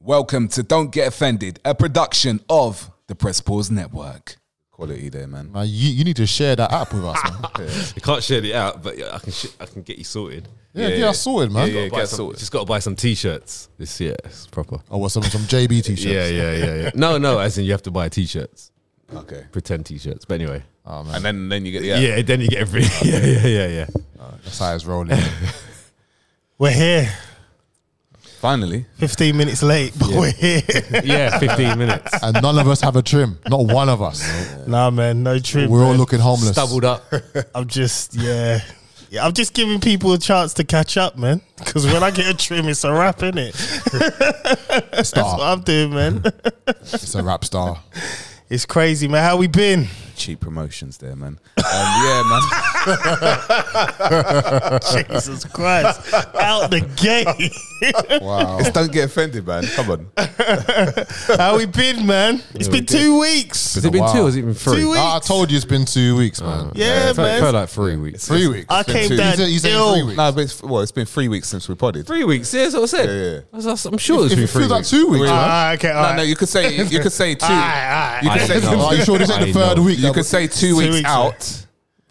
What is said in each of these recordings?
Welcome to Don't Get Offended, a production of the Press Pause Network. Quality there, man. Man, you, you need to share that app with us, man. You can't share it out, but yeah, I can sh- I can get you sorted. Yeah, get us sorted, man. Yeah, yeah, Gotta get some, Just got to buy some t-shirts. It's yeah, it's proper. Oh, well, some some JB t-shirts. Yeah, yeah, yeah, yeah. No, no, as in you have to buy t-shirts, Okay. pretend t-shirts. But anyway, And then, then you get, yeah, yeah. then you get everything. Yeah, yeah, yeah, yeah. That's how it's rolling. We're here. Finally. 15 minutes late, but we're here. Yeah, fifteen minutes. and none of us have a trim. Not one of us. nah, man, no trim. We're all man. looking homeless. Stubbled up. I'm just, yeah. Yeah, I'm just giving people a chance to catch up, man. Because when I get a trim, it's a wrap, innit? That's what star. I'm doing, man. It's a rap star. it's crazy, man. How we been? Cheap promotions there, man. Um, yeah, man. Jesus Christ. Out the gate. Wow. It's Don't Get Offended, man. Come on. How we been, man? It's been two weeks. Has it been Wow. two? Has it been three? Two weeks. I told you it's been two weeks, man. Yeah, It felt, it man. felt like three weeks. Three weeks. I It's been came two- down He's, he's saying ill. three weeks. No, but it's, well, it's been three weeks since we podded. Three weeks. Yeah, that's what I said. Yeah, yeah. I was- I was- I'm sure it's It been feels three. like weeks. two weeks, man. Ah, okay, all No, no, right. you could say you could say two. Aye, aye, you could aye. say, No. Are you sure this ain't the I third know. week? you that could say Ah, two, weeks, weeks, out,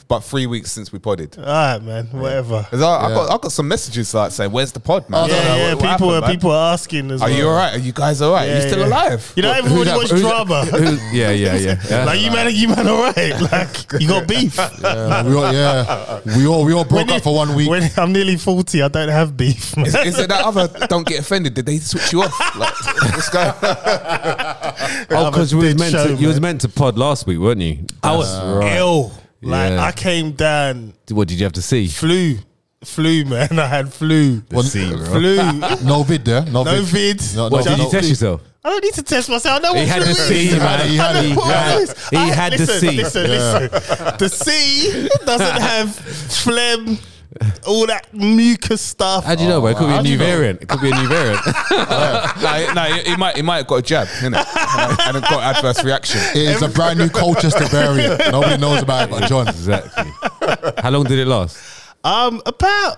but three weeks since we podded. All right, man. Whatever. 'Cause I, I got I got some messages like saying, "Where's the pod, man?" I don't know Yeah, what- yeah. what people, happened, are, man. people are asking as Are well. you all right? Are you guys all right? Yeah, Are you still yeah. alive? You know, everybody that- watch who's drama. yeah, yeah, yeah. yeah. Like you man, you man, all right. Like you got beef. Yeah, we all, yeah. We all, we all broke up for one week. When I'm nearly forty, I don't have beef. man. Is it that other? Don't get offended. Did they switch you off? Like, what's going on? oh, because you was Big meant show, to, you was man. meant to pod last week, weren't you? I was ill. Like Yeah. I came down, What did you have to see? flu, flu, man. I had sea, flu, bro. flu, No vid there. No, no vid. No, What no, did you no. test yourself? I don't need to test myself. I know He what had flu the is. C, man. He I had know it. what Yeah. it is. He I- had the listen, C. Listen, listen. The C doesn't have phlegm, all that mucus stuff. How do you know, bro? It could be How do a new you know? variant. It could be a new variant. no, no, he might he might have got a jab, innit? And I- and got adverse reaction. It is a brand new Colchester variant. Nobody knows about it but John. exactly. How long did it last? Um, about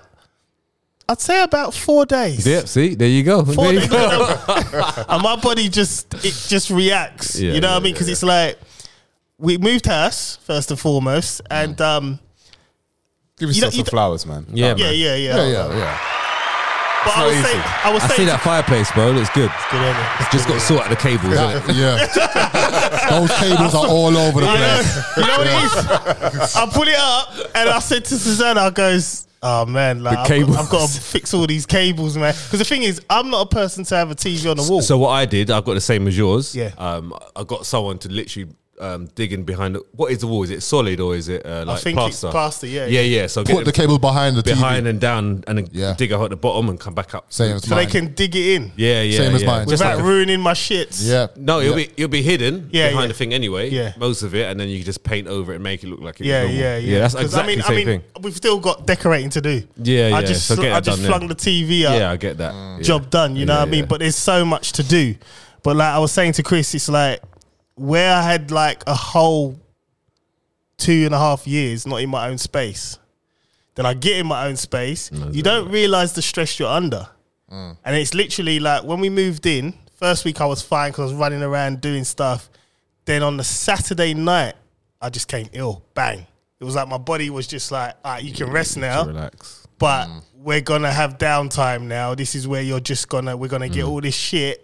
I'd say about four days. Yep. See, there you go. Four There you days. go. and my body just it just reacts. Yeah, you know what yeah, I mean? Because it's like we moved house first and foremost, and um, Give You know- yourself you some know- flowers, man. Yeah, yeah, man. yeah, yeah. Yeah, yeah, yeah. But I not was easy. saying, I was I see saying, that fireplace, bro. Looks good. Just got to sort out the cables. innit? That- yeah. Those cables are all over the place. You know what it is? I pull it up and I said to Susanna, I goes, oh man, like, The I've, got, I've cables. got to fix all these cables, man. Because the thing is, I'm not a person to have a TV on the wall. So what I did, I got the same as yours. Yeah. Um, I got someone to literally um digging behind. The, what is the wall? Is it solid or is it uh, like think it's plaster? plaster, yeah, Yeah. yeah. Yeah. So Put get the the cable behind the behind TV. and down, and then Yeah. dig a hole at the bottom and come back up. Same as so they mine. can dig it in Yeah. Yeah. Same as yeah. mine. Just without ruining my shits. Yeah. No, it'll yeah. be it'll be hidden Yeah, behind yeah. the thing anyway. Yeah. most of it, and then you can just paint over it and make it look like it was Yeah, normal. yeah, yeah. That's 'Cause exactly the same thing. We've still got decorating to do. Yeah, I yeah, just, so get I that just done flung then. the TV up. Yeah, I get that. Yeah. job done. You know Yeah, what I mean? yeah. But there's so much to do. But like I was saying to Chris, it's like where I had like a whole two and a half years not in my own space. Then I get in my own space. you don't realize the stress you're under. Mm. And it's literally like when we moved in, first week I was fine because I was running around doing stuff. Then on the Saturday night, I just came ill. Bang. It was like my body was just like, all right, you can rest now Relax. but Mm. we're gonna have downtime now. This is where you're just gonna we're gonna Mm. get all this shit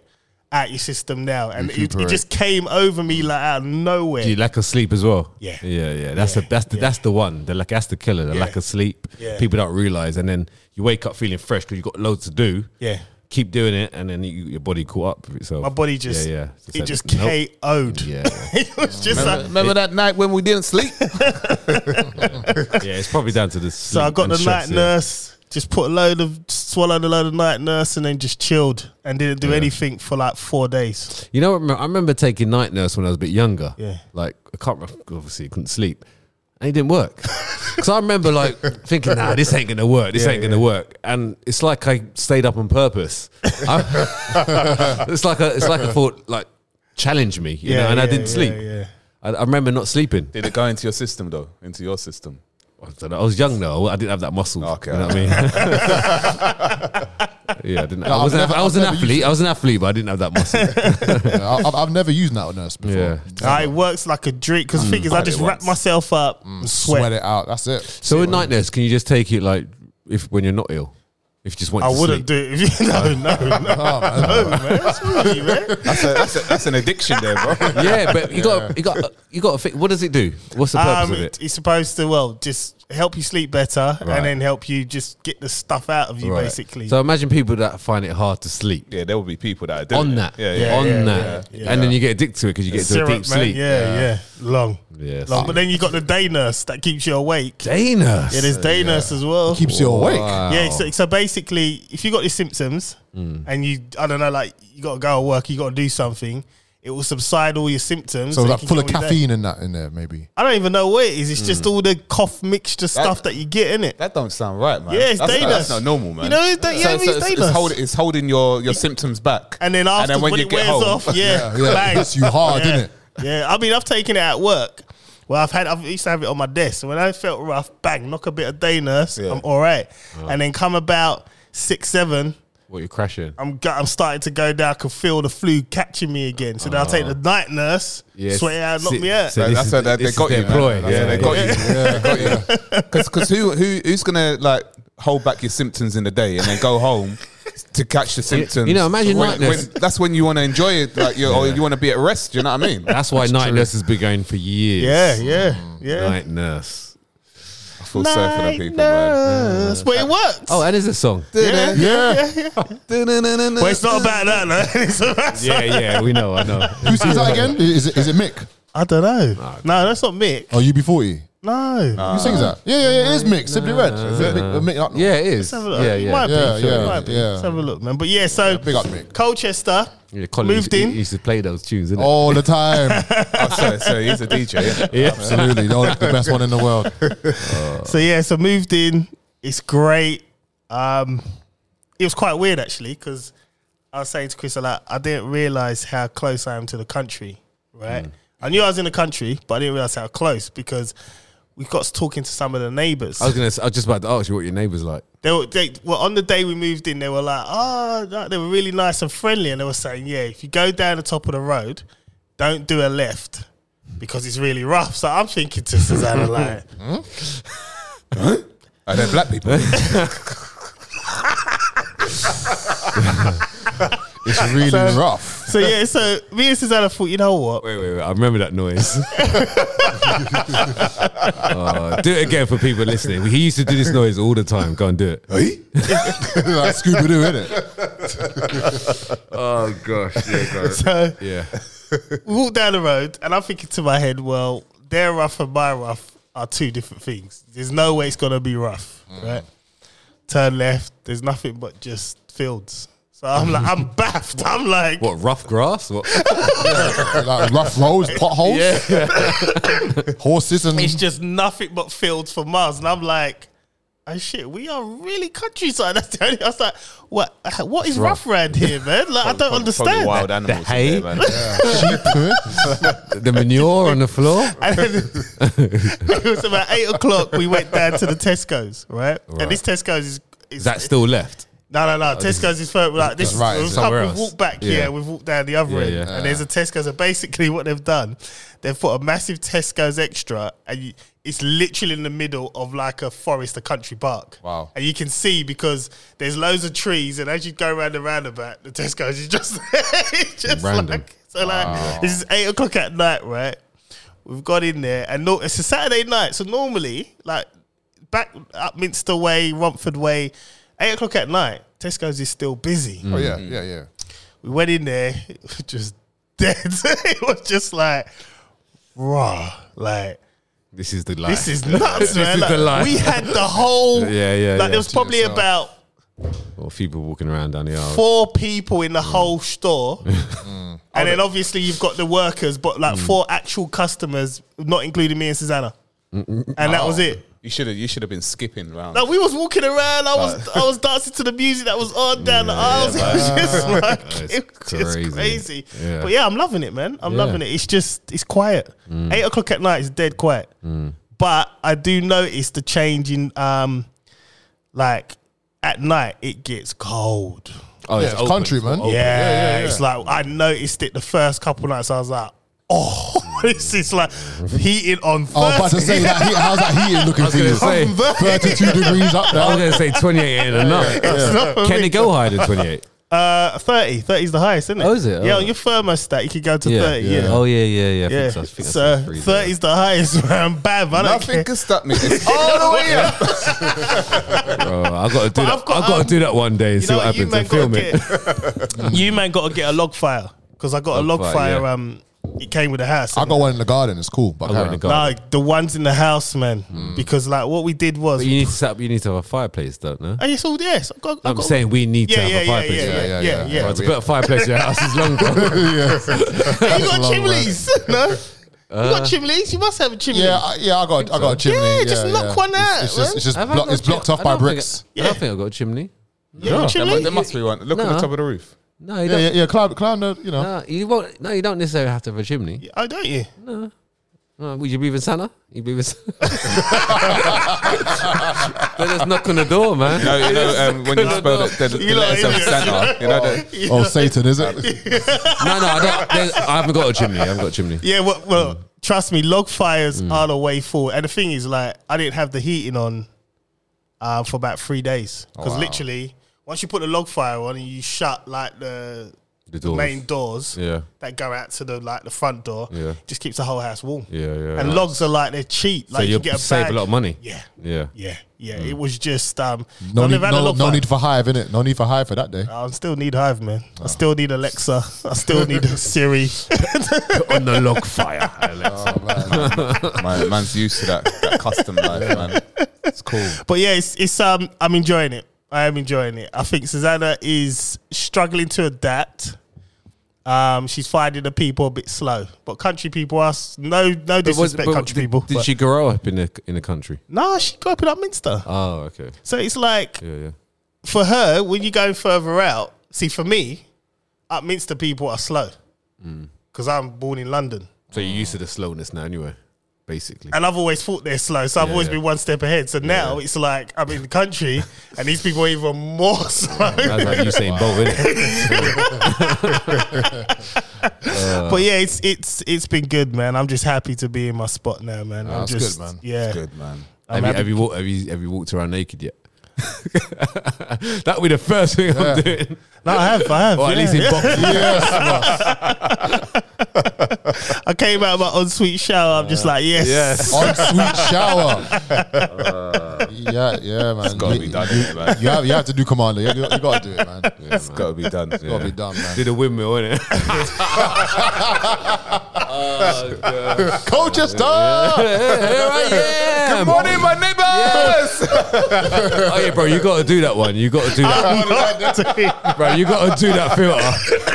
out your system now, and it, it Recuperate. just came over me like out of nowhere. Do you lack of sleep as well? Yeah. yeah, yeah. That's the that's the that's the one. The like that's the killer. The lack of sleep. Yeah. People don't realize, and then you wake up feeling fresh because you've got loads to do. Yeah. keep doing it, and then you, your body caught up with itself. My body just yeah, yeah. it just nope. KO'd. Yeah, yeah. it was just like, Remember that night when we didn't sleep? Yeah, It's probably down to the. so. I got the night nerve. nurse. Just put a load of swallowed a load of night nurse and then just chilled and didn't do anything for like four days. You know, what, I remember taking night nurse when I was a bit younger. Yeah. Like, I can't remember, obviously, I couldn't sleep. And it didn't work. Because I remember, like, thinking, nah, this ain't going to work. This ain't going to work. And it's like I stayed up on purpose. I- it's like a, it's like I thought, like, challenge me, you know, and I yeah, didn't yeah, sleep. Yeah, I, I remember not sleeping. Did it go into your system though? Into your system? I, don't know, I was young, though. I didn't have that muscle. Okay. You know what I mean? Yeah, I didn't. I've I was, an, never- ath- I I've was an never athlete. I was an athlete, but I didn't have that muscle. Yeah, I- I've, I've never used that nurse before. Yeah. Ah, it works like a drink Mm. because thing is, I Tried it just wrap once. myself up and sweat. Sweat. it out. That's it. so in night nurse, can you just take it like if when you're not ill, if you just want? I to sleep? wouldn't do it. If you, no, no, no, Oh, no, man. What's wrong with you, man? That's, a, that's, a, that's an addiction there, bro. Yeah, but you got you got you got. To fi- what does it do? What's the purpose Um, of it? It's supposed to well just help you sleep better Right. and then help you just get the stuff out of you Right. basically. So imagine people that find it hard to sleep. Yeah, there will be people that are doing on it. that, Yeah, yeah. on yeah, that, yeah, yeah. and then you get addicted to it because you get into a Syrup, deep man. sleep. Yeah, yeah, long. Yes. long. But then you got the day nurse that keeps you awake. Day nurse. Yeah, there's day nurse as well. Keeps you awake. Wow. yeah, so, so basically, if you got the symptoms Hmm. and you, I don't know, like you got to go to work, you got to do something, it will subside all your symptoms. So and like you can full of get on your day. caffeine and that in there, maybe. I don't even know what it is. It's Hmm. just all the cough mixture stuff that you get in it. That don't sound right, man. Yeah, it's that's, dangerous. That's not normal, man. You know, it's da- yeah, it's it's, dangerous. hold- it's holding your, your symptoms back. And then after when, it wears off, yeah, Yeah, bang. hits you hard, yeah. innit? Yeah, I mean, I've taken it at work. Well, I've had, I have used to have it on my desk. When I felt rough, bang, knock a bit of day nurse, Yeah. I'm all right. And then come about six, seven, What you're crashing? I'm go- I'm starting to go down. I can feel the flu catching me again. So then I'll take the night nurse, sweat it out, knock See- me out. so Like, this that's is- how they- they this is got their you, man. ploy. That's how they got you. Yeah, got you. Because who, who who's gonna like hold back your symptoms in the day and then go home to catch the symptoms? you know, imagine when, like this. when- that's when you want to enjoy it, like you or you want to be at rest. You know what I mean? That's why night nurse has been going for years. Yeah, yeah, yeah. Night nurse. I feel sorry for them Night people, nurse, but it worked. Oh, and there's a song. yeah, eh? yeah, yeah. man. But it's not about that, no. It's about Yeah, yeah, we know, I know. Who says that again? Is it, is it Mick? I don't know. No, that's not Mick. Oh, UB40. No. Who sings that? Yeah, yeah, yeah. It is Mick. Simply Red. Is it Mick, uh, Mick Ucknall? Uh-huh. Yeah, it is. Let's have a look. Yeah, It yeah. might be. Yeah, sure, yeah, it might be. yeah. Let's have a look, man. But yeah, so Big up, Mick. Colchester yeah Colin moved used, to- in. He used to play those tunes, didn't All the time. Oh, sorry, sorry, he's a DJ. isn't he? Yeah. Absolutely. No, the best one in the world. So yeah, so moved in. It's great. Um, it was quite weird actually because I was saying to Chris a lot. I didn't realize how close I am to the country. Mm. Right, I knew I was in the country, but I didn't realize how close because we got talking to some of the neighbors. I was gonna. s- I was just about to ask you what your neighbours like. They were they well on the day we moved in. They were like, oh, no," they were really nice and friendly, and they were saying, yeah, if you go down the top of the road, don't do a left because it's really rough. So I'm thinking to Susanna like, Are they Oh, black people? It's really rough. so yeah, so me and Susanna thought, you know what? Wait, wait, wait. I remember that noise. Uh, do it again for people listening. He used to do this noise all the time. Go and do it. like Scooby Doo, isn't it? Oh gosh. Yeah. So yeah. we walked down the road, and I'm thinking to my head, well, their rough and my rough are two different things. There's no way it's gonna be rough, right? Turn left. There's nothing but just fields. So I'm like, I'm baffed. I'm like, What rough grass? What? Like rough roads, potholes, Yeah. horses, and it's just nothing but fields for miles. And I'm like, oh shit, we are really countryside. That's the only, I was like, what, what is rough round here, man? Like, I don't Probably understand. wild animals. in hay? there, man. the manure on the floor. And then it was about eight o'clock. We went down to the Tesco's, right? And this Tesco's is. is Is that still left? No, no, Oh, no. Tesco's is further. Like this, right, we've, somewhere we've else. walked back Yeah. here. We've walked down the other Yeah, end, yeah. and there's a Tesco. So basically, what they've done, they've put a massive Tesco's extra, and you, it's literally in the middle of like a forest, a country park. Wow. And you can see because there's loads of trees, and as you go around the roundabout, the Tesco's is just, it's just Random. Ah. Like, so like, this is eight o'clock at night, right? We've got in there, and no, it's a Saturday night, so normally, like back up Minster Way, Romford Way, eight o'clock at night, Tesco's is still busy. Mm. oh yeah, yeah, yeah. We went in there, it was just dead. it was just like, raw, like. This is the This last. is nuts, man. is Like, the lie. We had the whole. Yeah, yeah, Like, yeah. there was probably yourself. about Or Oh, people walking around down the aisle. four people in the whole store. Mm. And then obviously you've got the workers, but like four actual customers, not including me and Susanna. And that was it. You should have you should have been skipping round. Like we was walking around, I was I was dancing to the music that was on down the aisles. it was just like That's it was just crazy. crazy. Yeah. But yeah, I'm loving it, man. I'm Yeah. Mm. loving it. It's just it's quiet. Eight o'clock at night is dead quiet. But I do notice the change in um like at night it gets cold. Oh, Yeah, it's open. country, man. Yeah, Yeah, it's like I noticed it the first couple nights. I was like, oh, this is like heating on. Oh, I was about to 30. say that. Heat, how's that heating looking for gonna you? say- I'm very- 32 degrees up I was there. going to say 28 ain't It's enough. not for Can me. it go higher than 28? Uh, 30. 30 is the highest, isn't it? Oh, is it? Yeah, Oh. on your thermostat, you could go to 30. Yeah. Oh, yeah, yeah, yeah. I Yeah, think so. I think that's so like three, thirty is the highest, man. Bam, I don't care. Oh, Nothing can stop me. It's all the way up. Bro, I've got to do But that. I've I've got, got, to um, do that one day and see what happens and gotta film it. get- you man got to get a log fire because I got a Log log fire, fire. yeah. Um, it came with the house. I got one in the garden. It's cool. But I got in the carry on. garden. Like the ones in the house, man. Because like what we did was, Hmm. But you need to set up. You need to have a fireplace, don't you? and it's all yes. I got, I I'm got- saying we need to yeah, have yeah, a yeah, fireplace. yeah, right? yeah, yeah, yeah, yeah. yeah. Well, it's a better fireplace. in Your house is long. bro. Hey, you got long, chimneys, no? you Uh, got chimneys. You must have a chimney. Yeah, I, yeah, I got, I got a chimney. Yeah, just knock one It's- out, It's, just, man. it's just Have I block, got it's chim- blocked off I by don't think bricks. I, I don't think I've got a chimney. You got a There mu- chimney. there must be one. Look at Nah. the top of the roof. No, you Yeah, don't. yeah, yeah. Climb, climb the, you know. No, you won't. No, you don't necessarily have to have a chimney. Oh, don't you? No, would you believe in Santa? You believe in Santa? they just knock on the door, man. No, you know, um, when you spell that, they, they You lot let us have idiots. Santa. You know that. Oh, Satan, is it? No, no, I, don't, there's- I haven't got a chimney. I haven't got a chimney. Yeah. Well, well trust me, log fires Mm. are the way forward. And the thing is, like, I didn't have the heating on uh, for about three days Oh, because Wow. literally, once you put the log fire on and you shut like the The the doors. main doors Yeah. that go out to the like the front door. Yeah. Just keeps the whole house warm. Yeah, yeah. And logs are like they're cheap. so Like you you can get a save bag. a lot of money. Yeah. Yeah. Yeah. Yeah. It was just um Mm. No, I've need, never had a no, log no fire. need for hive, innit? No need for hive for that day. I still need Hive, man. Ah. I still need Alexa. I still need Siri. on the log fire. Man, man's used to that, that custom life, man. It's cool. But yeah, it's, it's um I'm enjoying it. I am enjoying it. I think Susanna is struggling to adapt. Um, she's finding the people a bit slow, but country people are s- no no disrespect, country did, people. Did but- she grow up in the in the country? Nah, she grew up in Upminster, Ah. Oh, okay. so it's like Yeah, yeah. for her, when you go further out, see, for me, Upminster people are slow Mm. because I'm born in London So you're used to the slowness now, anyway. Basically. and I've always thought they're slow, so I've always yeah. been one step ahead. So now it's like I'm in the country and these people are even more slow. That's like Usain Bolt, innit? but yeah, it's it's it's been good, man. I'm just happy to be in my spot now, man. I'm That's just, good, man. Yeah, It's good, man. I'm Have you, happy. have, you walked, have, you, have you walked around naked yet? that would be the first thing I'm doing. No, I have, I have. Or at yeah. least in boxes. I came out of my ensuite shower. I'm just like, yes, On sweet shower. yeah, yeah, man. Gotta You- be done, innit, man. You have, you have to do commander. You, you, you got to do it, man. It's gotta be done. It's Got to be done, man. Did a windmill, innit? Oh, Colchester! Here I am. Good morning, my neighbors. Oh yeah, bro, you got to do that one. You got to do that, I'm not doing- bro. You got to do that filter.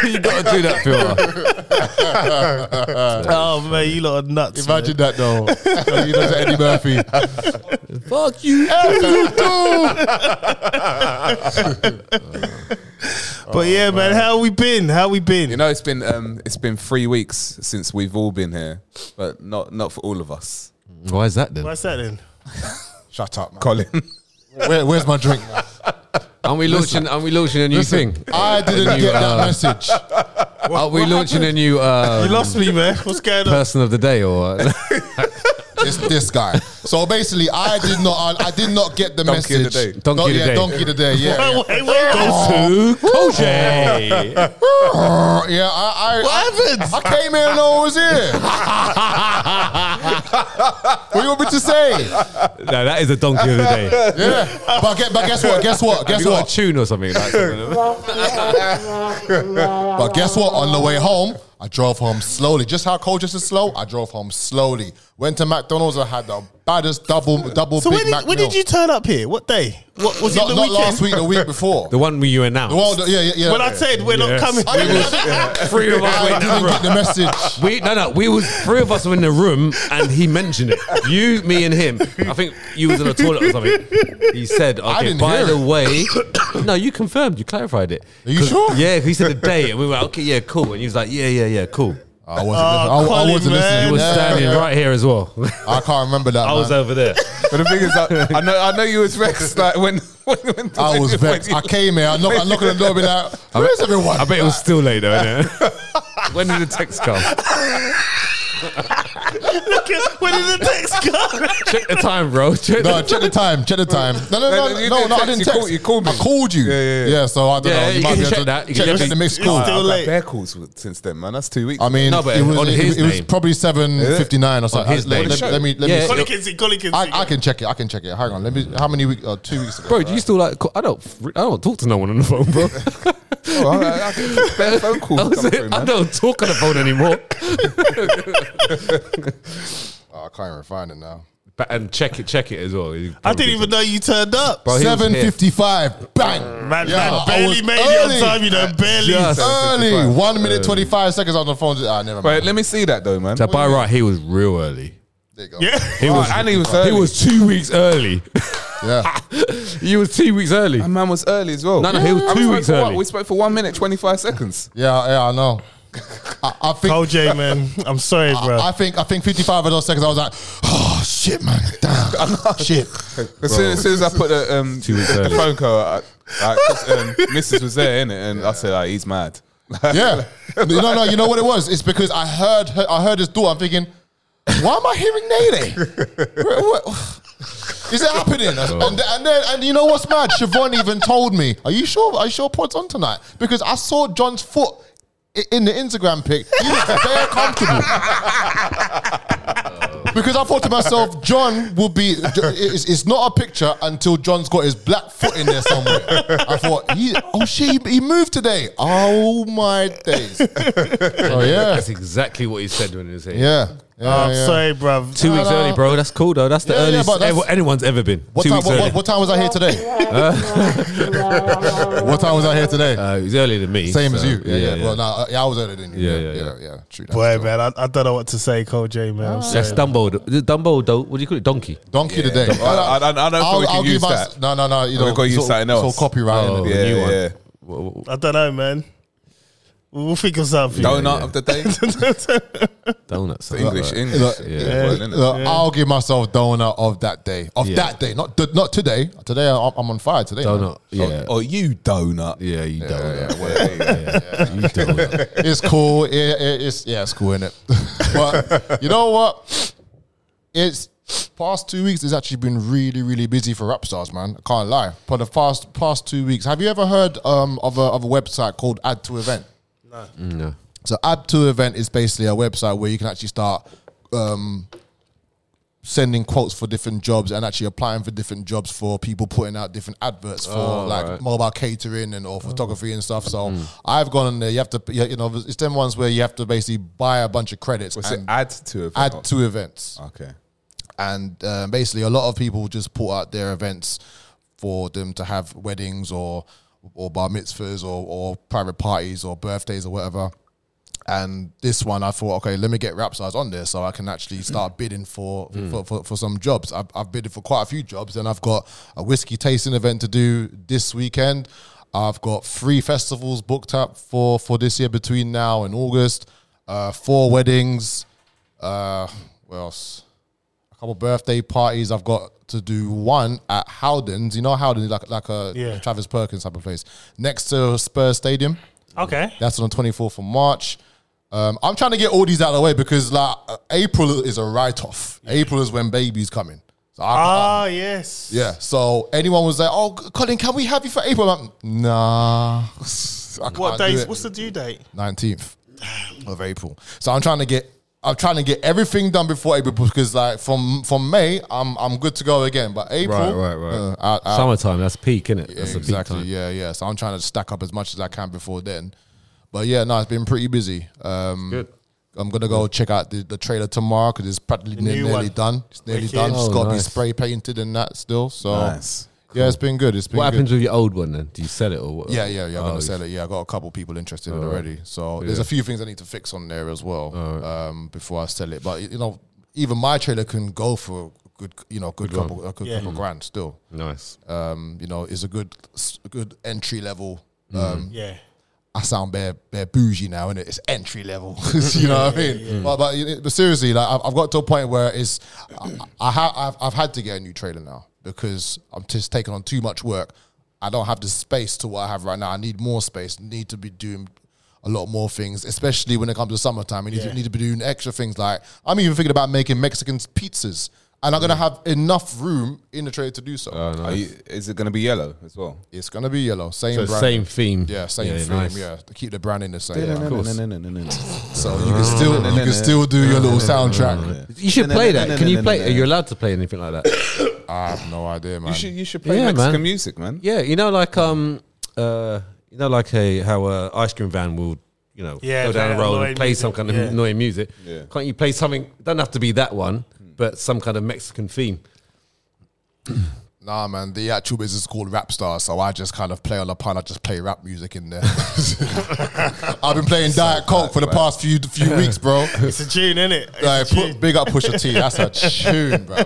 you got to do that filter. oh man, you lot are nuts. man. Imagine that, though. you know, to Eddie Murphy. Fuck you. But yeah, man, how we been? How we been? You know, it's been um, it's been three weeks since we've all been here, but not not for all of us. Why is that then? What's that then? Shut up, man. Colin, Where, where's my drink, man? Aren't we launching? Aren't we launching a new thing? I didn't You, get that uh, message. Are we launching a new You uh, lost me, man. What's going on? person of the day or? It's this guy. So basically, I did not, I, I did not get the Donkey of the message. day. Donkey of the yeah, day. Donkey of the day. Yeah, yeah. Wait, wait, wait. Who? Kojay. yeah, I, I, What happened? I, I came here and no one was here. what do you want me to say? No, that is a donkey of the day. Yeah, but, get, but guess what? Guess what? Have Guess you got a what? tune or something? Like that? But guess what? On the way home, I drove home slowly. Just how Colchester is slow, I drove home slowly. Went to McDonald's. I had the baddest double double So Big when did, Mac when meal. did you turn up here? What day? What was Not, it? The not weekend? last week. The week before. the one where you announced. well, the- yeah, yeah, yeah. When I said we're Yes. not I coming, didn't, three of us I were in the didn't room. get the message. We no no we was three of us were in the room and he mentioned it. You, me, and him. I think you was in the toilet or something. He said, "Okay, didn't by hear the it. way, no, you confirmed, you clarified it. Are you 'Cause- sure? Yeah, he said the day, and we were like, okay, yeah, cool. And he was like, yeah, yeah, yeah, cool. I wasn't, Oh, listening. I, I Colin, wasn't man. listening. You was Yeah, standing yeah. right here as well. I can't remember that. I was man. over there. But the thing is, I, I know, I know you was vexed. Like when, when, when I was when vexed. you- I came here. I knock, I knock on the door. Be like, where's everyone? I bet it was still late though. innit? when did the text come? Where did the text go? Check the time, bro. Check No, the- check the time. Check the time. No, No, no, no, no, you no, no, didn't I text, didn't you text. called- you called me. I called you. Yeah, yeah, yeah. Yeah, so I don't Yeah, know. you might can be able check to that. You can check check the it. mixed It's call. still I've had late. bear calls with- since then, man. That's two weeks. I mean, No, but it was on it, his it was name. probably seven fifty nine or something. his let, name. let- let me let Yeah. me. Colin Kinsey, Colin Kinsey. I, I can check it. I can check it. Hang on. Let me. How many weeks? Uh, two weeks ago. Bro, do you still like? call- I don't. I don't talk to no one on the phone, bro. Oh, I- I get bear phone calls I, was- come through, I man. don't talk on the phone anymore. Oh, I can't even find it now. But, and check it, check it as well. You I probably- didn't even know you turned up. he was Seven fifty five. Bang. Man, Yeah, man I barely was made it early. on time, you know, barely. Just- Um, Early. 7:55. One minute twenty five seconds on the phone. Ah, never Wait, mind. let me see that though, man. So by right, he was real early. There you go. Yeah. He was. Oh, and he was early. He was two weeks early. Yeah. he was two weeks early. And man was early as well. No, no, he was And we two spoke weeks for what? early. We spoke for one minute, 25 seconds. Yeah, yeah, I know. I, I think Cole J, man. I'm sorry, bro. I think I think 55 of those seconds I was like, oh shit, man, damn, shit. As soon, as soon as I put the, um, Two weeks the early. phone call, I, I, 'cause, um, Mrs. was there, innit? And I said, like, he's mad. Yeah, no, no, you know what it was? It's because I heard her, I heard his door. I'm thinking, why am I hearing Nene? What- what- Is it happening? And, and then and you know what's mad? Siobhan even told me, are you sure? Are you sure Pod's on tonight? Because I saw John's foot. i- In the Instagram pic, he was very comfortable. Because I thought to myself, John will be. It's, it's not a picture until John's got his black foot in there somewhere. I thought, he, oh shit, he, he moved today. Oh my days. Oh yeah, That's exactly what he said when he was here. yeah. yeah, I'm yeah. sorry, bro. Two weeks early, bro. That's cool though. That's the Yeah, yeah, earliest but that's- ever- anyone's ever been. What two time? weeks What, early. what, what time was I here today? what time was I here today? Uh, he's earlier than me. Same as so, you. Yeah, yeah. yeah. Well, nah, yeah, I was earlier than you. Yeah, yeah, yeah. yeah. yeah, True. that. Boy, man, I, I don't know what to say, Cole J, man. Oh. I'm sorry. That's Dumbo. Dumbo. Do- what do you call it? Donkey. Donkey today. I- I don't- I don't think we can give use us- that. No, no, no. You know, We've got to use it's all- something It's else. all copyright. Oh, innit? the Yeah, new one. yeah. I don't know, man. We'll we'll think of something. Donut of the day. Donuts. English, Right. English. Look, Yeah. look, Well, innit? look, I'll give myself donut of that day. Of Yeah. that day, not not today. Today I'm, I'm on fire. Today, man. Donut. Yeah. Oh, you donut. Yeah. You donut. Well, there you go. Yeah, you donut. it's cool. It, it, it's yeah, it's cool, innit? but you know what? It's past two weeks has actually been really, really busy for rap stars, man. I can't lie. For the past past two weeks, have you ever heard um, of a of a website called Add to Event? No. So Add to Event is basically a website where you can actually start um, sending quotes for different jobs and actually applying for different jobs for people putting out different adverts for like mobile catering and or photography and stuff. So I've gone on there. You have to, you know, it's them ones where you have to basically buy a bunch of credits Was it and add to it? add two events Okay. and uh, basically a lot of people just put out their events for them to have weddings or or bar mitzvahs or, or private parties or birthdays or whatever. And this one, I thought, okay, let me get rap stars on there so I can actually start bidding for for, for, for some jobs. I've, I've bidded for quite a few jobs, and I've got a whiskey tasting event to do this weekend. I've got three festivals booked up for for this year between now and August. Uh, four weddings. Uh, what else? a couple birthday parties. I've got to do one at Howden's. You know Howden's like like a Yeah. Travis Perkins type of place next to Spurs Stadium. Okay. That's on the 24th of March. Um, I'm trying to get all these out of the way because like uh, April is a write off. April is when baby's coming. So I, Ah, yes. yeah. So anyone was like, "Oh, Colin, can we have you for April?" I'm like, "Nah." What days? What's the due date? 19th of April. So I'm trying to get I'm trying to get everything done before April because like from from May I'm I'm good to go again. But April Right, right, right. uh, I- I- Summertime. That's peak, innit? That's the peak exactly. time. Yeah, yeah. So I'm trying to stack up as much as I can before then. But yeah, no, it's been pretty busy. Um, Good. I'm gonna go check out the, the trailer tomorrow because it's practically ne- new nearly one. done. It's nearly Wicked. done. It's Oh, got to be nice. spray painted and that still. So Nice. yeah, it's been good. It's been What good. happens with your old one then? Do you sell it or what? Yeah, yeah, yeah. I'm Oh, gonna sell it. Yeah, I got a couple people interested in it already. So there's a few things I need to fix on there as well Oh, um, before I sell it. But you know, even my trailer can go for a good, you know, good, couple, a good Yeah. Mm. couple grand still. Nice. Um, you know, it's a good, s- good entry level. Um, Yeah. I sound bare, bare bougie now, and it's entry level. you know what I mean? But, but, but seriously, like I've, I've got to a point where it's I, I have I've, I've had to get a new trailer now because I'm just taking on too much work. I don't have the space to what I have right now. I need more space. Need to be doing a lot more things, especially when it comes to summertime. You need, to, Yeah. need to be doing extra things. Like I'm even thinking about making Mexican pizzas, and I'm gonna have enough room in the trailer to do so. Are you, is it going to be yellow as well? It's gonna be yellow, same So brand. same theme. Yeah, same yeah, theme. nice. Yeah, to keep the branding the same. Yeah, course. So you can still you can still do your little soundtrack. You should play that. Can you play? Are you allowed to play anything like that? I have no idea, man. You should, you should play Yeah, Mexican man. music, man. Yeah, you know, like um, uh, you know, like a how a ice cream van will, you know, Yeah, go play down the that road annoying and play music. some kind of Yeah. annoying music. Yeah. Can't you play something? Doesn't have to be that one, but some kind of Mexican theme. Nah, man. The actual business is called Rap Star, so I just kind of play on the pun. I just play rap music in there. I've been playing Diet Coke for the past few few weeks, bro. It's a tune, isn't it? It's Like, a tune. put, big up Pusha T. That's a tune, bro.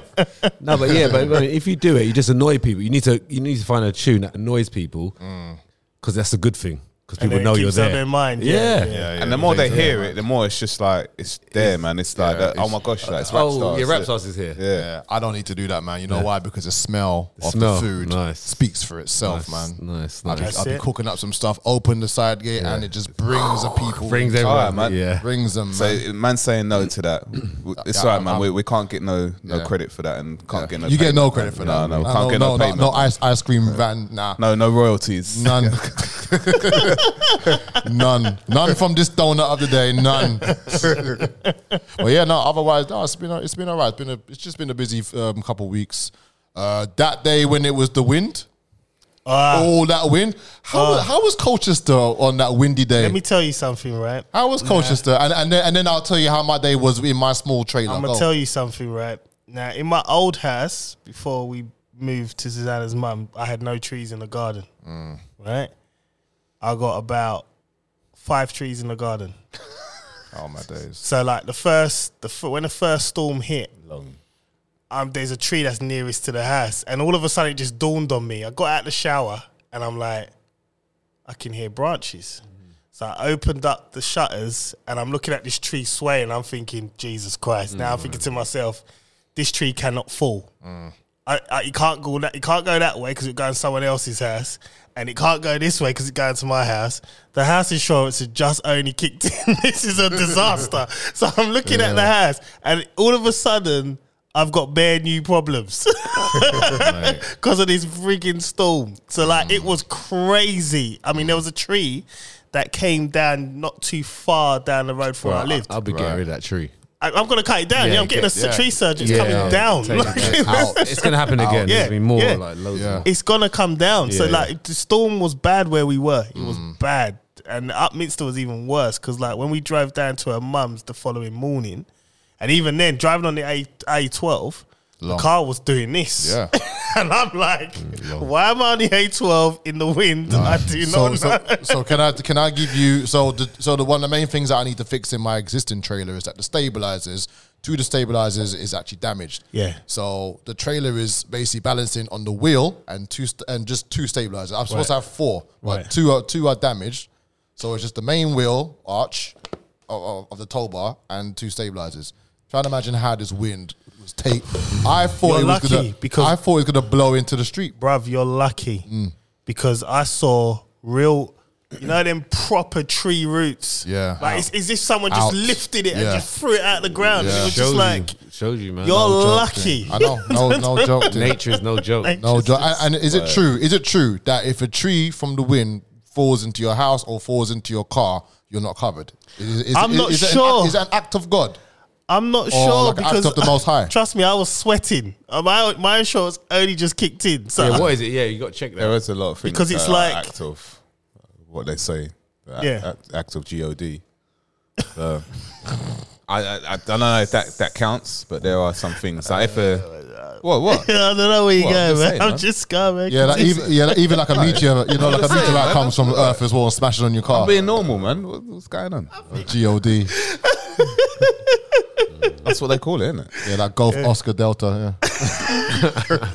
No, but yeah, but I mean, if you do it, you just annoy people. You need to you need to find a tune that annoys people because that's a good thing because people it know you're keeps that there. in mind, Mm. Yeah. yeah, and the more they hear it, the more it's just like it's there, man. It's like that, oh my gosh, like, it's rap oh, stars. yeah, rap stars is here. Yeah. Yeah, I don't need to do that, man. You know why? Because the smell of smell, the food nice. speaks for itself, Nice, man. nice, I'll be, nice. I'll be it. cooking up some stuff, open the side gate, and it just brings the people. Brings in. everyone, Alright, man. yeah. Brings them. So man. man saying no to that, W- it's Yeah, all right, I'm- man. We, we can't get no no Yeah. credit for that, and can't get no. you get payment. no credit for that. No, no, Nah, can't get no, no, no, payment. no No, ice ice cream van. Nah, no, royalties. none, none, none from this donut of the day. None. but yeah, no. Otherwise, no. It's been it's been alright. It's been a, it's just been a busy um, couple weeks. Uh, that day when it was the wind. Ah, all that wind. How, how was Colchester on that windy day? let me tell you something, right? how was Colchester? And, and, then, and then I'll tell you how my day was in my small trailer. I'm gonna Go. tell you something, right? Now, in my old house, before we moved to Susanna's mum, I had no trees in the garden. Right? I got about five trees in the garden. Oh my days. So, like the first, the fir- when the first storm hit, um, there's a tree that's nearest to the house, and all of a sudden it just dawned on me. I got out the shower and I'm like, I can hear branches. So I opened up the shutters and I'm looking at this tree swaying. I'm thinking, Jesus Christ. Now I'm thinking to myself, this tree cannot fall. I, I, it can't go that it can't go that way because it's going someone else's house, and it can't go this way because it's going to my house. The house insurance has just only kicked in. this is a disaster. so I'm looking at the house, and all of a sudden, I've got bare new problems because of this freaking storm. So like, it was crazy. I mean, there was a tree that came down not too far down the road from where I lived. I'll be getting rid of that tree. I, I'm gonna cut it down. Yeah, Yeah, I'm getting get- a s- tree surgeon. It's coming down. It's gonna happen again. Yeah, There's been more yeah. like loads. Yeah. Of it's gonna come down. so Yeah, like the storm was bad where we were. It was Mm. bad, and Upminster was even worse because like when we drove down to her mum's the following morning, and even then driving on the A A twelve, the Long. car was doing this. Yeah. Mm, and I'm like, why am I on the A twelve in the wind? I do not So, know. so, so can I can I give you so the so the one of the main things that I need to fix in my existing trailer is that the stabilizers two of the stabilizers is actually damaged. Yeah. So the trailer is basically balancing on the wheel and two st- and just two stabilizers. I'm supposed to have four, but Right. two are two are damaged. So it's just the main wheel arch of, of, of the tow bar and two stabilizers. Try to imagine how this wind was take. I thought You're it was lucky gonna, because- I thought it was gonna blow into the street. bruv, you're lucky Mm. because I saw real, you know, them proper tree roots. Yeah. Like, it's, it's if someone just Ouch. lifted it and Yeah. just threw it out the ground. Yeah. It was shows just like, you, shows you, man. you're No joke. lucky. I know, no, no joke. dude. Nature is no joke. No, jo- and, and is it true? Is it true that if a tree from the wind falls into your house or falls into your car, you're not covered? Is, is, I'm not it an sure. act- is that an act of God? I'm not Or sure like an act because of the Most High? trust me, I was sweating. Uh, My my insurance only just kicked in, so Yeah, what is it? Yeah, you got to check that. There is a lot of things Because it's that are like- act of uh, what they say, the act, Yeah. act, act of God. Uh, I, I I don't know if that that counts, but there are some things like if a what what I don't know where you Well, I'm go, man. just saying, I'm man. just going, man. Yeah, like even, yeah, like even like a meteor, you know, like a meteorite comes from Earth as well and smashes on your car. Uh, I'm being normal, man. What, what's going on? God, yeah, That's what they call it, isn't it? like Golf Oscar Delta. Yeah.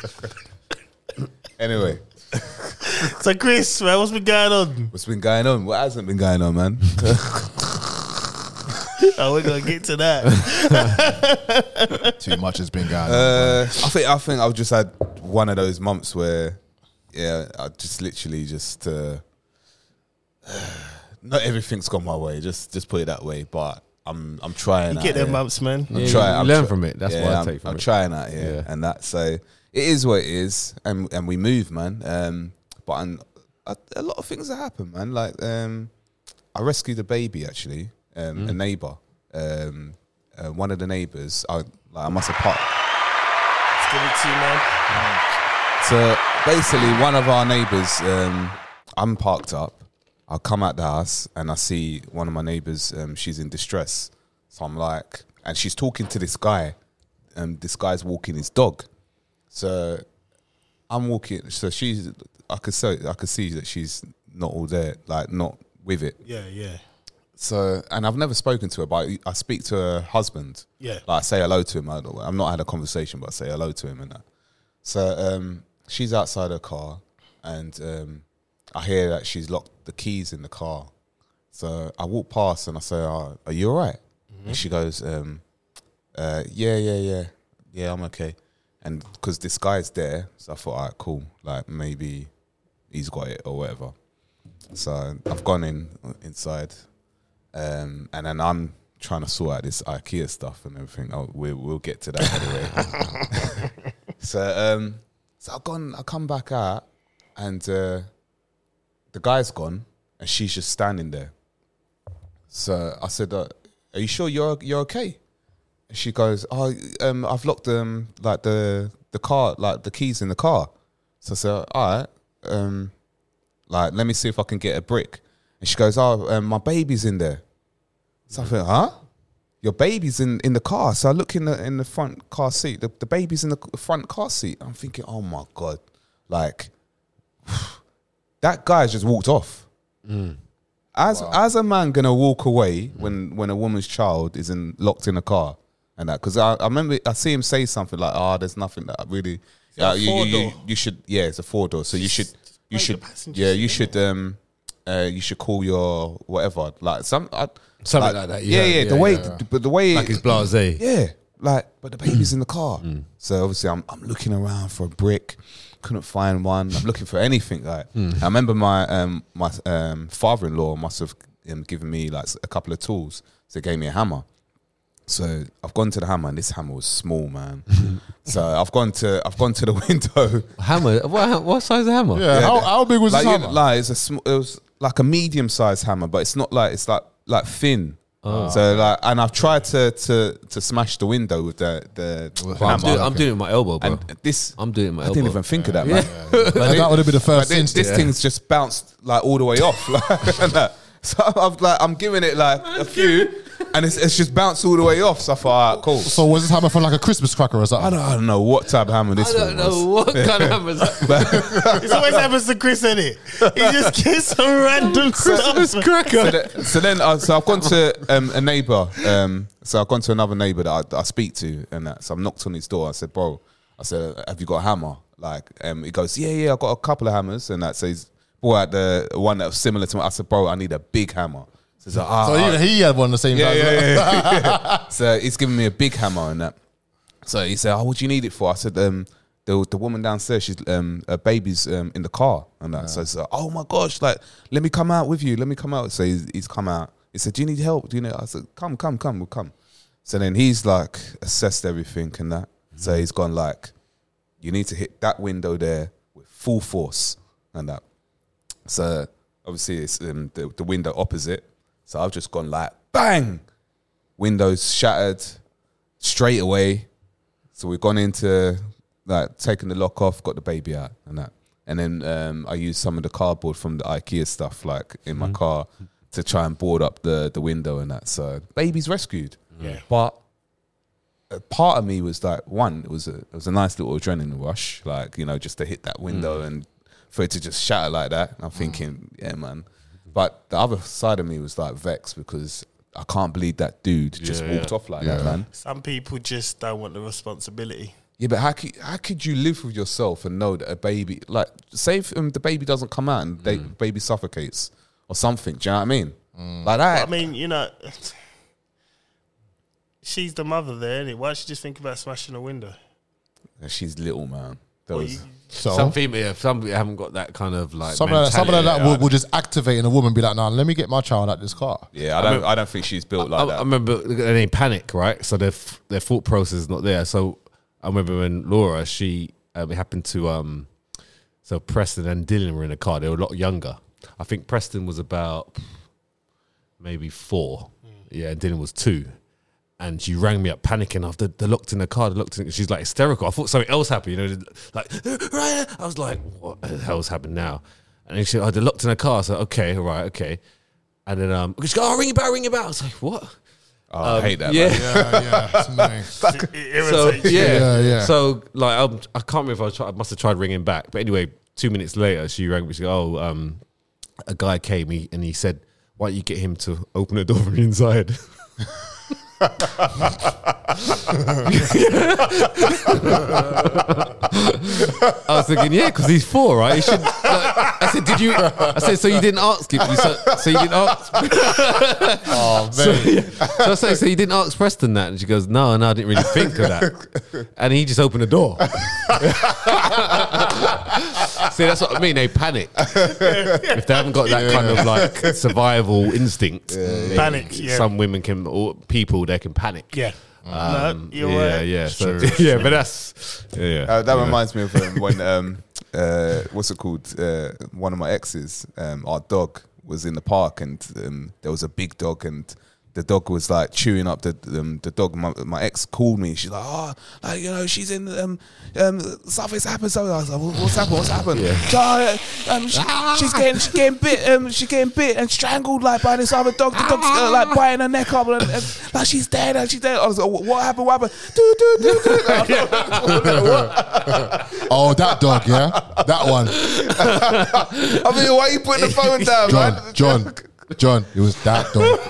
Anyway, So Chris, man, what's been going on? What's been going on? What hasn't been going on, man? Oh, we're gonna get to that. Too much has been going on. Uh, I think I think I've just had one of those months where, yeah, I just literally just uh, not everything's gone my way. Just just put it that way. But I'm I'm trying. You get out them here. mumps, man. I'm Yeah, trying. you I'm learn try- from it. That's yeah, what I I'm, take from I'm it. trying out here, Yeah. and that. So it is what it is, and and we move, man. Um, but I'm, a, a lot of things that happen, man. Like um, I rescued a baby actually, um, Mm. a neighbor, um, uh, one of the neighbors. I like I must have parked. Let's give it to you, So man. basically, one of our neighbours, um, I'm parked up. I come out the house and I see one of my neighbours. Um, she's in distress. So I'm like, and she's talking to this guy. Um, this guy's walking his dog. So I'm walking. So she's. I could so I could see that she's not all there, like not with it. Yeah, yeah, So, and I've never spoken to her, but I speak to her husband. Yeah. Like, I say hello to him. I don't, I'm not had a conversation, but I say hello to him and that. So, um, she's outside her car, and um, I hear that she's locked the keys in the car. So I walk past and I say, oh, "Are you all right?" And she goes, um, uh, "Yeah, yeah, yeah, yeah, I'm okay." And because this guy's there, so I thought, "All right, cool. Like maybe he's got it or whatever." So I've gone in uh, inside, um, and then I'm trying to sort out this IKEA stuff and everything. Oh, we, we'll get to that anyway. so, um, so I've gone. I come back out, and uh, the guy's gone, and she's just standing there. So I said, uh, "Are you sure you're you're okay?" And she goes, "Oh, um, I've locked um like the the car like the keys in the car." So I said, "All right." Um, like, let me see if I can get a brick. And she goes, oh, um, my baby's in there. So I think, huh? Your baby's in, in the car. So I look in the in the front car seat. The, the baby's in the c- front car seat. I'm thinking, oh my god, like that guy's just walked off. Mm. As as a man gonna walk away when when a woman's child is in locked in a car and that because I, I remember I see him say something like, oh, there's nothing that I really. Uh, you, you, you, four-door? you should yeah, it's a four door. So you should you make should the passenger yeah seat, you should um uh you should call your whatever like some I, Something like that, yeah yeah, yeah, yeah, the way yeah. th- but the way Like Mm. his blase. yeah like but the baby's in the car so obviously I'm I'm looking around for a brick couldn't find one I'm looking for anything like Mm. I remember my um my um father in law must have um, given me like a couple of tools so he gave me a hammer so I've gone to the hammer and this hammer was small man so I've gone to I've gone to the window. Hammer. What, what size of hammer? yeah, how, how big was like, this you- hammer? like it's a sm- it was like a medium sized hammer, but it's not like it's like like thin. Oh. So like, and I've tried to to to smash the window with the the With hammer. hammer. I'm, doing, I'm doing it with my elbow, bro. and this I'm doing it with my I elbow. didn't even think of that, man. Like, that would have been the But first this, instance. this thing's just bounced like all the way off. Like, and that. So I'm, I'm like, I'm giving it like a few, and it's, it's just bounced all the way off. So I thought, all right, cool. So was this hammer from like a Christmas cracker or I something? don't, I don't know what type of hammer this I don't one was. know what kind of hammer's It always happens to Chris, isn't it? He just gets some random stuff. man. so, th- so then, uh, so I've gone to um, a neighbor. Um, so I've gone to another neighbor that I, that I speak to, and that. So I knocked on his door. I said, "Bro," I said, "Have you got a hammer?" Like, um, he goes, "Yeah, yeah, I got a couple of hammers," and that says, "Brought out the one that was similar to." My, I said, "Bro, I need a big hammer." So he's like, "Ah, So ah, even Oh, he had one the same yeah, size. yeah, yeah, yeah. so he's giving me a big hammer and that. So he said, "Oh, what do you need it for?" I said, um, "The the woman downstairs, she's um, her baby's um, in the car and that." So he's like, "Oh my gosh, like let me come out with you, let me come out." So he's, he's come out. He said, "Do you need help? Do you know?" I said, "Come, come, come, we'll come." So then he's like assessed everything and that. So he's gone like, "You need to hit that window there with full force and that." So obviously it's um, the, the window opposite. So I've just gone like bang, windows shattered straight away. So we've gone into like taking the lock off, got the baby out and that. And then um, I used some of the cardboard from the IKEA stuff like in my car to try and board up the, the window and that. So baby's rescued. Yeah. But a part of me was like, one, it was a it was a nice little adrenaline rush, like you know, just to hit that Mm. window and for it to just shatter like that. I'm thinking, yeah, man. But the other side of me was like vexed because I can't believe that dude just Yeah, walked yeah. off like Yeah. that, man. Some people just don't want the responsibility. Yeah, but how could how could you live with yourself and know that a baby like say if um, the baby doesn't come out and Mm. the baby suffocates or something? Do you know what I mean? Like I that. mean, you know, she's the mother there, innit? Why don't you just think about smashing a window? She's little man. That Well, was, you- So Some female, some haven't got that kind of like. something like that, something like that mentality. will, will just activate in a woman. Be like, nah, let me get my child out this car. yeah, I don't. I, don't think she's built like I, I that. remember they panic, right? So their f- their thought process is not there. So I remember when Laura, she um, it happened to um, so Preston and Dylan were in a car. They were a lot younger. I think Preston was about maybe four. Mm. Yeah, and Dylan was two. And she rang me up panicking after they're locked in the car. They're locked in. She's like hysterical. I thought something else happened. You know, like Ryan. I was like, what the hell's happened now? And then she, oh, they're locked in a car. So okay, all right, okay. And then um, she go, oh, ring your bell, ring your bell. I was like, what? Oh, I hate that. man. um, yeah. Yeah, yeah, it's annoying. It So irritates you. yeah. Yeah, yeah. So like um, I can't remember. If I, tried, I must have tried ringing back, but anyway, two minutes later, she rang me. She go, "Oh, um, a guy came he, and he said, why don't you get him to open the door from the inside?'" I was thinking, yeah, because he's four, right? He should, like, I said, did you? I said, so you didn't ask him. You So, so you didn't ask. Oh, So, mate. yeah. so I say, so you didn't ask Preston that? And she goes, no, no, I didn't really think of that. And he just opened the door. See, that's what I mean. They panic. if they haven't got that kind of like survival instinct. they- Panic, yeah. Some women can, or people, they can panic. Yeah. Um, no, you're yeah, right. yeah. So, yeah, but that's, yeah. Uh, that reminds me of um, when um, uh, what's it called? Uh, one of my exes, um, our dog was in the park, and um, there was a big dog, and the dog was like chewing up the um, the dog. My, my ex called me, and she's like, "Oh, like, you know, she's in um, um, something's happened." Something. I was like, "What- "What's happened? What's happened?" "Oh, uh, um, she- she's getting she's getting bit um, she's getting bit and strangled like by this other dog. The dog's uh, like biting her neck up, and, and like she's dead, and she's dead. I was like, "What what happened? What happened?" Do, do, do, do. oh, that dog, yeah, that one, I mean, why are you putting the phone down, man? John, John, John. It was that dog.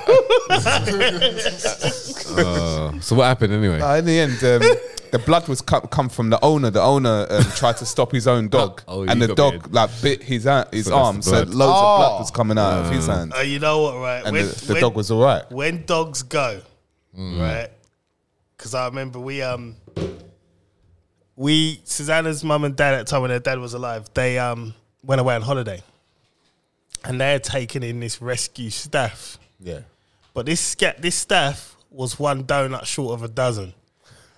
so what happened anyway? Uh, in the end, um, the blood was come, come from the owner. The owner um, tried to stop his own dog, Oh, you and the got dog bit. like bit his a- his So that's arm, the so loads blood. of blood was coming out of his hand, Uh, you know what, right? and the, the dog was all Mm. right. when dogs go, right? Because I remember we um we Susanna's mum and dad at the time when their dad was alive, they um went away on holiday, and they had taken in this rescue staff. Yeah, But this sca- this staff was one donut short of a dozen,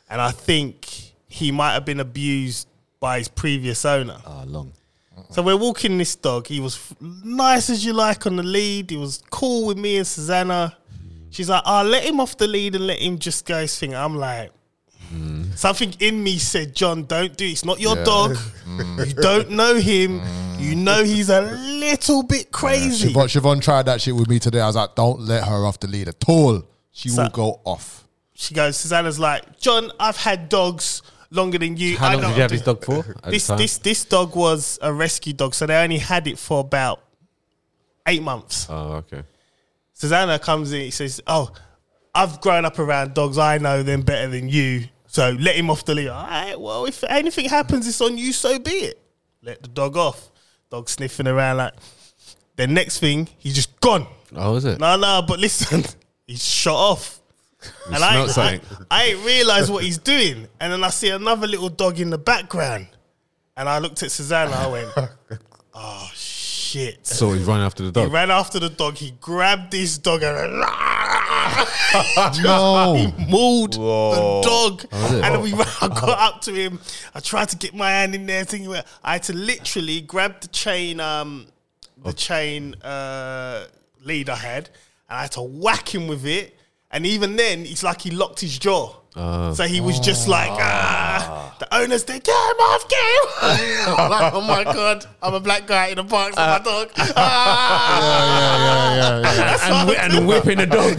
and I think he might have been abused by his previous owner. ah, long. So we're walking this dog. He was f- nice as you like on the lead. He was cool with me and Susanna. She's like, I'll let him off the lead and let him just go his thing. I'm like, Mm. something in me said, John, don't do it. It's not your dog. Mm. You don't know him. You know he's a little bit crazy. Siobhan, Siobhan tried that shit with me today. I was like, don't let her off the lead at all. She So- will go off. she goes, Susanna's like, John, I've had dogs longer than you. How I long know did you have this dog for? at the this time? this this dog was a rescue dog, so they only had it for about eight months. Oh, okay. Susanna comes in, she says, Oh, I've grown up around dogs, I know them better than you. So let him off the lead. All right, well, if anything happens, it's on you, so be it. Let the dog off. Dog sniffing around like the next thing, he's just gone. Oh, is it? No, no, but listen, he's shot off. And I, smelt I, something. I ain't realised what he's doing. And then I see another little dog in the background. And I looked at Susanna, I went, Oh shit. So he's running after the He dog. ran after the dog. He grabbed this dog and No. mauled the dog. it? And then we, I got up to him. I tried to get my hand in there, thinking well, I had to literally grab the chain, um, the Oh. chain uh, lead I had, and I had to whack him with it. And even then, it's like he locked his jaw. Oh. so he was just like, ah, the owners, they get him off, get him. I'm like, oh my God, I'm a black guy in the park with my dog. Ah. Uh, yeah, yeah, yeah, That's what I was doing. whipping the dog.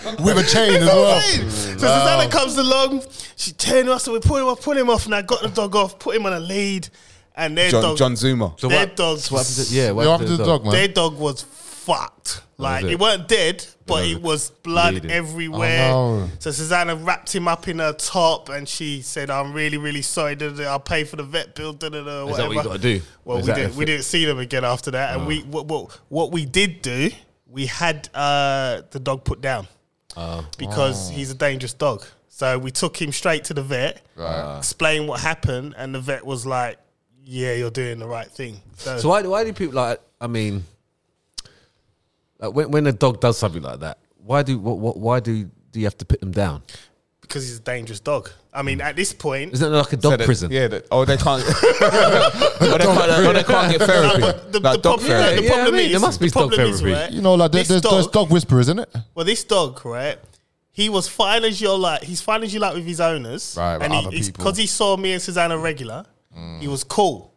yeah. With a chain as So well. Susanna comes along, she turned us, so we pull him off, pull him off, and I got the dog off, put him on a lead, and their John dog, John Zuma. So their what? dog, so what happened to, yeah, what You're after the dog, man. their dog was fucked. Like it? it? weren't dead, but Yeah. it was blood Bleeding. everywhere. Oh, no. So Susanna wrapped him up in her top, and she said, "I'm really, really sorry. Da, da, da. I'll pay for the vet bill." Da, da, da, Is that what you whatever." got to do? Well, Is we that didn't, a Oh. we fi- didn't see them again after that, and we what, what what we did do, we had uh, the dog put down Oh. because he's a dangerous dog. So we took him straight to the vet, explained what happened, and the vet was like, "Yeah, you're doing the right thing." So, So why why do people like? I mean, like when when a dog does something like that, why do what, what why do do you have to put them down? because he's a dangerous dog. I mean, Hmm. at this point, Isn't it like a So dog that- prison? Yeah. That, oh, they can't. or, they can't or they can't get therapy. the, the like dog problem, therapy. the Yeah, I problem mean, is, there must be the dog problem is, therapy. right, You know, like there, this there's, there's dog whisperers, isn't it? Well, this dog, right? He was fine as you're like. He's fine as you like with his owners, Right, with And other people. because he saw me and Susanna regular, he was cool.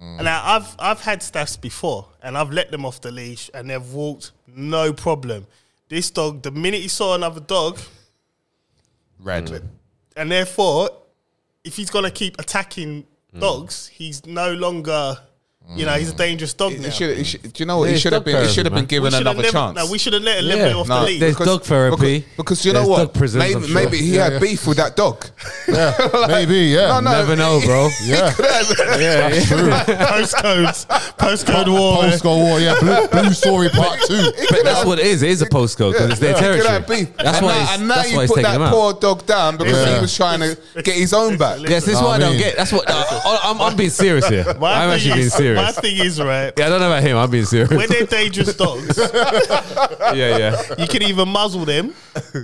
And I, I've I've had staffs before, and I've let them off the leash, and they've walked no problem. This dog, the minute he saw another dog, Red. and therefore, if he's gonna keep attacking dogs, he's no longer, you know, Mm. he's a dangerous dog now. It should, it should, do you know what? Yeah, It it's should have dog been. It therapy, should have man. been given We should have another never- chance. No, we should have let a little bit off no, the leash. There's dog therapy. Because, because you There's know what? dog prisons, maybe, I'm sure. maybe he had beef with that dog. Maybe, yeah. No, no. Never know, oh, bro. Yeah. That's true. postcodes, postcode war. eh? man. Post Cold War, yeah. Blue, Blue Story Part 2. But that's what it is. It is a postcode because it's their He could have territory. beef. That's and why. now, it's- and now That's you why he's put taking that them out. poor dog down because Yeah. he was trying to get his own back. Yes, this is Nah, what I I don't mean- get. That's what I, I'm. I'm being serious here. My I'm actually thing being is- My serious. thing is right. Yeah, I don't know about him. I'm being serious. When they're dangerous dogs, yeah, yeah, you can either muzzle them.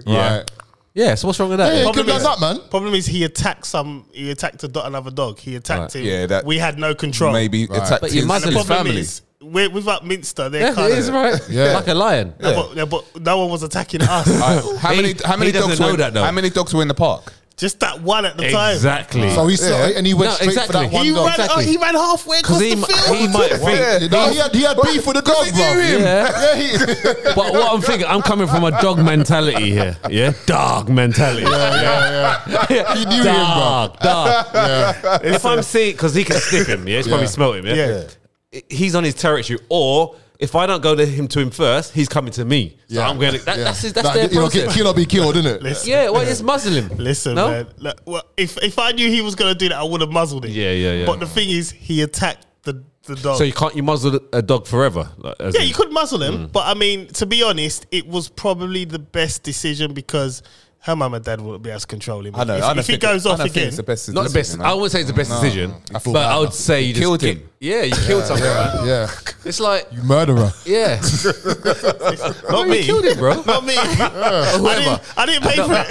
yeah. Right. Yeah. So what's wrong with that? Hey, then? give Problem that is- up, man. Problem is, he attacked some. He attacked a, do- another dog. He attacked Right. him. Yeah, that- we had no control. Maybe Right. attacked But you his, must his have- family. Problem is, we're, without Minster, they're Yeah, kind it of. is right. Yeah. Like a lion. no, but, no, but no one was attacking us. All right, How He- many? How he many doesn't dogs? know Were, in- that, though. How many dogs were in the park? Just that one at the time. Exactly. So he saw it and he went No, straight for exactly. that one He dog. ran. Exactly. Oh, he ran halfway across Because he, the field. he might think. Yeah. You know, he had, he had beef with the dog, bro. Yeah. Yeah, he, But what I'm thinking, I'm coming from a dog mentality here. Yeah, dog mentality. yeah, yeah. He knew him, bro. Dog, dog. If I'm seeing, because he can sniff him. Yeah, he's probably Yeah. smelled him. Yeah. Yeah? he's on his territory. Or if I don't go to him to him first, he's coming to me. So Yeah. I'm gonna. That, Yeah. That's his, that's Like, their you know, get process. killed or be killed, isn't it? Listen, Yeah, well, it's Muslim. listen, No? man. Look, well, if if I knew he was going to do that, I would have muzzled him. Yeah, yeah, yeah. But the thing is, he attacked the the dog. So you can't you muzzle a dog forever. Like, as Yeah, in- Mm. you could muzzle him, but I mean, to be honest, it was probably the best decision because her mum and dad wouldn't be able to control him. if if he think- goes I off don't think again, it's the best. Not the decision, best. man. I wouldn't say it's the best decision, feel but bad I would now. say you just killed kick- him. Yeah, you killed something. man. Yeah. It's like You murderer. yeah, not you me, killed him, bro. not me. I didn't, I didn't pay for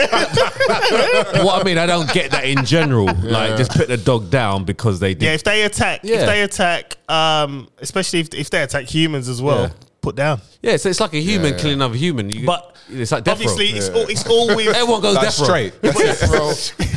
it. what I mean, I don't get that in general. Like, just put the dog down because they yeah, did. if they attack, Yeah. if they attack, um, especially if, if they attack humans as well, Yeah. put down. Yeah, so it's like a human yeah. killing another human. You, But it's like death Obviously, row. it's all it's all with everyone goes That's death row. straight. That's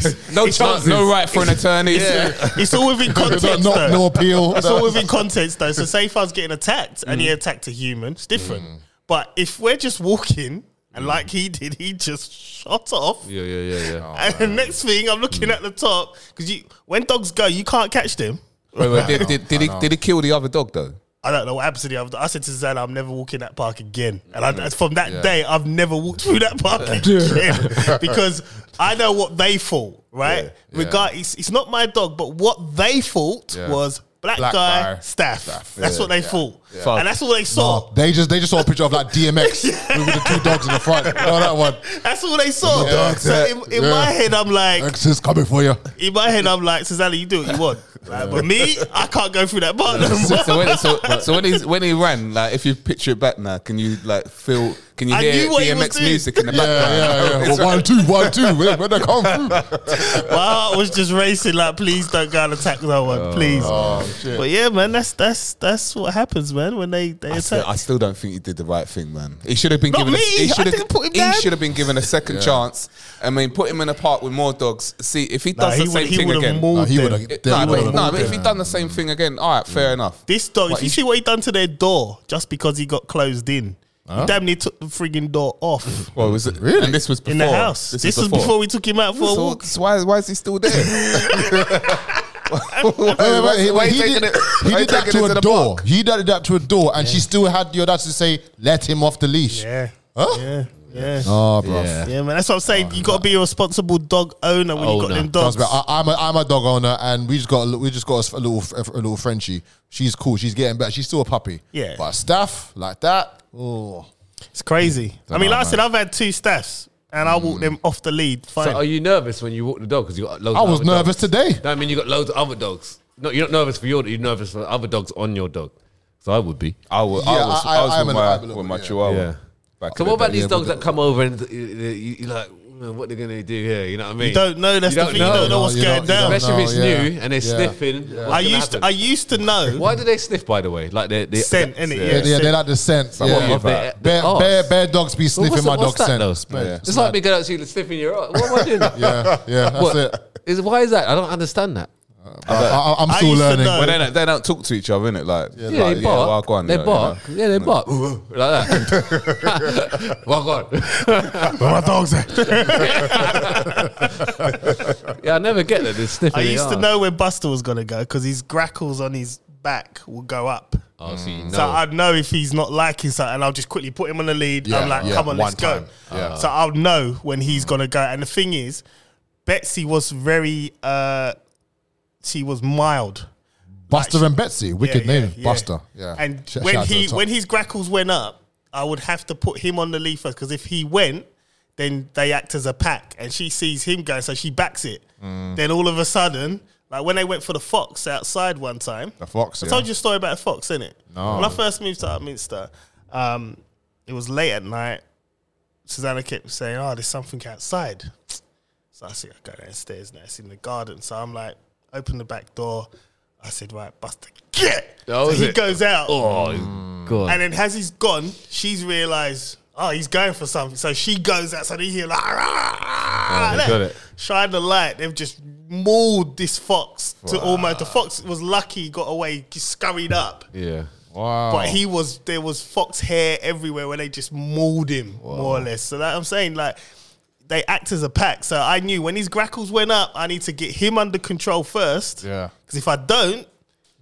it. No It's chance. not- No right for an attorney. it's all within no, context. no- though. no appeal. It's all within context though. So say if I was getting attacked and he attacked a human, it's different. But if we're just walking and like he did, he just shot off. Yeah, yeah, yeah, yeah. and the next thing I'm looking at the top because you when dogs go, you can't catch them. Wait, wait, did, did, did, he, did he kill the other dog though? I don't know what happened to the other. I said to Zana, I'm never walking that park again. And Mm. I, from that day, I've never walked through that park again because I know what they thought, right? Yeah. Regard, it's, it's not my dog, but what they thought Yeah. was black, Black guy, guy, staff. staff. That's Yeah. what they Yeah. thought, Yeah. and that's all they Oh, saw. they just they just saw a picture of like DMX with, with the two dogs in the front. You know that one? That's all they saw. Yeah. So in, in Yeah. my head, I'm like, X is coming for you. in my head, I'm like, Susanna, you do what you want, like, but me, I can't go through that park. no So, more. so when, so, so when he when he ran, like if you picture it back now, can you like feel? Can you I hear knew what he was DMX doing. music in the Yeah, yeah, yeah. Well, one, two, one, two. Where, where they come from? My heart was just racing, like, please don't go and attack that one, please. Oh shit! But yeah, man, that's that's that's what happens, man. When they they I still, attack, I still don't think he did the right thing, man. He should have been Not given. me. A, he I should have- didn't put him he down. should have been given a second chance. I mean, put him in a park with more dogs. See if he Nah, does the would- same thing would've again. mauled No, he them. would've- It- He Nah, would've but, nah, mauled but if him. he done the same thing again, all right, fair enough. This dog, What, if you he- see what he done to their door, just because he got closed in, he damn near took the frigging door off Well, was it really? And this was before. in the house. This, was before we took him out for a So, walk. so why, why is he still there? Wait, wait, wait, why wait, you he taking did, it- he why you did that taking it to a to the door. He did that to a door, and she still had the audacity to say, "Let him off the leash." Yeah. Huh? Yeah. Yeah. Oh, bro. Yeah, man. That's what I'm saying. You gotta be a responsible dog owner when you Owner. got them Trust dogs. me, I, I'm a I'm a dog owner, and we just got a, li- we just got a, little a little Frenchie. She's cool. She's getting better. She's still a puppy. Yeah. but staff like that. Oh, It's crazy. I mean, know, like I said, man. I've had two staffs and I walked them off the lead. Fine. So are you nervous when you walk the dog? Because you got loads. I of was other dogs? nervous today. No, I mean you got loads of other dogs. No, you're not nervous for your. You're nervous for other dogs on your dog. So I would be. I was, Yeah, I was, I- I, I- was I am with an my, eyeball, with my yeah. chihuahua. Yeah. Back So in what the about day. these dogs that come over and you, you, you like "Mm, what they're gonna do here? You know what I mean? You don't know. That's You the don't thing. You don't know. know what's You going don't- you down. don't Especially if it's know, yeah. new and they're Yeah. sniffing. What's I gonna used to, happen? I used to know Why do they sniff? By the way, like they they scent in it. Yeah, Yeah, yeah scent. they like the scent. what yeah. you of their- Bear, their arse. bear, bear dogs be Well, sniffing what's my that- what's dog that scent. though? Spe- It's like me going out to you and sniffing your arse. What am I doing? yeah, yeah, that's What? it. Is- why is that? I don't understand that. I, I, I'm I still used to learning. know. Well, they don't, they don't talk to each other, innit? Like, Yeah, like, they bark. well, go on, they yeah, you know. bark. Yeah, they bark. like that. Wagwan. Where my dogs at? yeah, I never get that. They're sniffing. I the used to arse. know where Buster was gonna go because his grackles on his back will go up. Oh, so you know. So I'd know if he's not liking something, and I'll just quickly put him on the lead. Yeah, I'm like, yeah, come on, let's one time. go. Yeah. So I'll know when he's gonna go. And the thing is, Betsy was very, uh, she was mild. Buster and Betsy, wicked Yeah, yeah, name, yeah. Buster. Yeah, And Sh- shout when out to he the top. when his grackles went up, I would have to put him on the lead first because if he went, then they act as a pack, and she sees him going, so she backs it. Mm. Then all of a sudden, like when they went for the fox outside one time, the fox, I yeah. told you a story about a fox, innit? No. When I first moved to Upminster, um, it was late at night. Susanna kept saying, "Oh, there's something outside." So I see, I go downstairs now. It's in the garden. So I'm like, open the back door. I said, "Right, Buster, get." That so was he it. goes out, oh, God. and then as he's gone, she's realised, oh, he's going for something. So she goes out. So they hear like, "Rah, rah, rah," Oh, like got that. it. shine the light. They've just mauled this fox to almost. The fox was lucky, he got away, he scurried up. yeah. wow. But he was there was fox hair everywhere where they just mauled him more or less. So that I'm saying like they act as a pack. So I knew when his grackles went up, I need to get him under control first. Yeah. Because if I don't,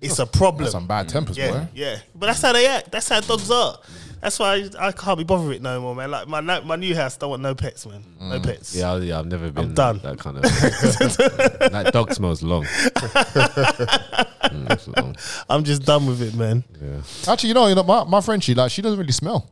it's a problem. some bad tempers, yeah, boy. yeah. But that's how they act. That's how dogs are. That's why I, I can't be bothered with it no more, man. Like my no- my new house, don't want no pets, man. Mm, No pets. Yeah, I- yeah, I've never been done. that kind of. that dog smells long. Mm, it's long. I'm just done with it, man. Actually, you know, you know, my, my friend, she like she doesn't really smell.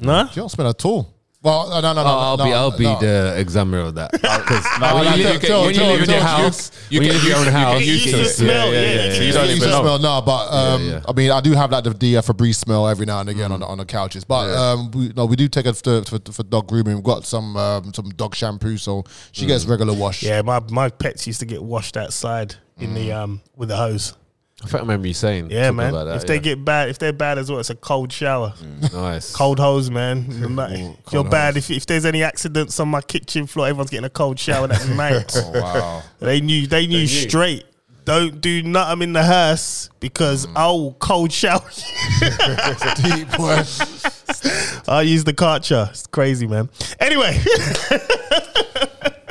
No? She don't smell at all. Well, uh, no, no, no, Oh, I'll no, be, I'll no, be no. the examiner of that. 'Cause when like, you live- Joe, when you Joe, live in Joe, your you- house, you when you get live in your own used- you house, get used to the smell, yeah, yeah, yeah. You You don't used even to know. smell now, but um, yeah. I mean, I do have like the, the uh, Febreze smell every now and Mm. again on, the, on the couches. But um, we, no, we do take it for, for, for dog grooming. We've got some um, some dog shampoo, so she gets Mm. regular wash. Yeah, my, my pets used to get washed outside in Mm. the um with the hose. I think I remember you saying. Yeah, talking man. about that, if they yeah. Mm. get bad, if they're bad as well, it's a cold shower, nice, cold hose, man. If You're bad. If, if there's any accidents on my kitchen floor, everyone's getting a cold shower that night. Wow. They knew. They knew straight. Don't do nothing in the hearse because I'll cold shower. Deep boy. I use the karcher. It's crazy, man. Anyway,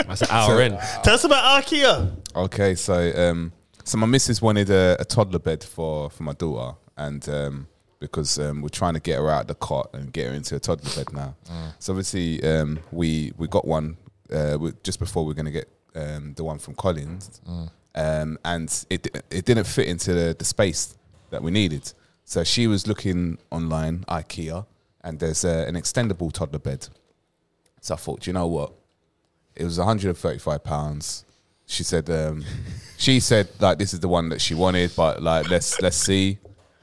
that's an hour in. tell us about Archaea. Okay, so um, so my missus wanted a, a toddler bed for for my daughter, and um, because um, we're trying to get her out of the cot and get her into a toddler bed now. So obviously, um, we we got one uh, we, just before we are going to get um, the one from Collins, um, and it di- it didn't fit into the, the space that we needed. So she was looking online IKEA, and there's uh, an extendable toddler bed. So I thought, you know what? It was 135 pounds. She said, um, she said like this is the one that she wanted, but like let's let's see.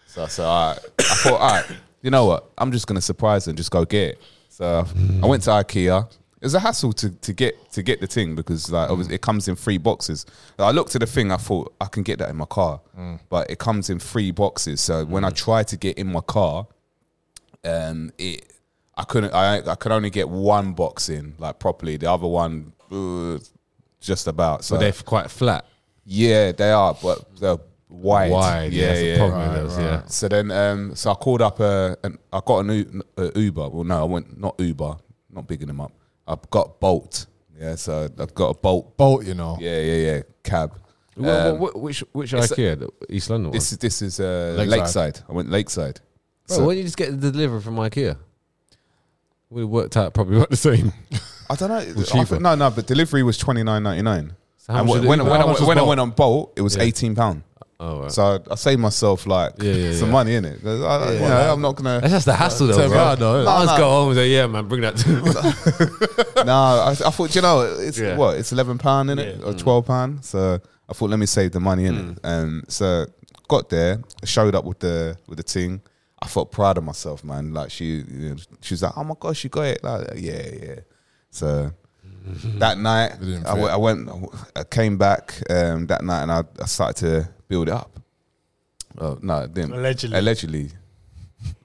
So I said, all right. I thought, all right, you know what? I'm just gonna surprise her and just go get it. So I went to IKEA. It was a hassle to, to get to get the thing because like obviously it comes in three boxes. I looked at the thing, I thought I can get that in my car, but it comes in three boxes. So when I tried to get in my car, um, it I couldn't I I could only get one box in like properly. The other one uh, just about. So But they're quite flat. yeah, they are, but they're wide. Wide, yeah, yeah, that's the yeah. problem with those, yeah. So then, um, so I called up a, an, I got an U, uh, Uber. Well, no, I went not Uber, not bigging them up. I've got Bolt. Yeah, so I've got a Bolt. Bolt, you know. Yeah, yeah, yeah. Cab. Uh, Wh- wh- wh- which which it's- IKEA? The East London one. This is this is uh, Lakeside. lakeside. I went lakeside. Bro, so- why don't you just get the delivery from IKEA? We worked out probably about the same. I don't know. I cheaper. thought- no, no, but delivery was twenty nine ninety nine. So how And much when, did it- when, how when, I, much went- was when I Bolt? went on Bolt, it was Yeah. eighteen pound. Oh, right. So I, I saved myself like Yeah, yeah, some yeah. money in it. I, I, you know, I'm not gonna. That's just the hassle though. Turn bro. around, though, innit? I just No, no. go home and say, "Yeah, man, bring that." to me." no, I, I thought you know it's Yeah. what it's eleven pound in it or twelve pound. So I thought let me save the money in it. Um, so got there, showed up with the with the thing. I felt proud of myself, man. Like she, you know, she was like, "Oh my gosh, you got it!" Like, yeah, yeah. So that night, didn't I, w- fit. I went, I w- I came back um, that night, and I, I started to build it up. Oh no, it didn't Allegedly. Allegedly,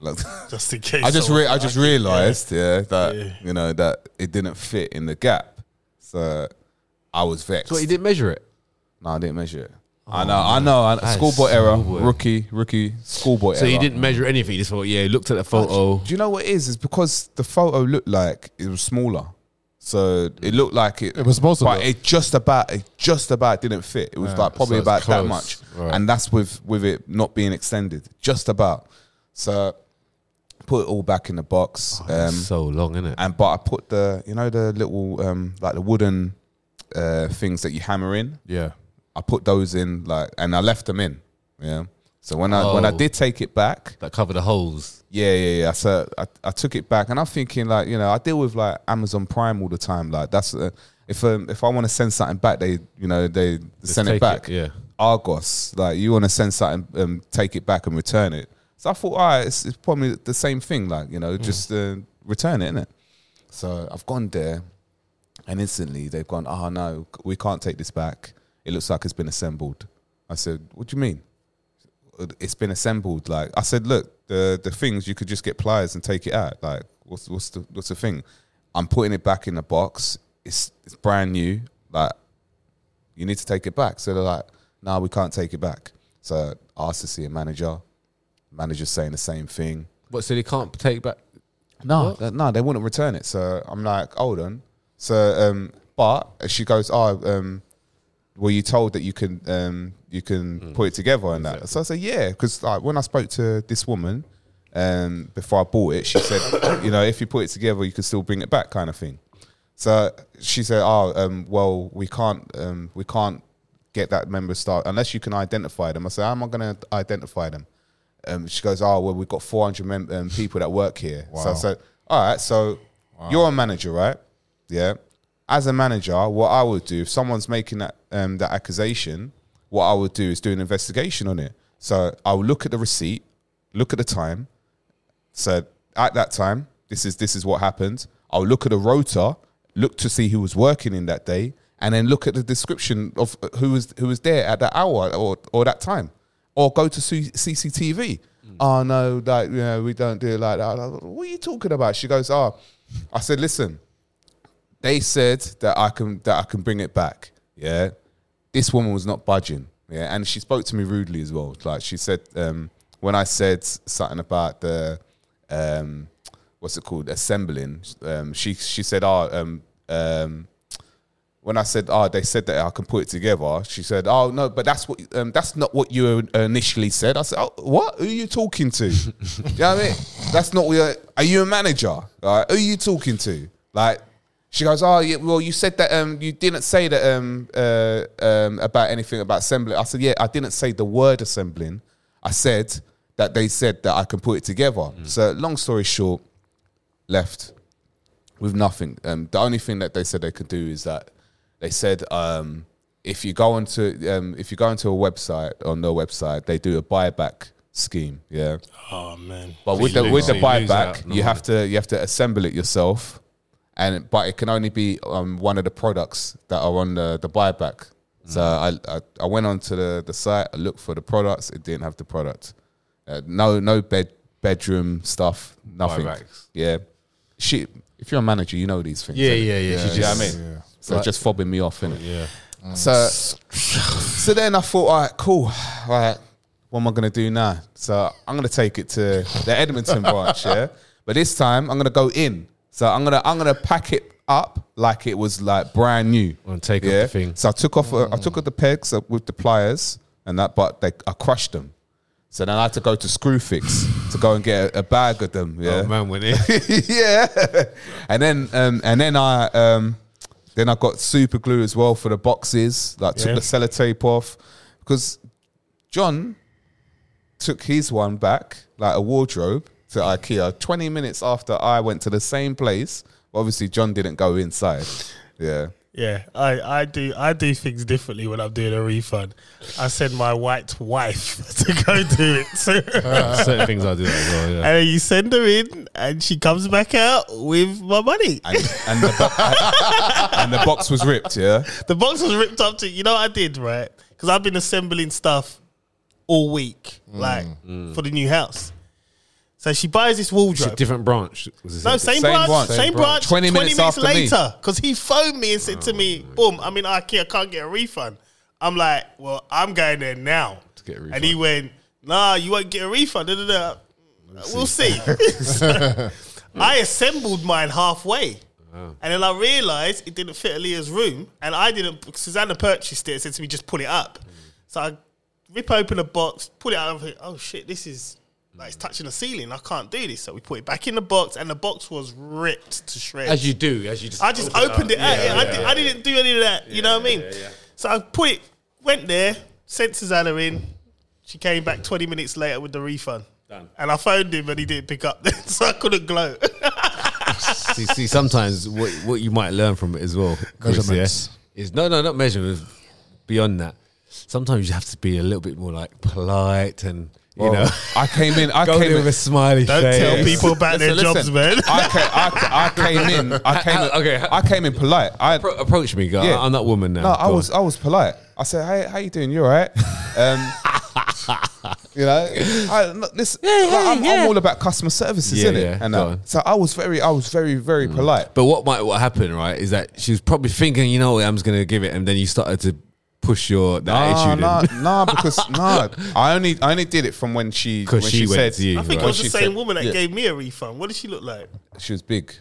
like, Just in case. I just someone- re- I just realized yeah, that Yeah. you know that it didn't fit in the gap, so I was vexed. so you didn't measure it. no, I didn't measure it. I know, I know. I is Schoolboy error, schoolboy. rookie, rookie, schoolboy So error. you didn't measure anything. You just thought, "Yeah," you looked at the photo. Do you know what it is? It's because the photo looked like it was smaller, so it looked like it. It was supposed to but look. it just about it just about didn't fit. It was like probably so it's about that close. much, Right. and that's with with it not being extended, just about. So put it all back in the box. Oh, That's so long, isn't it? Um, and but I put the you know the little um like the wooden uh things that you hammer in. Yeah. I put those in like and I left them in. Yeah. So when I when I Oh. did take it back, That covered the holes. yeah, yeah, yeah. So I, I took it back, and I'm thinking like, you know, I deal with like Amazon Prime all the time. Like that's uh, if um, if I want to send something back, they you know they send take it it, back. yeah. Argos, like you want to send something, um, take it back and return it. So I thought, all right, it's, it's probably the same thing. Like you know, just uh, return it, innit? So I've gone there, and instantly they've gone, oh no, we can't take this back. It looks like it's been assembled. I said, what do you mean? it's been assembled. Like I said, look, the the things you could just get pliers and take it out. Like what's what's the what's the thing? I'm putting it back in the box. It's it's brand new. Like you need to take it back. So they're like, no, we can't take it back. So I asked to see a manager. Manager's saying the same thing. What? So they can't take back. No, th- no, they wouldn't return it. So I'm like, hold on. So, um, but she goes, oh, um, were you told that you can um, you can put it together and that? So I said, yeah, because like when I spoke to this woman um, before I bought it, she said, you know, if you put it together, you can still bring it back, kind of thing. So she said, "Oh, um, well, we can't, um, we can't get that member start unless you can identify them." I said, "How am I going to identify them?" Um, she goes, "Oh, well, we've got 400 mem- um, people that work here." So I said, "All right, so you're a manager, right? Yeah. As a manager, what I would do if someone's making that um, that accusation, what I would do is do an investigation on it. So I would look at the receipt, look at the time, so at that time, this is this is what happened. I'll look at the rotor, look to see who was working in that day, and then look at the description of uh, who was who was there at that hour or, or that time, or go to C- CCTV. Oh no, like you know, we don't do it like that. I was like, What are you talking about? She goes, oh, I said, listen, they said that I can that I can bring it back. Yeah, this woman was not budging. Yeah, and she spoke to me rudely as well. Like she said, um, when I said something about the um, what's it called assembling, um, she she said, "Oh, um, um, when I said, oh, they said that I can put it together, she said, oh no, but that's what um, that's not what you initially said. I said, oh, what? Who are you talking to? Do you know what I mean? That's not what. You're, are you a manager? All right, who are you talking to? Like, she goes, oh yeah, well you said that um you didn't say that um uh um about anything about assembling. I said, yeah, I didn't say the word assembling. I said that they said that I can put it together. So long story short, left with nothing. Um, the only thing that they said they could do is that they said um, if you go onto um, if you go onto a website on their website, they do a buyback scheme. Yeah, Oh man. but with the you lose- with the so you lose out, buyback, you normally. have to you have to assemble it yourself, and but it can only be on one of the products that are on the the buyback. So I, Mm. I I went onto the the site, I looked for the products, it didn't have the product. Uh, no no bed bedroom stuff, nothing. Buybacks. Yeah, shit. If you're a manager, you know these things. Yeah, innit? yeah, yeah. You She know just- what I mean? Yeah. So it's just fobbing me off, innit? Yeah. So, so then I thought, all right, cool. All right, what am I gonna do now? So I'm gonna take it to the Edmonton branch, yeah. But this time I'm gonna go in. So I'm gonna I'm gonna pack it up like it was like brand new. And take off the thing. So I took off. uh, I took off the pegs uh, with the pliers and that, but they, I crushed them. So then I had to go to Screwfix to go and get a, a bag of them. Yeah, Oh, man, went in. yeah. And then um, and then I um, then I got super glue as well for the boxes. Like took Yeah. the sellotape off because John took his one back like a wardrobe to IKEA. Twenty minutes after I went to the same place. Obviously, John didn't go inside. Yeah. Yeah, I, I do I do things differently when I'm doing a refund. I send my white wife to go do it. Certain things I do that as well. Yeah. and you send her in and she comes back out with my money. And, and, the, bo- and the box was ripped, yeah? The box was ripped up to you know what I did, right? Because I've been assembling stuff all week, like for the new house. So she buys this Shit, wardrobe. different branch. Was the No, same same, Same branch, branch. Same, Same branch. 20 branch. minutes after me. later, because he phoned me and said to me, "Boom, I'm in IKEA. I can't get a refund." I'm like, "Well, I'm going there now." To get a And he went, "Nah, you won't get a refund." Da, da, da. We'll see. So, I assembled mine halfway. And then I realized it didn't fit Aaliyah's room, and I didn't. Susanna purchased it and said to me, "Just pull it up." So I rip open the box, pull it out. And I think, oh shit, this is like it's touching the ceiling. I can't do this. So we put it back in the box, and the box was ripped to shreds. As you do, as you just. I just opened it out. I, did, I didn't do any of that. you know what I mean? So I put it, went there, sent Susanna in. She came back 20 minutes later with the refund. Done. And I phoned him and he didn't pick up, so I couldn't gloat. see, see, sometimes what, what you might learn from it as well, Chris, Measurements. yeah, is no, no, not measurements. Beyond that, sometimes you have to be a little bit more like polite and you Well, know, I came in. I go came there in with a smiley Don't face. tell people about their Listen, jobs, listen. man. I came, I, I came in. I came. Okay. okay. I came in polite. I Appro- approach me, girl. Yeah. I'm that woman now. no. I Go was. on. I was polite. I said, "Hey, how you doing? You all right?" Um, you know, I, no, listen. like, I'm, I'm all about customer services, Yeah, innit? yeah, And go uh, on. Mm. so I was very. I was very, very polite. But what might what happen, right, is that she was probably thinking, you know, what, I'm just gonna give it, and then you started to push your that Nah, attitude. Ah, nah, in. nah, because nah, I only I only did it from when she 'Cause when she she, went said to you, I think Right. it was When the she same said- woman that yeah. gave me a refund. What did she look like? she was big.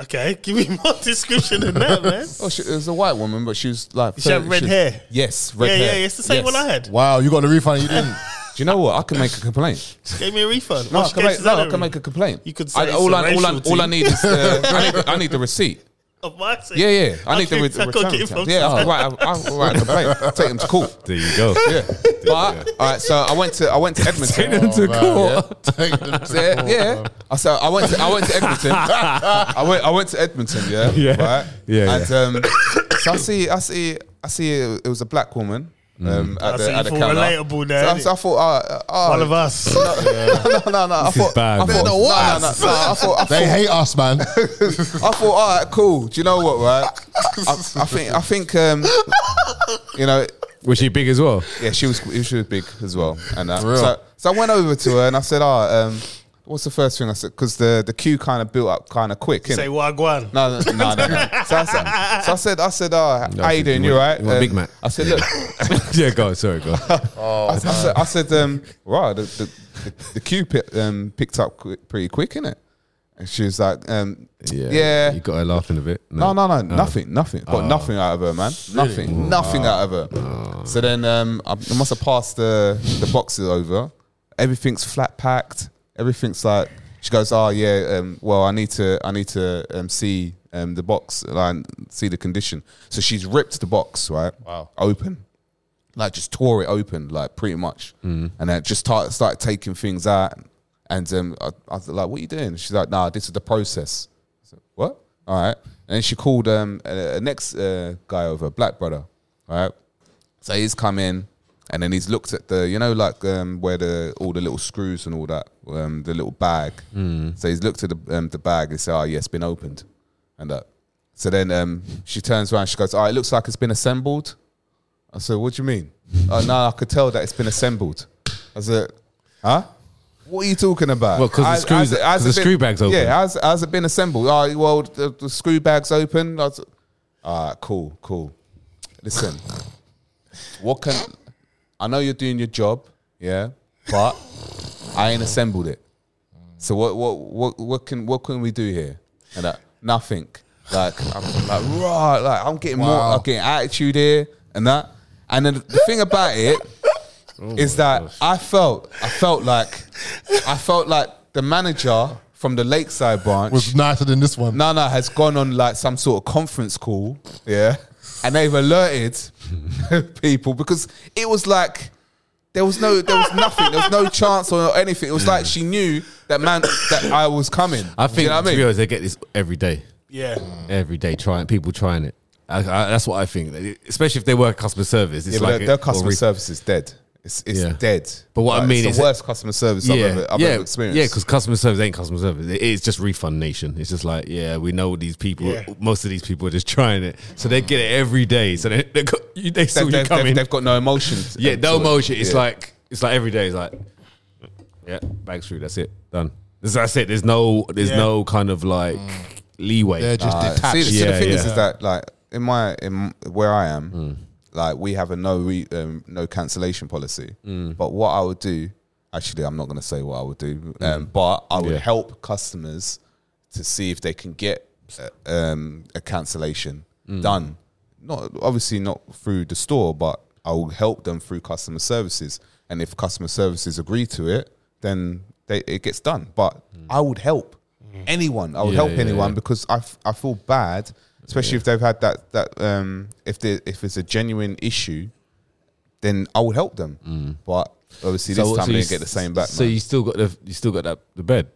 Okay, give me more description than that, man. Oh, she, it was a white woman, but she was like She had 30 red hair. Yes, red Yeah, hair. yeah, yeah, it's the Yes. same one I had. Wow, you got a refund. You didn't. Do you know what? I can make a complaint. Gave me a refund. No, Oh, I she can gave make, no, Susanna I can make a complaint. You could I, say all, it's a I, all, I, racial all I team. need is the, I, need, I need the receipt. Of my sake. Yeah, yeah. I need the can- re- I can't return. get it receipt. from Yeah, I'll Susanna. write, I'll, I'll write a complaint. Take them to court. There you go. Yeah, but all right. So I went to I went to Edmonton. Take them to court. Take them to Oh, Yeah, court, yeah. bro. I so I went to I went to Edmonton. I went I went to Edmonton. Yeah, Yeah. right. Yeah, and Um, so I see I see I see it, it was a black woman. Um, at Mm. I the, see at you the thought counter. relatable there, So I- innit? So I thought, uh, uh, One of us. no, no, no. I is thought, bad, I bro. thought, No, no, no, no, no. I thought, I They thought, hate us, man. I thought, all right, cool. Do you know what, right? I, I think, I think, um, you know, Was she big as well? yeah, she was she was big as well, and uh, real. so so I went over to her and I said, "Ah, um, what's the first thing I said?" Because the the queue kind of built up kind of quick. innit? Say Wagwan. No, no, no, no. no. so, I said, so I said, I said, "Ah, No, how I you think doing? you You all want- right?" Um, you want Big Mac. I said, "Look, yeah, go. on, Sorry, go. on. I, I said, I said, um, right, the, the, the, the queue pi- um, picked up qu- pretty quick, innit?" And she was like, um, "Yeah, You got her laughing a bit. No, no, no, nothing, nothing. Got Oh. nothing out of her, man. Nothing, nothing out of her. So then um, I I must have passed the the boxes over. Everything's flat packed. Everything's like she goes, oh yeah. Um, well, I need to, I need to um, see um, the box and see the condition. So she's ripped the box right, wow, open, like just tore it open, like pretty much, and then just tar- started taking things out. And um, I, I was like, what are you doing? She's like, nah, this is the process what? All right. And then she called um a, a next uh, guy over, black brother. All right. So he's come in, and then he's looked at the you know like um where the all the little screws and all that um the little bag. Hmm. So he's looked at the um, the bag and said, oh yeah, it's been opened, and that. So then um she turns around, she goes, oh, it looks like it's been assembled. I said, what do you mean? oh no, I could tell that it's been assembled. I said, huh? What are you talking about? Well, 'cause the Has- screws- has it- has 'cause it the been- screw bag's open. Yeah, How's, how's it been assembled? Oh, well, the, the screw bag's open. I was- All right, cool, cool. Listen, what can I know you're doing your job, yeah, but I ain't assembled it. So what, what, what, what can, what can we do here? And I, uh, nothing. Like I'm like right, like I'm getting more, Wow. I'm getting attitude here and that. And then the thing about it is that I felt, I felt like, I felt like the manager from the Lakeside branch was nicer than this one. Nana has gone on like some sort of conference call, yeah, and they've alerted people because it was like there was no, there was nothing, there was no chance or anything. It was like she knew that man that I was coming. I Do think you know what to I be mean? honest, they get this every day, Yeah. every day. Trying people trying it. I, I, that's what I think. Especially if they work customer service, it's Yeah, but like their, their or customer re- service is dead. It's it's Yeah. dead. But what I Like, mean it's is the that- worst customer service I've ever, I've yeah, ever experienced. Yeah, because customer service ain't customer service. It is just refund nation. It's just like, yeah, we know these people. Yeah. Most of these people are just trying it, so they get it every day. So they they, got, you- they saw they've, you they've, coming. they've, they've got no emotion. yeah, no emotion. It's Yeah. like it's like every day. It's like, yeah, bags through. That's it. Done. This- That's it. There's no there's Yeah. no kind of like leeway. They're just Uh, detached. See, see, Yeah, the thing is, yeah. Mm. is that like in my in where I am, like we have a no re, um, no cancellation policy. Mm. But what I would do, actually, I'm not going to say what I would do, um, but I would Mm. Yeah. help customers to see if they can get uh, um, a cancellation Mm. done. Not obviously not through the store, but I will help them through customer services. And if customer services agree to it, then they, it gets done. But I would help Mm. anyone. I would Mm. Yeah, help yeah, anyone yeah. because I, f- I feel bad, especially if they've had that that um if they if it's a genuine issue, then I would help them. But obviously this time they you didn't get the same back. Mm. So man. you still got the you still got that the bed.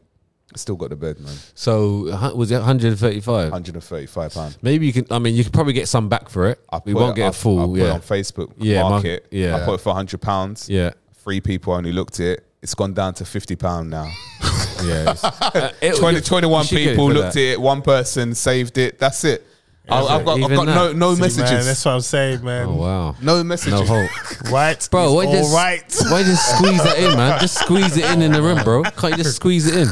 still got the bed, man. So hu- was it 135? Hundred and thirty-five pound. Maybe you can. I mean, you could probably get some back for it. we won't get I, a full. I put yeah. it on Facebook Yeah, mar- Market. yeah. I put it for hundred pounds. yeah. Three people only looked at it. It's gone down to fifty pound now. Yeah. it's- uh, it- 20, you- 21 you should get it people for looked that. at it. One person saved it. That's it. That's I, I've it. got, I've Even got no, that. no See, messages. Man, that's what I'm saying, man. Oh wow. no messages. No hope. Right, Bro, why all just right. why just squeeze that in, man? Just squeeze it in in the rim, bro. Can't you just squeeze it in?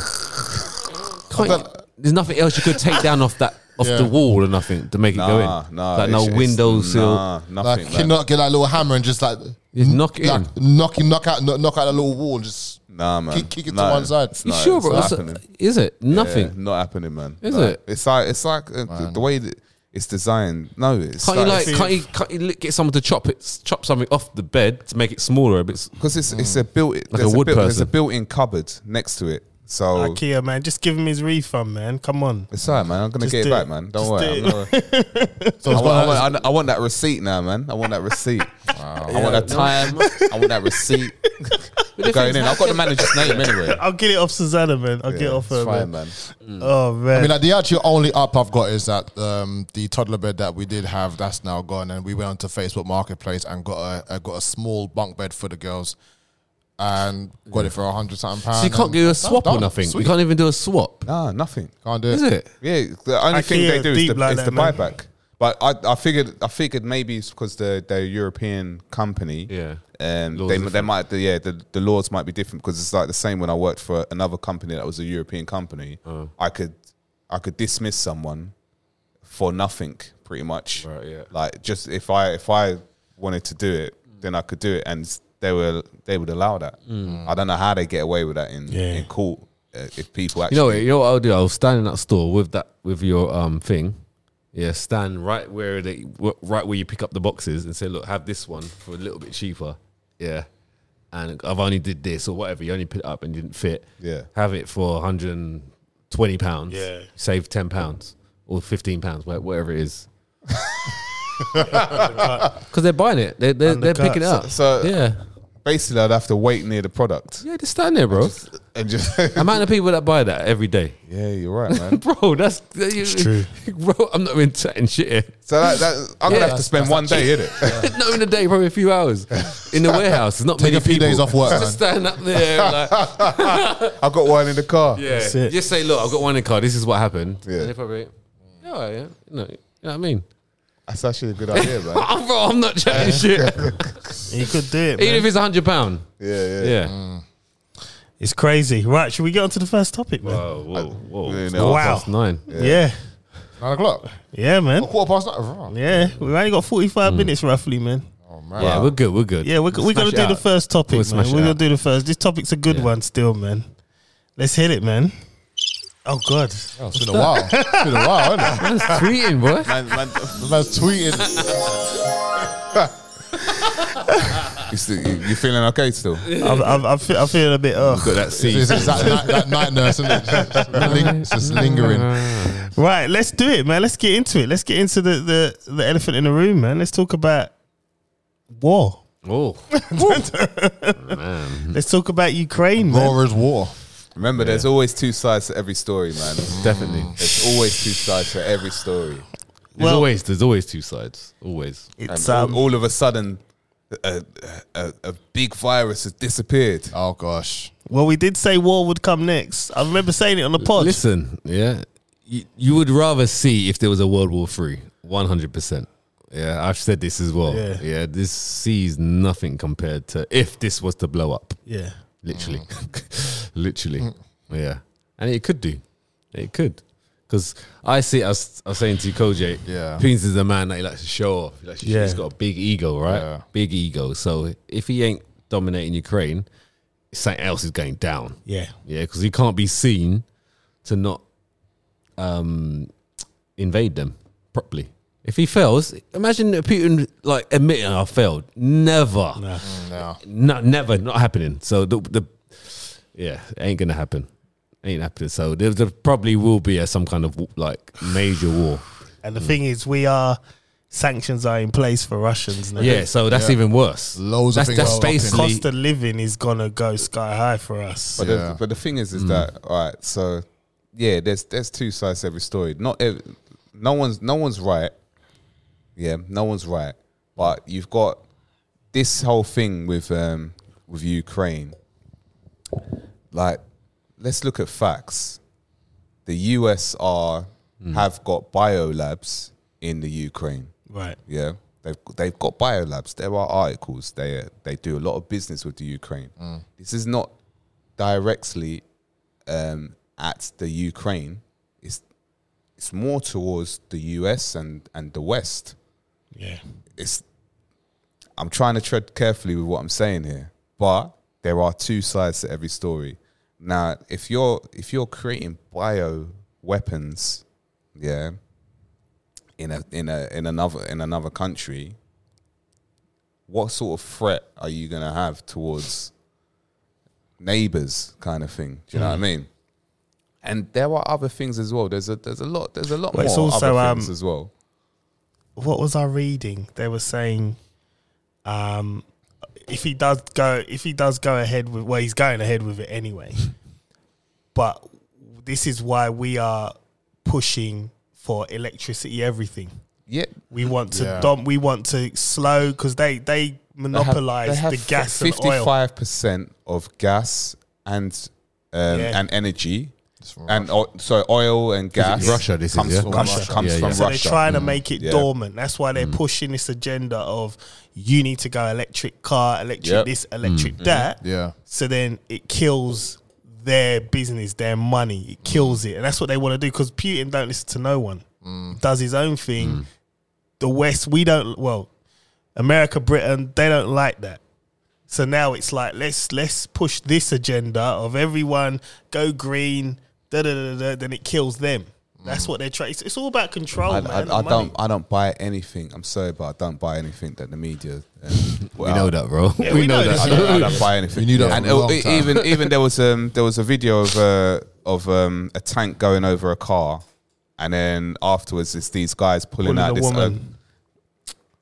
Can't you, there's nothing else you could take down off that off Yeah. the wall or nothing to make it go Nah, in. nah, like no it's- it's- window sill. Nah, nothing. Like, man. cannot get that little hammer and just like Just knock it like, knock him, knock out, knock, knock out a little wall, and just Nah, man. kick, kick it Nah, to one side. it's You not- sure, it's bro? not That's- happening. is it nothing? Yeah, not happening, man. Is Like, it? It's like it's like uh, th- the way that it's designed. No, it's Can't you like? like Can't you, can't you li- get someone to chop it? Chop something off the bed to make it smaller a bit. s- because it's it's a built a there's, a wood built there's a person. built-in cupboard next to it. So Ikea, man, just give him his refund, man. Come on. it's alright, man. I'm gonna Just get do it back, it. man. Don't Just worry. do I'm not- So I want, it's I, got, want, I want- I want that receipt now, man. I want that receipt. I want that time. I want that receipt. going in. I've got the manager's name anyway. I'll get it off Susanna, man. I'll get it off It's her, fine, man. man. Oh man. I mean, like, the actual only up I've got is that um, the toddler bed that we did have that's now gone, and we went onto Facebook Marketplace and got a, a got a small bunk bed for the girls, and got it for a hundred something pounds. So you can't and do a that's swap or done. nothing. Sweet. You can't even do a swap. Nah, nothing. Can't do Is it? Yeah, the only I thing feel they do is deep the, like is that, the man. buyback. But I, I figured, I figured maybe it's because they're, they're a European company. Yeah. um, Laws they, are they different. might, yeah, the, the laws might be different because it's like the same when I worked for another company that was a European company. Oh. I could, I could dismiss someone for nothing, pretty much. Right, yeah. Like just if I if I wanted to do it, then I could do it, and s- they were they would allow that. Mm. I don't know how they get away with that in Yeah. in court uh, if people You actually. know, what, you know what I'll do? I'll stand in that store with that with your um thing. Yeah, stand right where they wh- right where you pick up the boxes and say, look, have this one for a little bit cheaper. Yeah. And I've only did this or whatever. You only put it up and didn't fit. Yeah. Have it for 120 pounds. Yeah. Save 10 pounds or 15 pounds, wha- whatever it is. Because they're buying it. They're, they're, they're Undercut. picking it up. So- uh, so- yeah. basically, I'd have to wait near the product Yeah, just stand there, bro. and just. Amount of people that buy that every day. yeah, you're right, man. Bro, that's it's true. Bro, I'm not even chatting shit here. So that, that, I'm Yeah. gonna have to spend one day in it. not in a day, probably a few hours. In the warehouse, there's not Take many a few people. days off work, man. Just stand up there, like, I've got one in the car. yeah. it. Just say, look, I've got one in the car. This is what happened. Yeah. And they probably, yeah, all right, yeah. No, you know what I mean? That's actually a good idea, man. Yeah, I'm, bro, I'm not chatting shit. Even you could do it, man. if it's a hundred pound. yeah. yeah. Yeah. It's crazy. Right, should we get on to the first topic, man? Oh, Whoa, whoa, whoa. You It's know, Wow. past nine. yeah. yeah. Nine o'clock, man. quarter past nine. Yeah. We've only got 45 Mm. minutes roughly, man. Oh man, Yeah, we're good. We're good. Yeah, we're, we're Smash going it to do the out. first topic, We'll man. smash it We're going out. to do the first. This topic's a good Yeah. one still, man. Let's hit it, man. Oh God. Oh, it's been a while. It's been a while, hasn't it? I was tweeting, boy. Man, man, The man's tweeting. you still- you, you feeling okay still? I'm, I'm, I'm, fe- I'm feeling a bit. Ugh. Got that It's, seed. it's that, night, that night nurse, isn't it? It's just, ling- it's just lingering. Right, let's do it, man. Let's get into it. Let's get into the the, the elephant in the room, man. Let's talk about war. Oh, Let's talk about Ukraine, man. Raw as war. Remember, there's always two sides to every story, man. definitely. There's always two sides to every story. There's Well- always there's always two sides. Always. It's And all, um, all of a sudden, a, a, a big virus has disappeared. Oh gosh. well, we did say war would come next. I remember saying it on the pod. Listen, yeah, you, you would rather see if there was a World War Three, one hundred percent. Yeah, I've said this as well. Yeah. Yeah. this sees nothing compared to if this was to blow up, Yeah, literally, literally. Yeah, and it could do, it could, because I see. I was, I was saying to you, Koj, Yeah. Peens is a man that he likes to show off. He likes to show- Yeah. he's got a big ego, right? Yeah. Big ego. So if he ain't dominating Ukraine, something else is going down. yeah, Yeah, because he can't be seen to not um, invade them properly. If he fails, imagine that Putin like admitting I failed. Never, no, No. never, not happening. So the the yeah, it ain't gonna happen. Ain't happening. So there, there probably will be a, some kind of like major war. and the thing is, we are sanctions are in place for Russians now. Yeah, so that's even worse. Loads of that's, things that's are popping. basically cost of living is gonna go sky high for us. But, Yeah. the, but the thing is, is that all right? So yeah, there's there's two sides to every story. Not ev- no one's no one's right. Yeah, no one's right. But you've got this whole thing with um, with Ukraine. Like, let's look at facts. The US are have got biolabs in the Ukraine. Right. Yeah, they've they've got biolabs. There are articles. They they do a lot of business with the Ukraine. This is not directly um, at the Ukraine. It's it's more towards the US and and the West. Yeah. It's I'm trying to tread carefully with what I'm saying here, but there are two sides to every story. Now, if you're if you're creating bio weapons, yeah, in a in a in another in another country, what sort of threat are you gonna have towards neighbors, kind of thing? Do you Hmm. know what I mean? And there are other things as well. There's a there's a lot there's a lot Well, more it's also, other things um, as well. what was I reading? They were saying, um, if he does go, if he does go ahead with, well, he's going ahead with it anyway. but this is why we are pushing for electricity. Everything Yeah, we want to Yeah. dom- we want to slow because they they monopolize the gas and oil. Fifty-five percent of gas and um, Yeah. and energy, It's from and o- so oil and gas. Russia, this is, comes yeah? from Russia. Russia. Comes Yeah, from yeah. So they're Russia. Mm. trying to make it Yeah. Mm. dormant. That's why they're pushing this agenda of you need to go electric car, electric Yep. Mm. this, electric that. Yeah. So then it kills their business, their money. It kills it, and that's what they want to do. Because Putin don't listen to no one. Mm. Does his own thing. The West, we don't. Well, America, Britain, they don't like that. So now it's like let's let's push this agenda of everyone go green. Da da da da. Then it kills them. That's what they're trying. It's, it's all about control, Mm. I, man. I, and I money. don't. I don't buy anything. I'm sorry, but I don't buy anything that the media. Um, we know that, bro. we know this. I don't, I don't buy anything. You knew that and for a long e- time. even even there was um there was a video of uh, of um a tank going over a car, and then afterwards it's these guys pulling, Pulling a out this. uh, woman.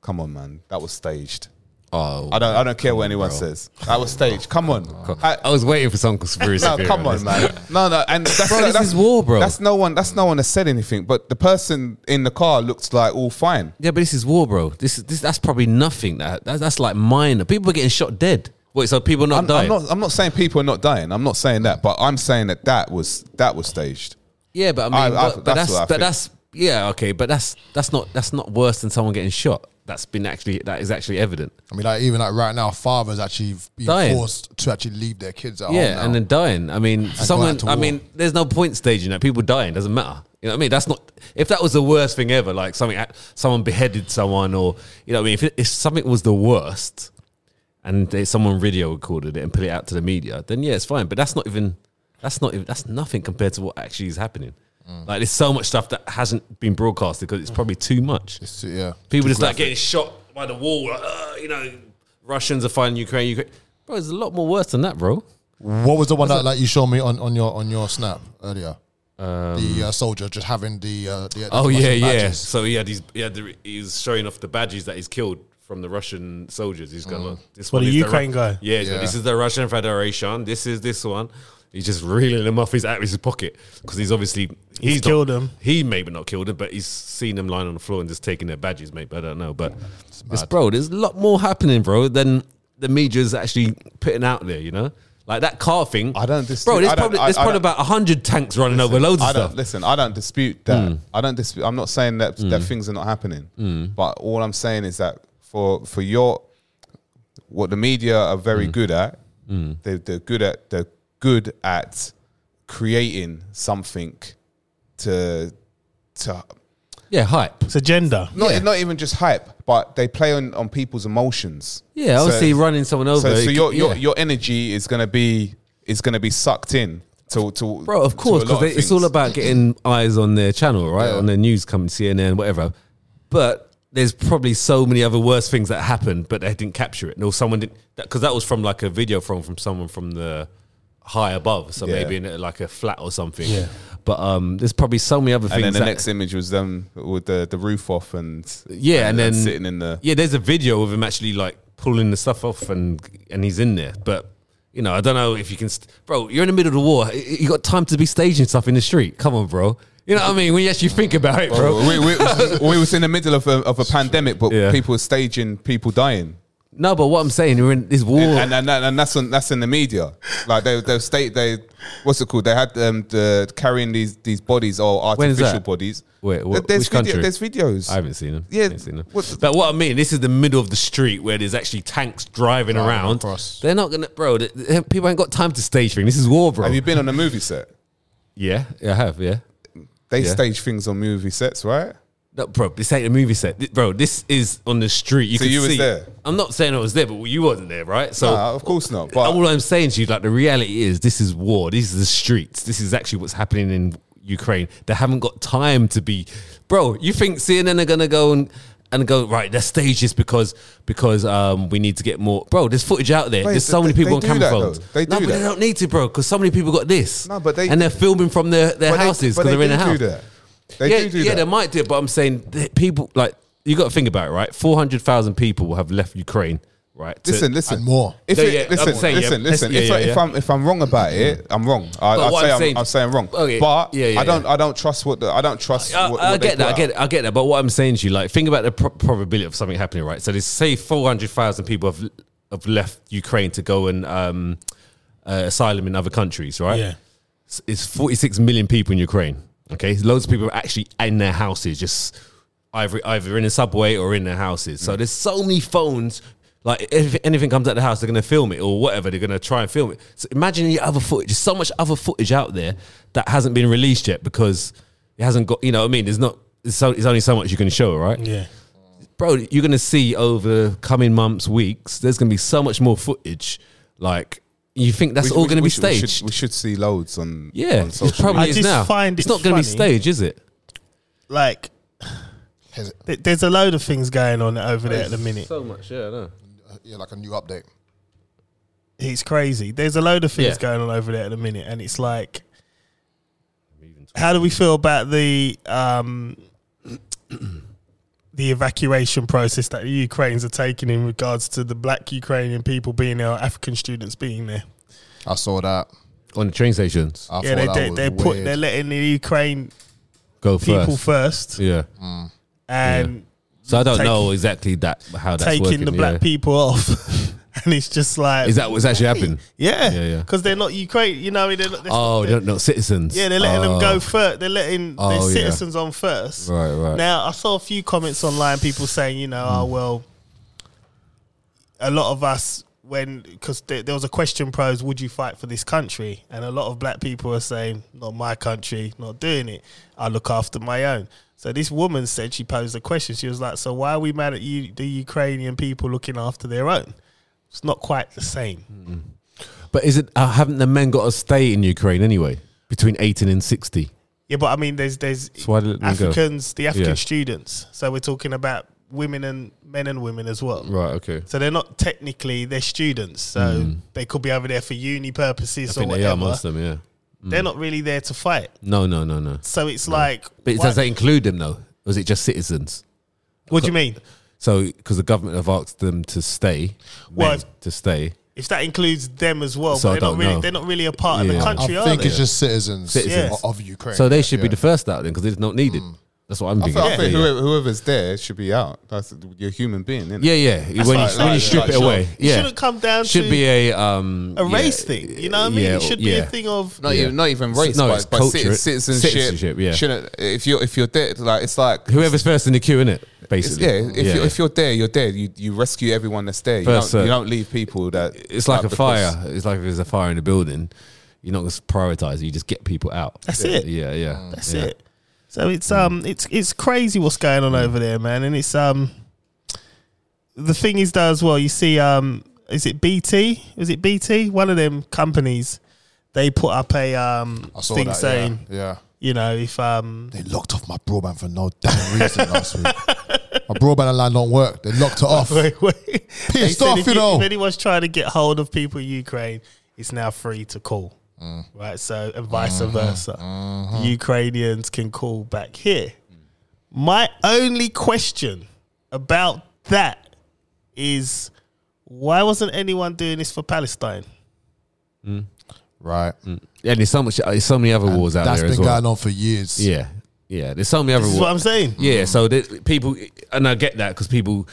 come on, man, that was staged. Oh, I don't. I don't care what anyone bro. says. That was staged. Come on. I- I was waiting for some conspiracy. no, theory come this. on, man. No, no, and that's, Bro, this that's is war, bro. That's no one. That's no one has said anything. But the person in the car looked like all fine. Yeah, but this is war, bro. This is this. That's probably nothing. That that's, that's like minor. People are getting shot dead. Wait, so people not I'm, dying? I'm not. I'm not saying people are not dying. I'm not saying that. But I'm saying that that was that was staged. yeah, but I mean, I- I- what- but that's that's, what I but think. that's yeah, okay, but that's that's not that's not worse than someone getting shot. That's been actually that is actually evident. I mean, like even like right now, fathers actually being Dying. forced to actually leave their kids at home. yeah, now. and then dying. I mean, someone. out to I war. mean, there's no point staging that. People dying doesn't matter. You know what I mean? That's not. If that was the worst thing ever, like something, someone beheaded someone, or you know, what I mean, if, it, if something was the worst, and they, someone video recorded it and put it out to the media, then yeah, it's fine. But that's not even. That's not. even- That's nothing compared to what actually is happening. Mm. Like there's so much stuff that hasn't been broadcasted because it's probably too much. It's too- yeah. People just like getting shot by the wall. Like, "Ugh," you know, Russians are fighting Ukraine. Ukraine. Bro, it's a lot more worse than that, bro. What was the one that like you showed me on, on your on your snap earlier? the uh, soldier just having the uh, the Um, Oh the yeah, Russian yeah. badges. So he had his, he had the, he was showing off the badges that he's killed from the Russian soldiers. He's Mm. going, look, this Well, one the is Ru- Ukraine guy. Yeah, he's Yeah. like, this is the Russian Federation. This is this one. He's just reeling them off his out of his pocket because he's obviously he's, not- killed 'em. He maybe not killed them, but he's seen them lying on the floor and just taking their badges, mate. But I don't know. But it's, bro, there's a lot more happening, bro, than the media's actually putting out there. You know. Like that car thing, I don't dis- bro. There's I don't- probably I- there's I probably don't- about hundred tanks running over loads of I don't, stuff. Hmm. Listen, I don't dispute that. I don't dispute. I'm not saying that that things are not happening. But all I'm saying is that for for your what the media are Hmm. very good at, they, they're good at they're good at creating something to to Yeah, hype. It's agenda. not e, not even just hype, but they play on on people's emotions. Yeah, So- obviously running someone over. So, so it- your your yeah. your energy is gonna be is gonna be sucked in to to bro, of to course, a lot because of it's things. all about getting eyes on their channel, right? Yeah. On their news company, CNN, whatever. But there's probably so many other worse things that happened, but they didn't capture it. No, someone didn't because that, was from like a video from from someone from the high above, so Yeah. maybe in uh, like a flat or something. Yeah. But um, there's probably so many other And things. then the that- next image was them with the, the roof off and uh, yeah, and, then sitting in the yeah, there's a video of him actually like pulling the stuff off, and and he's in there. But you know, I don't know if you can, st- bro. You're in the middle of the war. Y- You got time to be staging stuff in the street. Come on, bro. You know what I mean? When you actually think about it, bro. We, we, we was in the middle of a, of a pandemic, but Yeah. people were staging people dying, No, but what I'm saying, we're in this war. and and, and, and that's on, that's in the media. Like they they state they what's it called? They had um, the carrying these these bodies or When is artificial that? bodies. Wait, what- there's which video, country? there's videos. I haven't seen him. Yeah, Haven't seen him. what- but what I mean, this is the middle of the street where there's actually tanks driving around. across. They're not gonna, bro. th- th- People ain't got time to stage things. This is war, bro. Have you been on a movie set? yeah, yeah, I have. Yeah. They Yeah. stage things on movie sets, right? No, bro, this ain't a movie set, Th- bro. This is on the street. You So can you was see. there? I'm not saying I was there, but you wasn't there, right? So Nah, of course not. But Oh. all I'm saying to you, like the reality is, this is war. These are the streets. This is actually what's happening in Ukraine. They haven't got time to be, bro. You think CNN are gonna go and and go right? They're stages because because um we need to get more, bro. There's footage out there. Wait, there's so they- many people they on do camera that, phones. though. They no, do but they that. don't need to, bro, because so many people got this. No, but they- and they're filming from their their but they- houses but because they're in a do house. do that. They yeah, do do yeah, that. they might do it, but I'm saying that people like you got to think about it, right? Four hundred thousand people will have left Ukraine, right? to- Listen, listen. And more. If No, it- yeah, I'm listen, saying, yeah. listen, listen. Yeah, if, yeah, I, if yeah. I'm if I'm wrong about it, I'm wrong. I, But I what say I'm Mm. I'm, saying- I'm saying wrong. Okay. But Yeah, yeah. I don't I don't trust what the, I don't trust. I, what, Uh, I what they get that, put I out. get, it, I get that. But what I'm saying to you, like, think about the pro- probability of something happening, right? So, they say 400,000 people have have left Ukraine to go and um, uh, asylum in other countries, right? Yeah. S- It's 46 million people in Ukraine. Okay, loads of people are actually in their houses, just either either in a subway or in their houses. Mm. So there's so many phones. Like if anything comes out the house, they're gonna film it or whatever. They're gonna try and film it. So imagine the other footage. There's so much other footage out there that hasn't been released yet because it hasn't got. You know what I mean? There's not. There's, so, there's only so much you can show, right? Yeah. bro, you're gonna see over coming months, weeks. There's gonna be so much more footage. Like you think that's We- all we- gonna we be should- we should- staged? We should, see loads on. yeah, on it's social probably media. media. is I just now. find it's it not gonna be funny. staged, is it? Like, Has it- th- there's a load of things going on over there at the minute. So much, yeah. No. yeah, like a new update. It's crazy. There's a load of things Yeah. going on over there at the minute, and it's like, how do we feel about the um, the evacuation process that the Ukrainians are taking in regards to the Black Ukrainian people being there, or African students being there? I saw that. On the train stations, I yeah, they, thought they, that they're was put weird. they're letting the Ukraine go people first. first, Yeah. and So I don't Taking- know exactly that how that's taking working. the black yeah. people off, and it's just like Is that what's actually happening? Yeah, Yeah, yeah. because they're not Ukraine. You know, what I mean? they're not. They're Oh, they're not citizens. yeah, they're letting Oh, them go first. They're letting Oh, their yeah. citizens on first. Right, right. Now, I saw a few comments online. People saying, you know, Hmm. oh well, a lot of us when because there, there was a question posed, would you fight for this country? And a lot of black people are saying, not my country, not doing it. I look after my own. So this woman said she posed a question. She was like, so why are we mad at you, the Ukrainian people looking after their own? It's not quite the same. But is it? Uh, haven't the men got to stay in Ukraine anyway? Between eighteen and sixty. Yeah, but I mean, there's there's So why did it go? Africans, the African Yeah. students. So we're talking about women and men and women as well. Right. Okay. So they're not technically they're students, so they could be over there for uni purposes Hmm. I or think they are whatever. most of them. Yeah. They're not really there to fight. No. No. No. No. So it's like, But why- does that include them though? Or is it just citizens? what do you mean? So because the government have asked them to stay, Well, men if- to stay. If that includes them as well, So I but they're not don't really know. they're not really a part of Yeah. the I country, are think they? it's just citizens, Citizens. of- of Ukraine. So they should be Yeah. the first out then because they're not needed. Mm. That's what I'm I thinking. think, I think yeah. whoever, whoever's there should be out. That's you're a human being, innit? Yeah, yeah. When, like- you, when you like- strip like it away, shock. It yeah, shouldn't come down should to be a um a yeah, race thing. You know what I mean? yeah, it should be yeah. a thing of Not Yeah. even not even race, No, it's but, but culture, citi- citizenship. citizenship, yeah. Shouldn't if you're if you're there, like it's like Whoever's first in the queue, innit? It's, Basically, yeah, if, You're, if you're there, you're there. You you rescue everyone that's there. You, First, don't, uh, you don't leave people that. it's like a because- fire. It's like if there's a fire in a building, you're not going to prioritize. You just get people out. That's yeah. it. Mm. Yeah, yeah. That's it. So it's um it's it's crazy what's going on Mm. over there, man. And it's um the thing is though as well, you see um is it BT? Is it BT? One of them companies they put up a um I saw thing that, saying, yeah. yeah. you know, if um They locked off my broadband for no damn reason last week. My broadband and line don't work. They locked it off. wait, wait. They Pissed said off, if, you you- know. if anyone's trying to get hold of people in Ukraine, it's now free to call. Mm. Right? So and vice Mm-hmm. versa. The Ukrainians can call back here. My only question about that is why wasn't anyone doing this for Palestine? Right. And there's so much. uh, There's so many other wars out That's there been as well. going on for years. Yeah, yeah. There's so many other This is what I'm wars. saying. Yeah, so the, people, and I get that because people,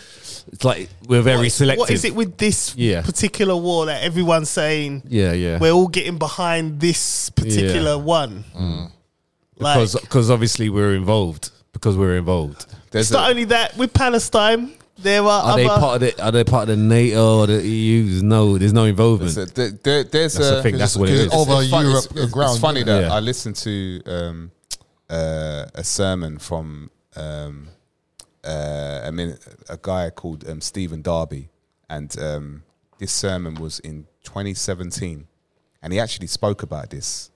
it's like we're very selective. What is it with this Yeah. particular war that everyone's saying Yeah, yeah. we're all getting behind this particular one? Like, Mm. because because obviously we're involved because we're involved. There's It's not a, only that with Palestine, there are, Are other. they part of the Are they part of the NATO or the EU? There's no, there's no involvement. there's a, there- there, there's That's the a- thing, that's what it it's- is. it's Over fun- Europe it's, it's- ground, It's funny isn't that Yeah. I listened to um, uh, a sermon from um, uh, I mean a guy called um, Stephen Darby, and um, this sermon was in 2017, and he actually spoke about this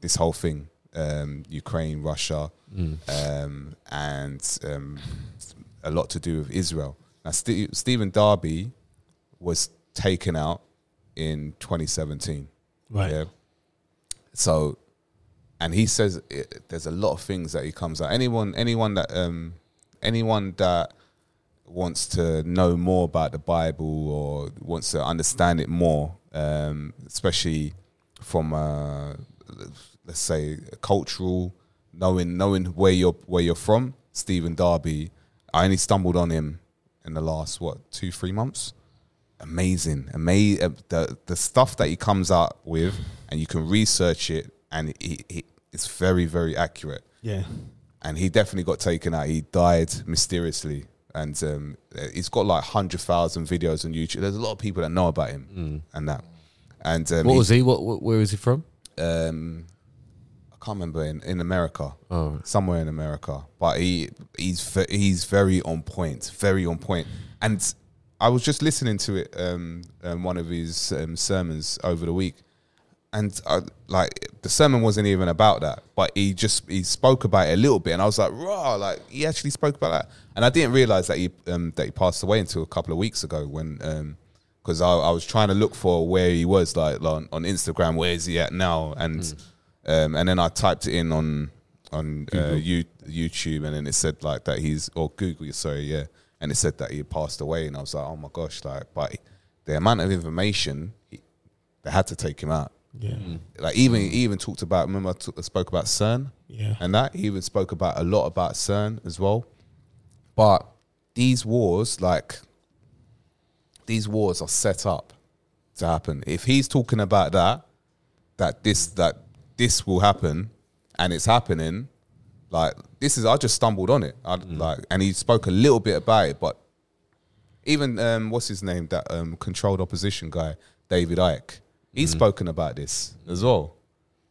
this whole thing, um, Ukraine, Russia, um, and um, a lot to do with Israel. Now, Ste Stephen Darby was taken out in 2017. Right. Yeah. So, and he says it, there's a lot of things that he comes out. Anyone, anyone that, um, anyone that wants to know more about the Bible or wants to understand it more, um, especially from uh, let's say cultural knowing knowing where you're where you're from. Stephen Darby, I only stumbled on him in the last what two three months. Amazing, amazing the the stuff that he comes out with, and you can research it, and it, it, it's very very accurate yeah. and he definitely got taken out. He died mysteriously, and um, he's got like hundred thousand videos on YouTube. There's a lot of people that know about him and that. And um, Mm. what he- was he? What, what? Where was he from? um, I can't remember in, in America, Oh. somewhere in America. But he he's ve- he's very on point, very on point. And I was just listening to it um, um one of his um, sermons over the week, and I, like the sermon wasn't even about that, but he just he spoke about it a little bit, and I was like, raw, like he actually spoke about that, and I didn't realize that he um, that he passed away until a couple of weeks ago when. Um, because I, I was trying to look for where he was, like on, on Instagram, where is he at now? And um, and then I typed it in on on uh, you, YouTube, and then it said like that he's or Google, sorry, yeah, and it said that he had passed away, and I was like, oh my gosh, like, but the amount of information he- they had to take him out. Yeah. Like even he even talked about. Remember, I t- spoke about CERN Yeah. and that he even spoke about a lot about CERN as well. But these wars, like these wars, are set up to happen. If he's talking about that, that this that this will happen, and it's happening. Like this is, I just stumbled on it. I, Like, and he spoke a little bit about it, but even um, what's his name, that Mm. um, controlled opposition guy, David Ike, he's spoken about this as well.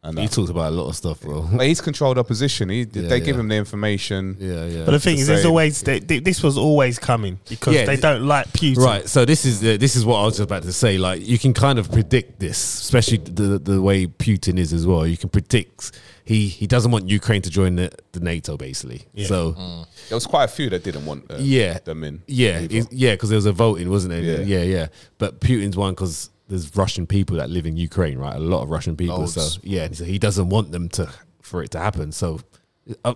And You that. talked about a lot of stuff, bro. But he's controlled opposition. He, they give yeah. him the information. Yeah, yeah. But the thing the is, there's same. always they, they- this was always coming because Yeah, they th- don't like Putin. Right. So this is the, this is what I was about to say. Like you can kind of predict this, especially the the way Putin is as well. You can predict he he doesn't want Ukraine to join the, the NATO basically. So There was quite a few that didn't want uh, yeah, them in. yeah, either. it- yeah, because there was a voting, wasn't there? Yeah, Yeah. yeah. But Putin's one because there's Russian people that live in Ukraine, right? A lot of Russian people. Loads. So yeah, so he doesn't want them to for it to happen. So uh,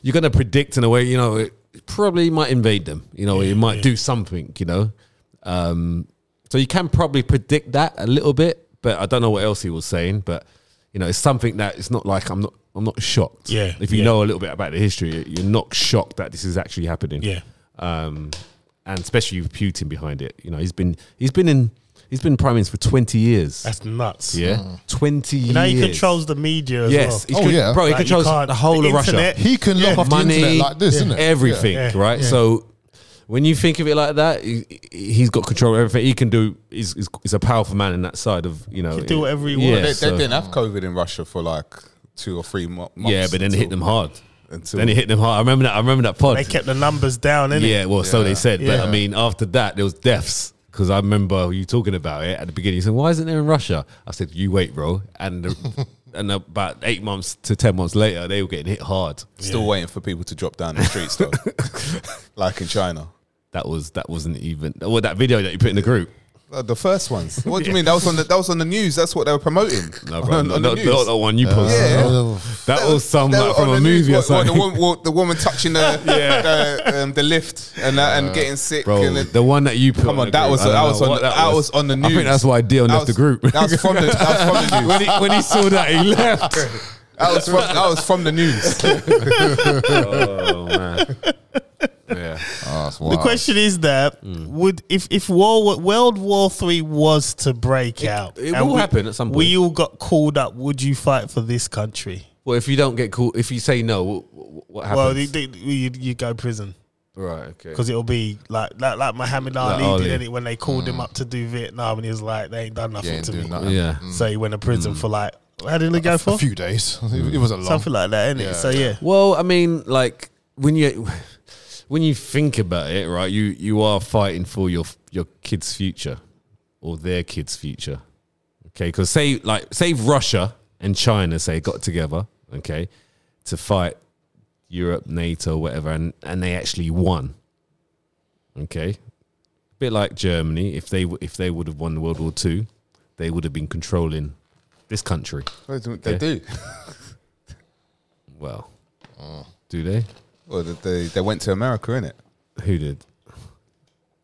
you're going to predict in a way, you know, it probably might invade them. You know, it might do something. You know, um, so you can probably predict that a little bit, but I don't know what else he was saying. But you know, it's something that it's not like I'm not. I'm not shocked. Yeah, If you yeah. know a little bit about the history, you're not shocked that this is actually happening Yeah. um, and especially with Putin behind it. You know, he's been he's been in he's been prime minister for twenty years. That's nuts. yeah, twenty years. Now he controls the media as Yes, well. he's Oh, con- yeah. bro, he Like, you controls can't- the whole the of Russia. internet, He can lock off the internet like this, isn't it? Everything, Yeah. right? So when you think of it like that, he, has got control of everything. He can do. He's, he's, he's a powerful man in that side of you know. He can do whatever he yeah, They, they so- didn't have COVID in Russia for like two or three mo- months. yeah, but then it hit them hard. Until, Then it hit them hard. I remember that. I remember that pod. They kept the numbers down, innit? Yeah, well, so they said. But I Yeah. mean, after that, there was deaths because I remember you talking about it at the beginning. You said, "Why isn't there in Russia?" I said, "You wait, bro." And uh, and about eight months to ten months later, they were getting hit hard. Still waiting for people to drop down the streets though, like in China. That was that wasn't even well that video that you put in the group. Uh, The first ones. What do you mean? That was on the that was on the news. That's what they were promoting. No, bro, on, no, on no, the news. Uh, not the one you posted. Yeah. That was some They like, were from on the a news, movie what- or what, something. the, woman, what, the woman touching the the, um, the lift and that, and getting sick. Uh, Bro, and then- the one that you put. Come on, the that group, was I don't that know was on what the, that was on the news. I think that's why Dion That left the was- group. That was from the that was from the news. when, he, when he saw that, he left. That was from that was from the news. oh man, yeah. Oh, that's The wild. question is that Hmm. would if if war World War Three was to break out, it and will we- happen at some We all got called up. Would you fight for this country? Well, if you don't get caught, if you say no, what, what happens? Well, they, they, you, you go prison right, okay. because it'll be like like, like Muhammad Ali, Ali. did it when they called him up to do Vietnam, and he was like, "They ain't done nothing Yeah, ain't to doing me." nothing. yeah, So he went to prison for like how did it go for? A few days. It, it wasn't long. Something like that, innit? Yeah. So yeah, Well, I mean, like when you when you think about it, right? You you are fighting for your your kid's future or their kid's future. Okay, because say like say if Russia and China say got together, okay, to fight Europe, NATO, whatever, and and they actually won. Okay, a bit like Germany, if they w- if they would have won World War Two, they would have been controlling this country. They do. Well, do they? Well, they they went to America, innit? Who did?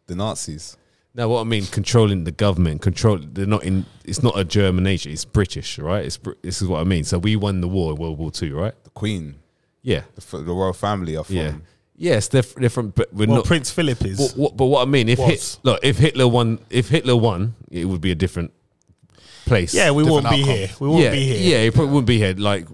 The Nazis. No, what I mean, controlling the government, control. They're not in. It's not a German nation. It's British, right? It's Br- this is what I mean. So we won the war in World War Two, right? The Queen, Yeah, the, f- the royal family are from. yeah, yes. They're f- they're from, but we're well, not. Prince Philip is. what, what, but what I mean, if Hit, Was. look, if Hitler won, if Hitler won, it would be a different place. yeah, we Different won't be outcome. here. We won't yeah, be here. Yeah, he probably wouldn't be here. Like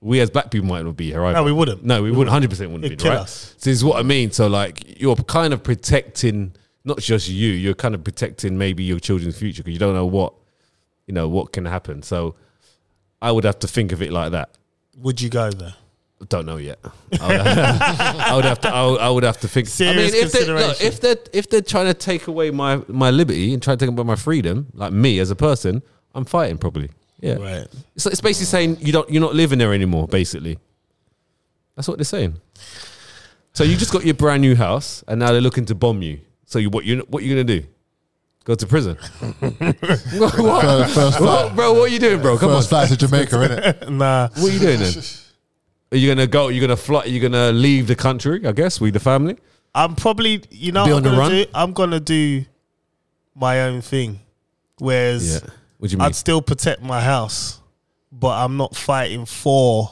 we as black people might not be here. Either. No, we wouldn't. No, we wouldn't. Hundred percent wouldn't It'd be kill right. us. So this is what I mean. So like you're kind of protecting not just you. You're kind of protecting maybe your children's future because you don't know what you know what can happen. So I would have to think of it like that. Would you go there? Don't know yet. I would have, I would have to. I would, I would have to think. Serious I mean, if they look, consideration. if they're if they're trying to take away my my liberty and trying to take away my freedom, like me as a person, I'm fighting probably. Yeah. Right. So it's basically saying you don't you're not living there anymore. Basically, that's what they're saying. So you just got your brand new house, and now they're looking to bomb you. So you what you what you gonna do? Go to prison? what, First, first What, flight. bro? What are you doing, bro? Come on. First flight to Jamaica, innit? Nah. What are you doing then? Are you gonna go? Are you gonna fly? Are you gonna leave the country? I guess we the family. I'm probably you know Be on what I'm the gonna run? do I'm gonna do my own thing. Whereas What do you mean? I'd still protect my house, but I'm not fighting for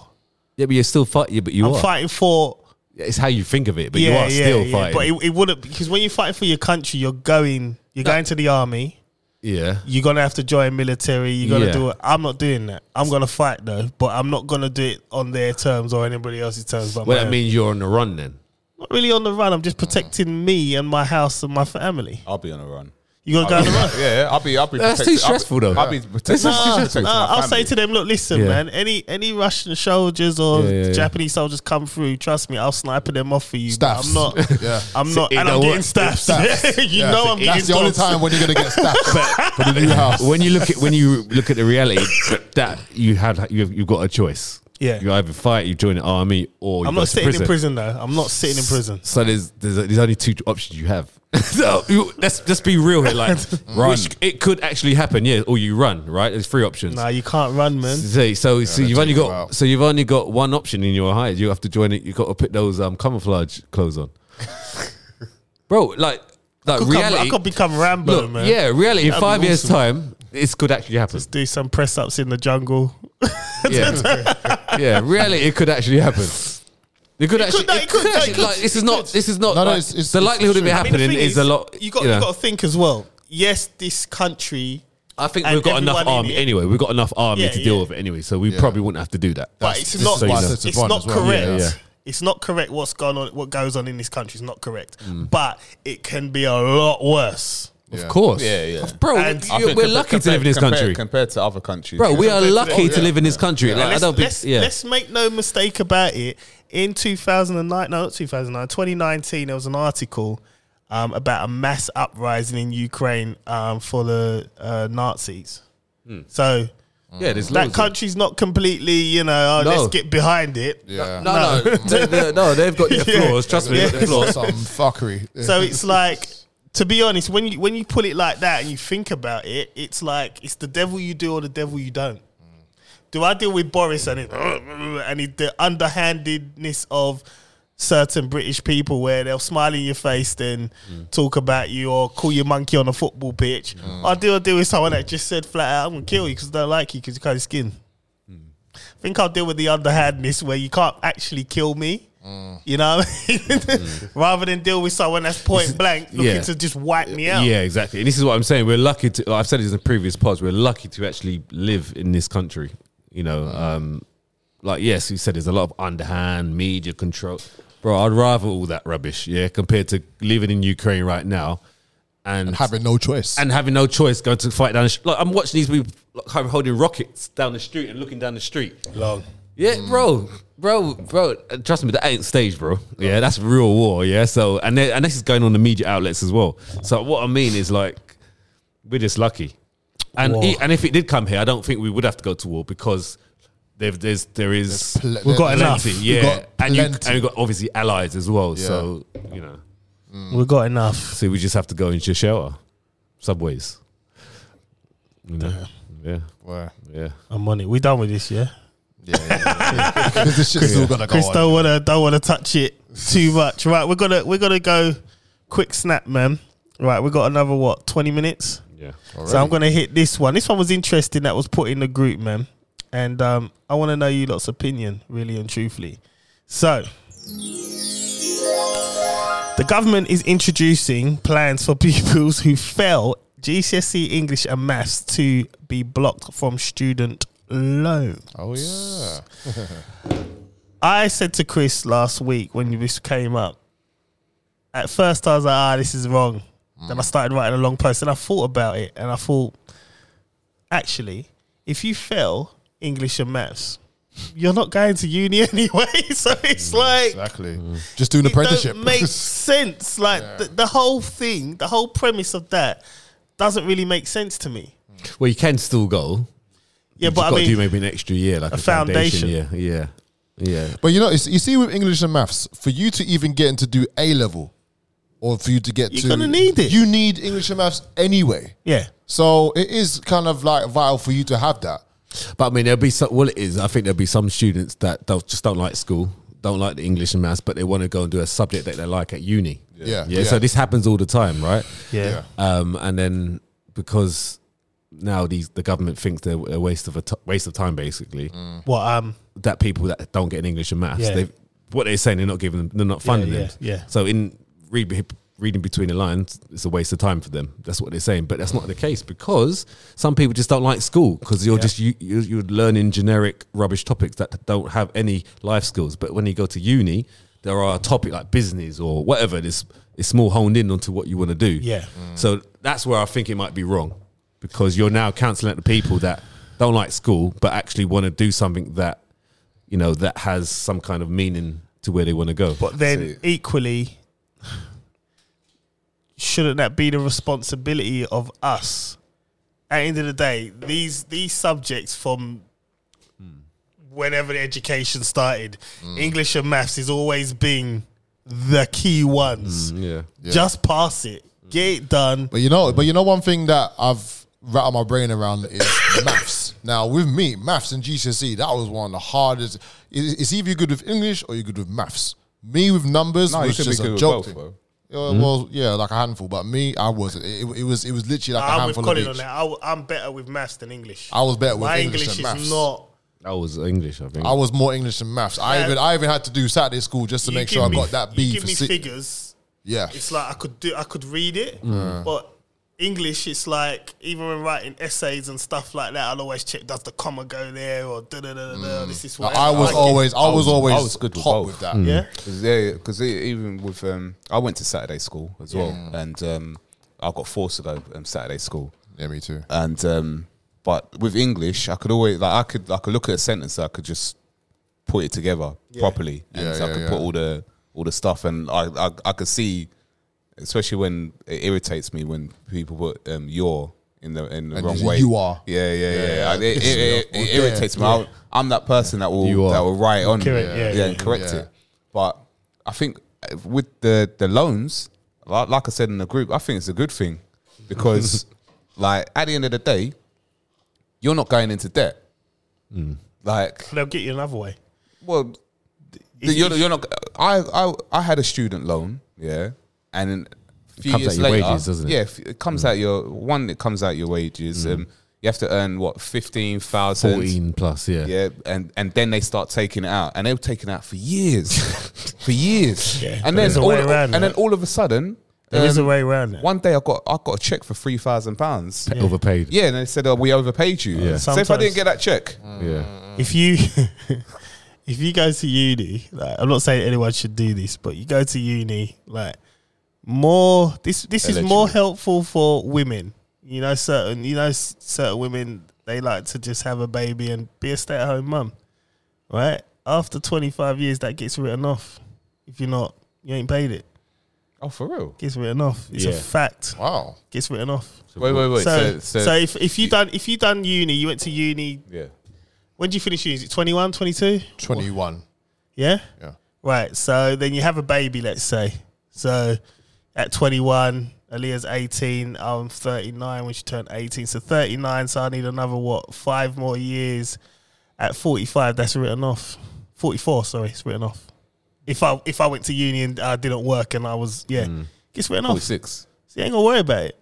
yeah, but you're still fighting. Yeah, but you I'm are. fighting for It's how you think of it, but you yeah, are yeah, still yeah. fighting. But it, it wouldn't because when you fight for your country you're going you're going to the army, yeah. you're gonna have to join military, you're gonna Yeah. do it. I'm not doing that. I'm gonna fight though, but I'm not gonna do it on their terms or anybody else's terms but Well, my I own. mean, you're on the run then. not really on the run, I'm just protecting me and my house and my family. I'll be on a run. You gotta go on the road. yeah, yeah, I'll be, I'll be. That's protected- too I'll be- stressful, though. I'll be Yeah. protected. This is- I'll be protected No, my I'll family. say to them, look, listen, Yeah. man. Any any Russian soldiers or Yeah, yeah, yeah. Japanese soldiers come through, trust me, I'll sniper them off for you. but Staffs. I'm not. Yeah. I'm not. It And I'm don't getting work. staffs. Staffs. you Yeah. know I'm getting That's the only staffs. time when you're gonna get staffed for the new house. when you look at when you look at the reality that you had you've, you've got a choice. Yeah. you either fight, you join the army, or you I'm go not to sitting in prison though. I'm not sitting in prison. So there's there's, there's only two options you have. so you, let's let's be real here. Like, Run. which it could actually happen. Yeah, or you run. Right, there's three options. Nah, you can't run, man. So, so, so you've only take got you out. so you've only got one option in your hide. You have to join it. You have got to put those um, camouflage clothes on, bro. Like, like Could come- reality. I could become Rambo, look, man. yeah, reality. in That'd be five years' awesome. time, this could actually happen. Do some press ups in the jungle. yeah, yeah. Really, it could actually happen. It could actually. no, it could actually. like, this is not. This is not. No, no, like, it's- it's- the it's likelihood of true. it I I mean, the happening thing is, is, a lot. You got know. you got to think as well. Yes, this country, I think and we've got enough everyone in army it. anyway. We've got enough army Yeah, to deal yeah. with it anyway. So we probably wouldn't have to do that. but That's- it's this not. is why I It's, said to it's Von not as well. correct. Yeah, yeah. It's not correct. What's going on? What goes on in this country is not correct. Mm. But it can be a lot worse. Of course. Yeah, yeah. Bro, And I you- think we're compa- lucky to live in compared- this country. compared, compared to other countries. Bro, we are to- lucky to yeah. live in this country. And Like, I let's, don't think. let's, Yeah. let's make no mistake about it. In 2009, no, not 2009, 2019, there was an article um, about a mass uprising in Ukraine um, for the uh, Nazis. Hmm. So Yeah, there's that loads of- country's not completely, you know, oh, No. let's get behind it. yeah. No, no, they- they- no, they've got their Yeah. flaws. Trust me, they've got their flaws. Some fuckery. So it's like, to be honest, when you when you put it like that and you think about it, it's like it's the devil you do or the devil you don't. Do I deal with Boris and it, and it, the underhandedness of certain British people where they'll smile in your face then talk about you or call you monkey on a football pitch? I do I deal with someone that just said flat out, I'm gonna kill you because I don't like you because you cut your skin. I think I'll deal with the underhandedness where you can't actually kill me. You know, what I mean? rather than deal with someone that's point blank looking yeah. to just wipe me out. Yeah, exactly. And this is what I'm saying. We're lucky to. I've said this in previous pods. We're lucky to actually live in this country. You know, um, like yes, you said there's a lot of underhand media control, bro. I'd rather all that rubbish, yeah, compared to living in Ukraine right now and, and having no choice. and having no choice going to fight down the street. Like I'm watching these people like, kind of holding rockets down the street and looking down the street. Long. Yeah, bro, bro, bro. uh, Trust me, that ain't staged, bro. Yeah, that's real war. Yeah, so and they, and this is going on the media outlets as well. So what I mean is like, we're just lucky, and e- and if it did come here, I don't think we would have to go to war because there there's there is Pl- We've got there's enough. plenty, We've yeah, got and you plenty. and we've got obviously allies as well. So you know, We've got enough. so we just have to go into shower, subways. You know, yeah. Well, Yeah. I'm on it. We're done with this, yeah. Yeah, yeah, yeah. 'Cause this shit's all gonna go Chris on. don't wanna don't wanna touch it too much. Right, we're gonna we're gonna go quick snap, man. Right, we got another what, twenty minutes? Yeah. So I'm gonna hit this one. This one was interesting that was put in the group, man. And um, I wanna know you lot's opinion, really and truthfully. So the government is introducing plans for pupils who fail GCSE E, English and maths to be blocked from student loan. Oh yeah. I said to Chris last week when this came up, at first I was like, ah, this is wrong. Then I Mm. started writing a long post and I thought about it and I thought, actually, if you fail English and maths, you're not going to uni anyway. So it's Mm, like, Exactly. Just do an apprenticeship. it don't make sense. Like the, the whole thing, the whole premise of that doesn't really make sense to me. Well, you can still go. Yeah, You've but I got to do mean, maybe an extra year, like a, foundation. foundation. Yeah, yeah, yeah. But you know, it's, you see, with English and maths, for you to even get into do A level, or for you to get You're to, gonna need it. You need English and maths anyway. yeah. So it is kind of like vital for you to have that. But I mean, there'll be some. Well, it is. I think there'll be some students that don't, just don't like school, don't like the English and maths, but they want to go and do a subject that they like at uni. Yeah. yeah. Yeah. So this happens all the time, right? Yeah. Um, and then because now these the government thinks they're a waste of a t- waste of time, basically. Well, um, that people that don't get an English and maths, Yeah. they what they're saying they're not giving them, they're not funding yeah, them. yeah. So in read, reading between the lines, it's a waste of time for them. That's what they're saying, but that's not the case because some people just don't like school because you're just you, you you're learning generic rubbish topics that don't have any life skills. But when you go to uni, there are a topic like business or whatever. This it's more honed in onto what you want to do. Yeah. So that's where I think it might be wrong because you're now counseling at the people that don't like school but actually want to do something that you know that has some kind of meaning to where they want to go. But then equally, shouldn't that be the responsibility of us? At the end of the day, these these subjects from whenever the education started, Mm. English and maths is always been the key ones. Mm, yeah. Just pass it, get it done. But you know, but you know, one thing that I've rattled my brain around is maths. Now, with me, maths and GCSE, E, that was one of the hardest. it- It's either you're good with English or you're good with maths. Me with numbers No, you was should be just good a with joke. both, thing. bro. Yeah, Well, yeah, like a handful. But me, I wasn't. It, it was it was literally like a I'm with handful of Colin on each. that. I, am better with maths than English. I was better with My English English, than is maths. not. That was English, I think. I was more English than maths. I Yeah. even I even had to do Saturday school just to you make give sure I me- got that You B give for me six. figures. Yeah, it's like I could do I could read it, but English it's like even when writing essays and stuff like that, I'll always check does the comma go there or da da da da. da, This is what Mm. I was always I was always was good with hot both. with that. yeah. Cause, yeah, because even with um, I went to Saturday school as well, and um, I got forced to go um, Saturday school, Yeah, me too. and um, but with English, I could always like I could I could look at a sentence, I could just put it together properly, and Yeah, so yeah, I could yeah. put all the all the stuff, and I I, I could see, especially when it irritates me when people put um, your in the in the And wrong you- way. you are. yeah, yeah, yeah. yeah. It, it, it, Yeah. it irritates me. I'll- I'm that person that will You are. that will write on Correct, yeah, yeah. and correct Yeah. it. But I think uh, with the the loans, like, like I said in the group, I think it's a good thing because, like, at the end of the day, you're not going into debt. Hmm. Like, They'll get you another way. well, If- you're, if- you're not. I, I I had a student loan, yeah, and then a few Comes years out your later, wages, doesn't it? Hmm. Yeah, f- it comes out your one. It comes out your wages. Um, you have to earn what fifteen thousand. 14 plus, yeah. Yeah, and and then they start taking it out, and they were taking it out for years, for years. Yeah, but and there's then a all, way around and then that. all of a sudden, There is um, a way around that. One day I got I got a check for three thousand pounds. Overpaid. Yeah, and they said oh, we overpaid you. Yeah. So if I Sometimes- didn't get that check, Yeah. if you if you go to uni, like, I'm not saying anyone should do this, but you go to uni, like more this this is more helpful for women. You know, certain you know s- certain women they like to just have a baby and be a stay at home mum, right? After 25 years, that gets written off. If you're not, you ain't paid it. oh for real? Gets written off. It's a Yeah. fact. Wow. Gets written off. Wait, wait, wait. so, so, if if you done if you done uni, you went to uni. yeah, When did you finish uni? Is it 21, 22? 21. Yeah. Yeah. Right. So then you have a baby, let's say. So at 21, Aaliyah's 18, I'm 39 when she turned 18. So 39, so I need another, what, five more years. At 45, that's written off. 44, sorry, it's written off. If I if I went to uni and I didn't work and I was, yeah, it's written forty off. So six. you ain't going to worry about it.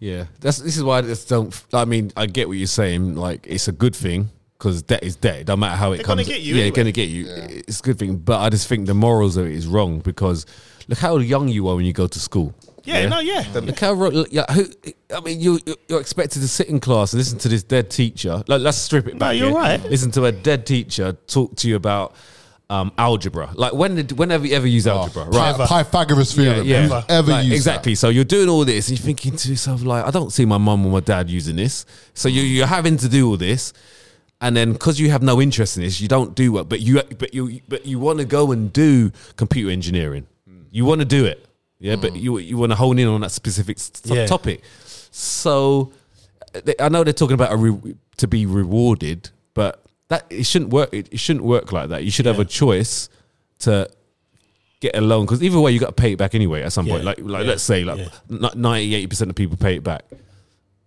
Yeah. That's, this is why I just don't. f- I mean, I get what you're saying. Like, it's a good thing because debt is debt. It Don't matter how it They're gonna comes. get you yeah, anyway. going to get you. It's a good thing. But I just think the morals of it is wrong because look how young you are when you go to school. Yeah, no, yeah. Look how ro- yeah, who, I mean, you you- you're expected to sit in class and listen to this dead teacher. Like, let's strip it back. you're yeah? right. Listen to a dead teacher talk to you about um, algebra. Like when did whenever you ever use algebra, right? Py- Pythagoras theorem. Yeah, Yeah, yeah. Ever Like, used exactly. So you're doing all this, and you're thinking to yourself, like, I don't see my mum or my dad using this. So you, you're having to do all this, and then because you have no interest in this, you don't do what. But you, but you, but you want to go and do computer engineering. You want to do it, yeah. Hmm. But you you want to hone in on that specific s- t- Yeah. topic. So they- I know they're talking about a re- to be rewarded, but that it shouldn't work. It, it shouldn't work like that. You should have a choice to get a loan because either way you got to pay it back anyway at some point. Yeah, Like like yeah, let's say like yeah. ninety eight percent of people pay it back.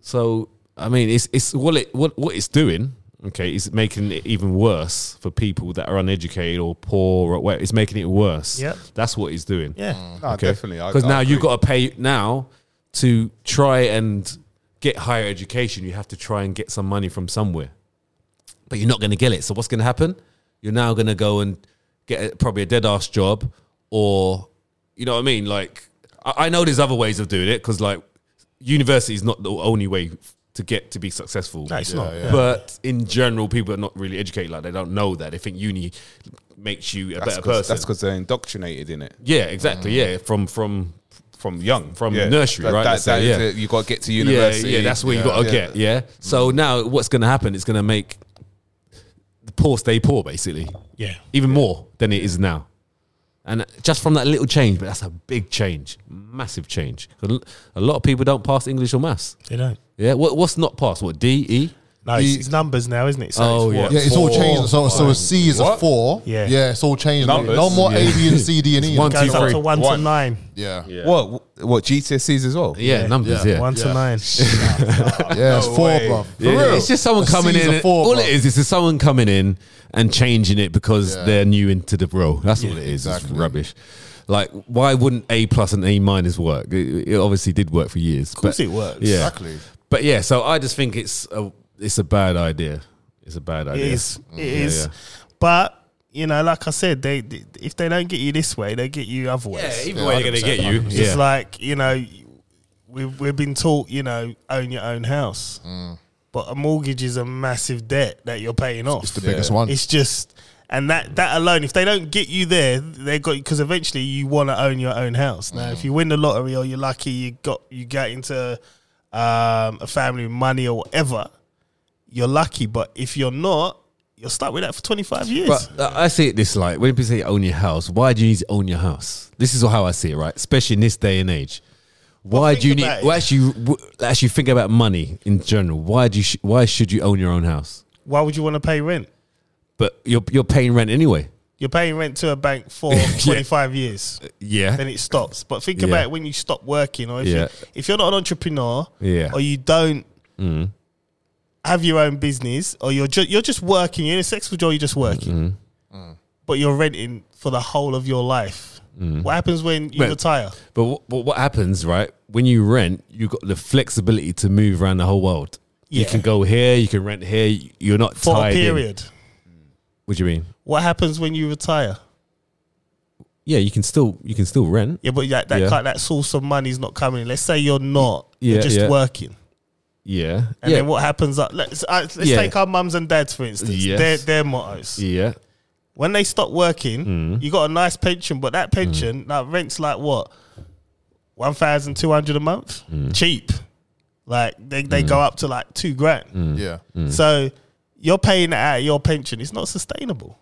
So I mean, it's it's what it what what it's doing. Okay, is making it even worse for people that are uneducated or poor or whatever. It's making it worse. Yeah. that's what it's doing. Yeah. No, definitely. I- Because I now you've agree. got to pay now to try and get higher education. You have to try and get some money from somewhere, but you're not going to get it. So what's going to happen? You're now going to go and get a, probably a dead ass job, or you know what I mean. Like I, I know there's other ways of doing it because like university is not the only way to get to be successful. No, it's not. But in general, people are not really educated like they don't know that. They think uni makes you a That's better 'cause- person. That's because they're indoctrinated in it yeah, exactly. Yeah, from from from young, From Yeah. nursery, right? That, Let's say, that is yeah. it. You got to get to university. Yeah, yeah, that's what you got to get. Yeah. Mm. So now what's going to happen? It's going to make the poor stay poor, basically. Yeah. Even more than it is now. And just from that little change, but that's a big change, massive change. A l- a lot of people don't pass English or maths. They don't. Yeah. What, what's not passed? What D E? No, it's, it's numbers now, isn't it? So Oh, it's yeah. what? Yeah, it's all Four. changed. So, so a C is a What? four. Yeah. yeah, it's all changed. Numbers. No more Yeah. A, B, and C, D, and E. One, Goes two, up three. to one, One. to nine. Yeah, yeah, What? What GCSEs as well? Yeah, numbers. Yeah. One to Yeah. nine. it's four, way. bruv. For Yeah, real. It's just someone A coming C's in. a and- four, all bruv. it is is someone coming in and changing it because Yeah. they're new into the role. That's all it is. exactly. It's rubbish. Like, why wouldn't A plus and A minus work? It, it obviously did work for years. Of course it works. Yeah. Exactly. But yeah, so I just think it's a it's a bad idea. It's a bad It idea. is. It is. Yeah, yeah. But you know, like I said, they, they- if they don't get you this way, they get you other ways. Yeah, either Yeah, way, they're gonna get you. It's Yeah. just like you know, we've we've been taught you know own your own house, but a mortgage is a massive debt that you're paying off. Mm. It's the biggest one. It's just, and that that alone, if they don't get you there, they got because eventually you want to own your own house. Now, Mm. if you win the lottery or you're lucky, you got you get into um, a family with money or whatever, you're lucky. But if you're not, you're stuck with that for 25 years. But uh, I see it this like when people say own your house, why do you need to own your house? This is how I see it, right? Especially in this day and age, why think do you need? about it. Well, actually, w- actually think about money in general. Why do you? Sh- why should you own your own house? Why would you want to pay rent? But you're you're paying rent anyway. You're paying rent to a bank for 25 years, Yeah, then it stops. But think Yeah. about it when you stop working, or if, Yeah. you, if you're not an entrepreneur, Yeah. Mm. or you don't have your own business, or you're ju- you're just working, you're in a sexual job, you're just working, Mm-hmm. Mm. but you're renting for the whole of your life. What happens when Mm. you Well- retire? but wh- but what happens, right? When you rent, you got the flexibility to move around the whole world. You Yeah. can go here, you can rent here. y- You're not For tied a in. period. What do you mean? What happens when you retire? Yeah, you can still you can still rent. Yeah, but that that, Yeah. kind- that source of money is not coming. in. Let's say you're not, Yeah, you're just yeah. working. Yeah, And yeah, then what happens? uh, Let's uh, let's Yeah. take our mums and dads for instance. Yes. Their their mottos. yeah. When they stop working, Hmm. you got a nice pension, but that pension like rents like what one thousand two hundred a month, Hmm. cheap. Like they they go up to like two grand. Hmm. Mm. Yeah, So you're paying that out of your pension. It's not sustainable.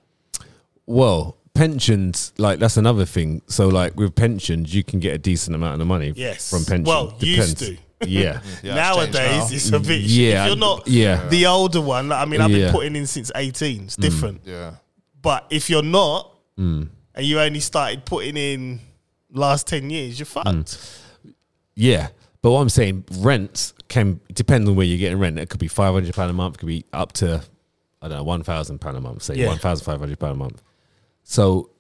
Well, pensions, like that's another thing. So, like with pensions, you can get a decent amount of money Yes. from pension. Well, used to. Yeah. Yeah, it's changed Nowadays, now. it's a bit. Yeah, if you're not yeah. the older one, like, I mean, I've Yeah. Hmm. been putting in since 18. It's different. yeah. But if you're not, and you only started putting in last ten years, you're fucked. Hmm. yeah. But what I'm saying, rent can depend on where you're getting rent. It could be five hundred pound a month. It could be up to I don't know one thousand pound a month. Say Yeah. one thousand five hundred pound a month. So,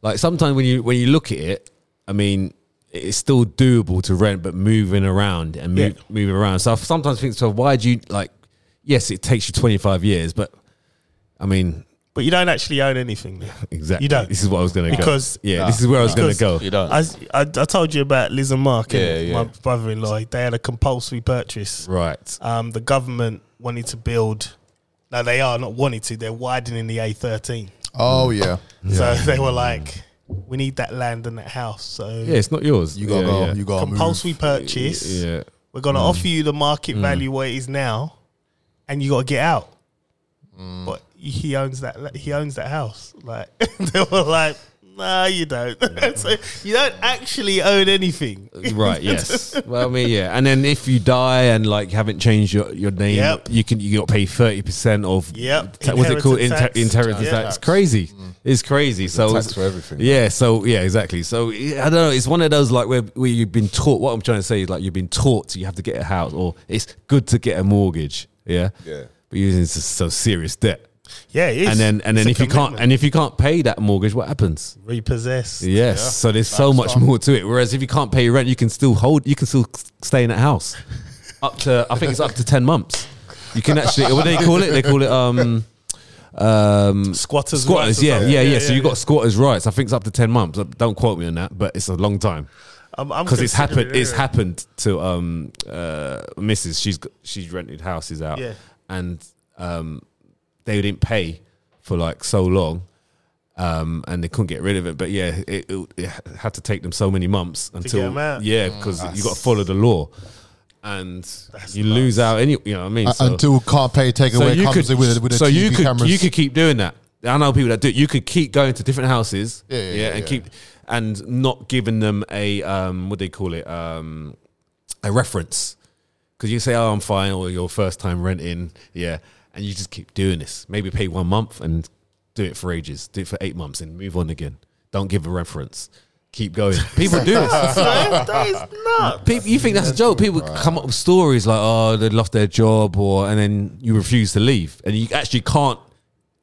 like sometimes when you when you look at it, I mean, it's still doable to rent, but moving around and move, Yeah. moving around. So I sometimes think, so why do you like? Yes, it takes you twenty five years, but I mean, But you don't actually own anything. there. Exactly. You don't. This is what I was going to go. Because- yeah, this is where I was going to Because- go. You don't. I, s- I- I told you about Liz and Mark, and Yeah, my yeah. brother-in-law. They had a compulsory purchase. Right. Um, the government wanted to build. No, they are not wanted to. They're widening the A13, Oh yeah. so they were like, "We need that land and that house." So Yeah, it's not yours. You gotta yeah, go. Yeah. You gotta move. compulsory purchase. Yeah. We're gonna offer you the market value where it is now, and you gotta get out. But he owns that. He owns that house. Like they were like, nah, you don't. so you don't actually own anything. Right. Yes. well, I mean, yeah. And then if you die and like haven't changed your, your name, Yep. you can you got to pay thirty percent of. Yep. Ta- what's it called? Inheritance Inter- tax. inheritance Yeah. tax. It's crazy. It's crazy. so Mm. tax it's- for everything. Yeah. So yeah, exactly. So yeah, I don't know. It's one of those like where where you've been taught. What I'm trying to say is like you've been taught you have to get a house or it's good to get a mortgage. Yeah. Yeah. But you're in so- so serious debt. yeah, it is. and then and then if It's a you can't commitment. and if you can't pay that mortgage, what happens? repossess, Yes. So there's so much more to it. Whereas if you can't pay rent, you can still hold. You can still stay in that house up to I think it's up to ten months. You can actually what do they call it? They call it um um squatters, rights squatters. or Yeah, something. yeah, yeah, So you got squatters' rights. I think it's up to ten months. Don't quote me on that, but it's a long time I'm- I'm because it's considering- happened. It's happened to um uh Mrs. She's got- she's rented houses out, Yeah. and um they didn't pay for like so long, um, and they couldn't get rid of it. But yeah, it, it, it had to take them so many months until get 'em out. yeah, because you got to follow the law, and you lose out any. You know what I mean? Uh, So- Until Carpe take so away you comes could in with, with the so TV you could cameras. you could keep doing that. I know people that do. it. You could keep going to different houses, Yeah, yeah, yeah, and yeah. keep and not giving them a um, what do they call it um, a reference because you say, "Oh, I'm fine," or your first time renting, yeah, and you just keep doing this. Maybe pay one month and do it for ages, do it for eight months, and move on again. Don't give a reference. Keep going. People do this. that is nuts. People, you think that's a joke? People come up with stories like, "Oh, they lost their job," or and then you refuse to leave, and you actually can't.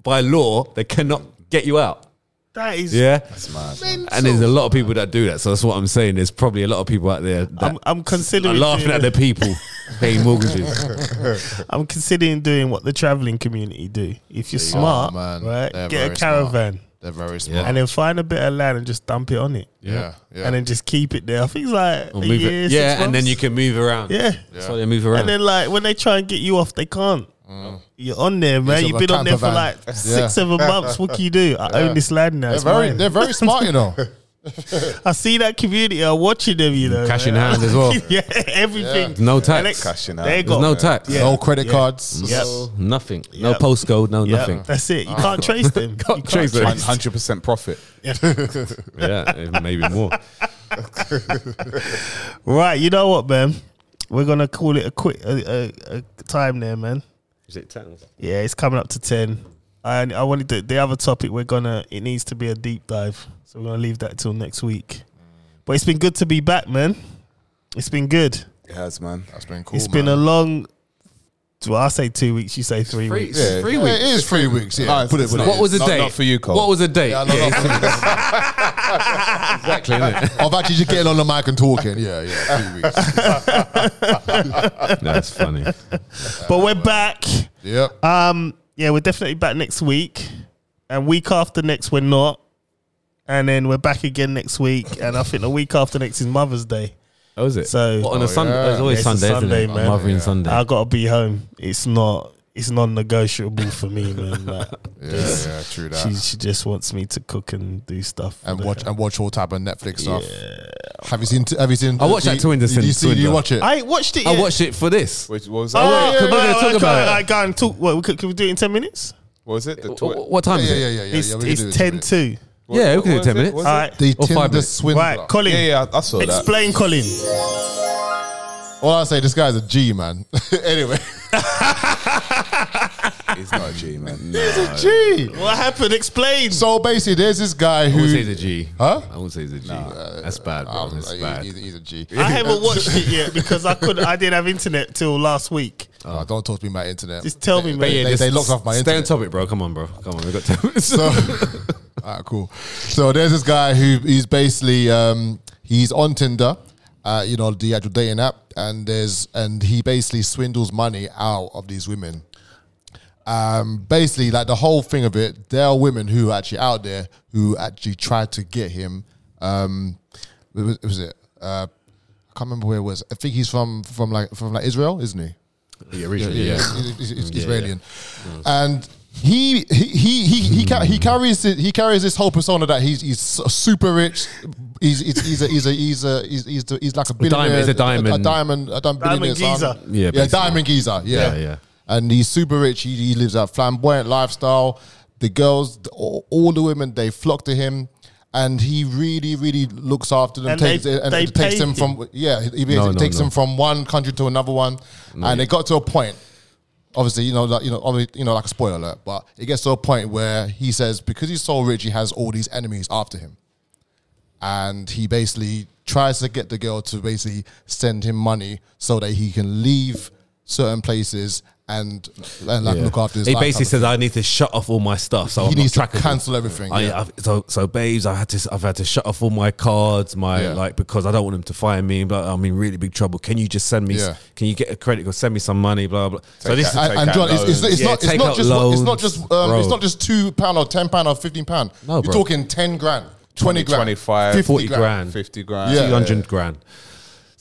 By law, they cannot get you out. That is. Yeah, Mad. and there's a lot of people that do that. So that's what I'm saying. There's probably a lot of people out there that I'm, I'm are considering laughing doing, at the people paying mortgages. I'm considering doing what the traveling community do. If you're smart, Oh, man. right, They're get a very smart. caravan They're very smart. and then find a bit of land and just dump it on it, yeah, yeah. and then just keep it there. I think it's like Or a move it- year, Yeah, six and then months. you can move around. yeah. that's why they move around. And then like when they try and get you off, they can't. Mm. You're on there, man. Use You've of a been on there camper for van. like Yeah. six, seven months. What can you do? I own this land now. they're It's very, mine. they're very smart, you know. I see that community. I'm watching them, you know. Cash in man. hand as well. yeah, everything. No And they- tax. Cash in they hand. got- There's no tax. Yeah. No credit Yeah. Mm-hmm. cards. Yep. So- Nothing. No Yep. postcode. No Yeah, nothing. that's it. You can't trace them. You can't trace them. trace- Hundred percent profit. Yeah, maybe more. Right, you know what, man? We're gonna call it a quick a, a, a time there, man. Is it tax? Yeah, it's coming up to ten. I I wanted to, the other topic. We're gonna it needs to be a deep dive, so we're gonna leave that till next week. But it's been good to be back, man. It's been good. It has, man. That's been cool. It's been a man. long. Well, I say two weeks. You say three, weeks. Yeah. Three Yeah, weeks. It is three weeks. Yeah, No, it's- put it. it's Put it. not. What was the Not- date? not for you, Cole. What was the date? Yeah, no, Yeah, no, exactly. innit? I've actually just getting on the mic and talking. Yeah, yeah, three weeks. That's funny. But we're back. Yep. Um, yeah, we're definitely back next week, and week after next we're not, and then we're back again next week, and I think the week after next is Mother's Day. How is it? So- What, on a Sunday, Oh, yeah. it's always It's a Sunday, Sunday, isn't it? man. Mothering Sunday. I gotta be home. It's not. It's non-negotiable for me, man. Like, Yeah, yeah, true that. she, she just wants me to cook and do stuff and for watch her. and watch all type of Netflix stuff. Have you seen? Have you seen? I watched do that you- Twin Descent- Do you, see- Twin do you Dog. watch it? I ain't watched it. I yet. watched it for this. Which, what was that? Oh, wait, 'cause we're gonna talk I about can't- it. I can't talk. What, we could, can we do it in ten minutes? What was it? The Wh- twi- wh- What time yeah, is yeah, it? yeah, yeah. it's yeah, we can do it's it in a ten minute. two. Yeah, we can what do 10 was it? minutes. What was All it? right, The Or five Tinder minutes. Swindler. right, Colin. Yeah, yeah, I, I saw that. Explain, Colin. All I say, this guy's a G man. anyway, He's not a G, man. G. What happened? Explain. So basically, there's this guy I who. wouldn't say it's a G. Huh? I wouldn't say it's a G. That's bad, bro. Um, That's he- bad. he's, he's a G. I haven't watched it yet because I could. I didn't have internet till last week. Oh, don't talk to me about internet. Just tell me, But man. yeah, They- just they locked off my stay internet. on topic, bro. Come on, bro. Come on, we've got 10 minutes. So, all right, cool. So there's this guy who he's basically um, he's on Tinder, uh, you know, the actual dating app, and there's and he basically swindles money out of these women. Um, basically, like the whole thing of it, there are women who are actually out there who actually tried to get him. Um, what was, what was it? Uh, I can't remember where it was. I think he's from from like from like Israel, isn't he? yeah, originally, yeah. Is- is- is- Israeli. And he he he he he, ca- he carries it, he carries this whole persona that he's he's su- super rich. He's he's he's a he's a he's a, he's, he's, the- he's like a billionaire. Diamond- it's a a, diamond. diamond, a diamond, billionaire geezer. son. Yeah, yeah, basically. diamond geezer. Yeah, Yeah, yeah. And he's super rich. He, he lives a flamboyant lifestyle. The girls, the- all, all the women, they flock to him. And he really, really looks after them. And takes they- it and they takes pay them him. from yeah. He, he No, no, takes no. them from one country to another one, and it got to a point obviously, you know, like, you know, obviously, you know, like a spoiler alert, but it gets to a point where he says because he's so rich, he has all these enemies after him, and he basically tries to get the girl to basically send him money so that he can leave certain places and, and like Yeah. look after his. He life basically type of says, "I need to shut off all my stuff, so He I'm needs to not trackable." cancel everything, I, yeah. I've, so, so, babes, I had to, I've had to shut off all my cards, my Yeah. like, because I don't want them to find me. But I'm in really big trouble. Can you just send me? Yeah. Can you get a credit or send me some money? Blah blah. so this, out- is, and, and out John, it's, it's, loans. it's Yeah, not it's take not out just it's not loans, just um, it's bro. not just two pound or ten pound or fifteen pound. No, You're bro. talking ten grand, twenty, grand, 25, 50 40 grand. 50 grand. Yeah. two hundred grand.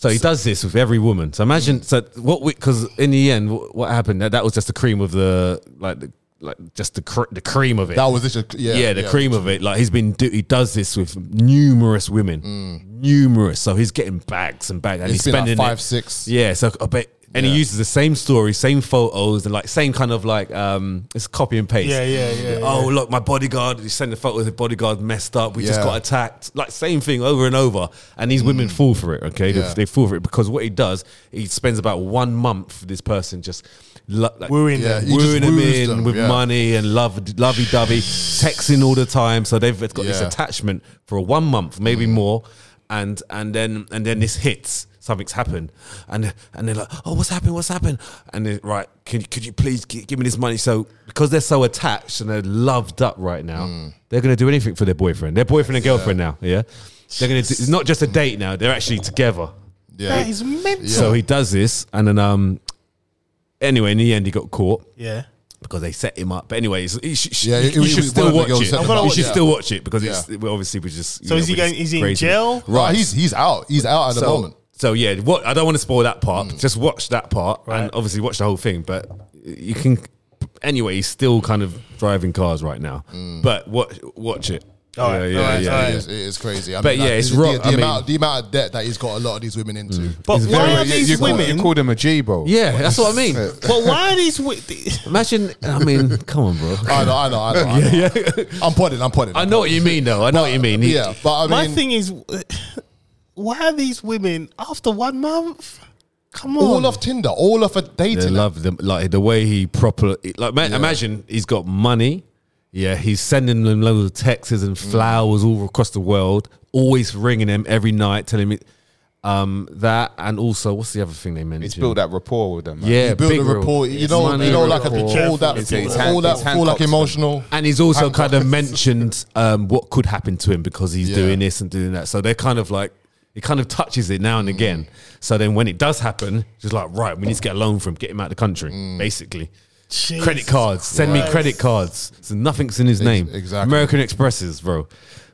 So he does this with every Mm. woman. So imagine. So what? Because in the end, wh- what happened? That, that was just the cream of the like the, like just the cr- the cream of it. That was this, yeah, yeah, the cream of it. Like he's been, do- he does this with numerous women, numerous. So he's getting bags and bags, and It's Mm. been he's like spending five, it- six. Yeah, so I bet, and Yeah. he uses the same story, same photos, and like same kind of like um, it's copy and paste. Yeah, yeah, yeah, Oh look, my bodyguard. He sent the photos. The bodyguard messed up. We just Yeah. got attacked. Like same thing over and over. And these women fall for it. Okay, Yeah. they, they fall for it because what he does, he spends about one month. This person just lo- like, Wooing Yeah, them. he Uh, just wooing them woos in them, with yeah. money and love, lovey dovey, texting all the time. So they've got this Yeah. Mm. attachment for one month, maybe more, and and then and then this hits. Something's happened, and and they're like, "Oh, what's happened? What's happened?" And they're, right, can could you please gi- give me this money? So because they're so attached and they're loved up right now, Mm. they're gonna do anything for their boyfriend, their boyfriend and girlfriend now. Yeah, they're gonna. Do, it's not just a date now; they're actually together. yeah. That is mental. So he does this, and then um, anyway, in the end, he got caught yeah. because they set him up. But anyways, you should, Yeah, it- you it was should one still of the watch girls it. set him up. You should Yeah. still watch it because Yeah. it's well, obviously we just. you So know, is he we're going? just Is he in raising it. jail? Right, he's he's out. He's out at the moment. Mm. So yeah, what I don't want to spoil that part. Just watch that part and obviously watch the whole thing. But you can anyway. He's still kind of driving cars right now. Mm. But watch watch it. All yeah, right, yeah, all right, yeah, all right. It is, it is crazy. I But mean, yeah, like, it's the, rock- the I mean- Mm. amount the amount of debt that he's got a lot of these women into. But It's why very- are You- these you call- women? You called him a G-Bo. Yeah, that's what I mean. But why are these? wi- Imagine, I mean, come on, bro. I know, I know, I know. I know. Yeah, I'm podding, I'm podding. I know what you mean, though. I know what you mean. He- Yeah, but I mean, My thing is, why are these women after one month? Come on, all off Tinder, all off a They dating. app. love them, like the way he proper. Like ma- imagine he's got money. Yeah, he's sending them loads of texts Mm. and flowers all across the world. Always ringing them every night, telling me um, that. And also, what's the other thing they mentioned? He's built that rapport with them. man. yeah, You build big a rule. rapport. You It's know, money, you know, like a, rapport. all that, It's- it's all hand- that, it's all like Hancock's emotional. and he's also kind of mentioned um, what could happen to him because he's Yeah. doing this and doing that. So they're kind of like it kind of touches it Mm. now and again. So then when it does happen, she's like, right, we need to get a loan from, get him out of the country, Mm. basically. Jesus credit cards. Send me Christ. credit cards. So nothing's in his name. exactly. American Expresses, bro.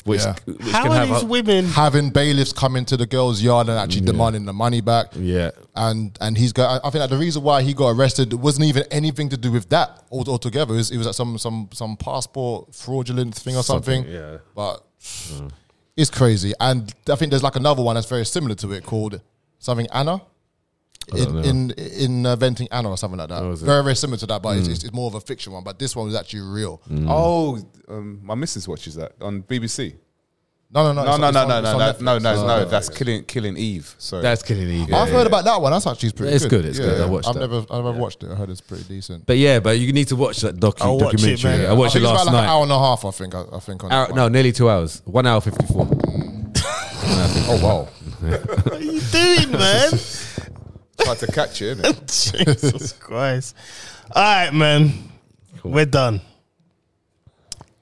Which, Yeah. which How can are have these a- women? Having bailiffs come into the girl's yard and actually demanding the money back. Yeah. and and he's got. I think that the reason why he got arrested wasn't even anything to do with that al- altogether. It was, it was like some some some passport fraudulent thing or something. Something, yeah. but it's crazy. And I think there's like another one that's very similar to it called something Anna. In, in in uh, venting Anna or something like that. is it? Very very similar to that, but it's, it's, it's more of a fiction one. But this one was actually real. Oh, um, my missus watches that on BBC. No no no No, it's no, on- no, it's no, on- no, that- it's on no, Netflix. Oh, no, no. That's killing, killing Eve. Sorry. That's killing Eve. I've heard about that one. That's actually pretty. It's good. good, it's good. I watched I've that. never, I've never watched it. I heard it's pretty decent. But yeah, but you need to watch that docu- I'll watch it, documentary. man. I watched I think it it's last about like night. an hour and a half. I think. I, I think. On Hour- that no, nearly two hours. One hour fifty four. one. Oh wow. What are you doing, man? Tried to catch it, innit? Jesus Christ! All right, man, we're done.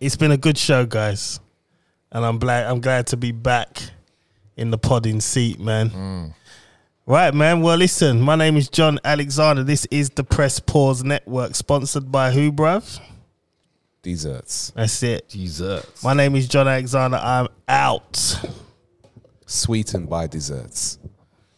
It's been a good show, guys, and I'm glad I'm glad to be back in the podding seat, man. Mm. Right, man. Well, listen, my name is John Alexander. This is the Press Pause Network, sponsored by who, bruv? Desserts. That's it. Jesus. My name is John Alexander. I'm out. Sweetened by desserts.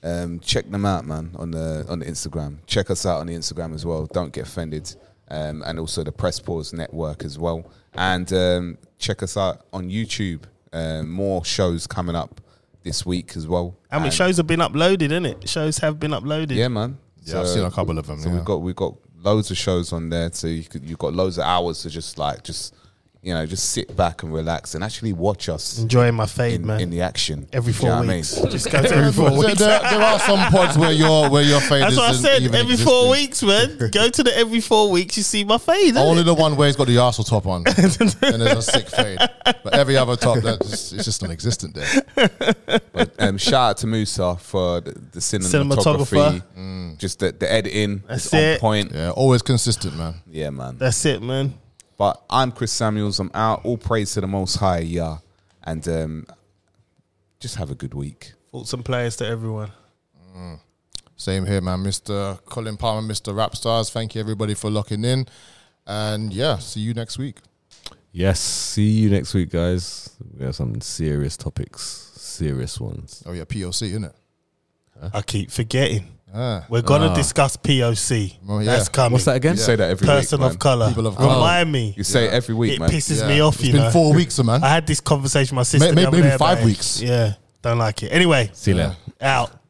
Um, check them out, man, on the on the Instagram. Check us out on the Instagram as well. Don't get offended. Um, and also the Press Pause Network as well. And um, check us out on YouTube. Um, more shows coming up this week as well. How many And- shows have been uploaded, innit? Shows have been uploaded. Yeah, man. Yeah, I've So- seen a couple of them. So yeah. we've got we've got loads of shows on there. So you could, you've got loads of hours to just like just you know just sit back and relax and actually watch us Enjoying my fade, in, Mm, man. in the action every Do four you know what I weeks. mean? Just go to every four There- weeks. there, there are some pods where your where your fade That's isn't what I said. even Every existing. four weeks, man. Go to the every four weeks, you see my fade. Only Only the one where he's got the arsehole top on, and there's a sick fade. But every other top, that's just, it's just non-existent there. But, um, shout out to Musa for the, the cinematography, Cinematographer. just the, the editing. That's is on it. point. Yeah, Yeah, always consistent, man. man. That's it, man. But I'm Chris Samuels. I'm out. All praise to the Most High, yeah. And um, just have a good week. Thoughts and players to everyone. Same here, man. Mr. Colin Palmer, Mr. Rapstars. Thank you everybody for locking in, and yeah, see you next week. Yes. See you next week, guys. We have some serious topics, serious ones. Oh yeah, POC, isn't it? I keep forgetting. We're gonna discuss POC. Well, Ah. Oh, yeah. That's coming. What's that again? You say that every Person week, of man. color. People of colour. Remind me. You say it every week, it man. pisses Yeah. me off. It's you been know. four weeks, man. I had this conversation with my sister. May- may- the other maybe day five about it. weeks. Yeah, don't like it. Anyway, See you later. out.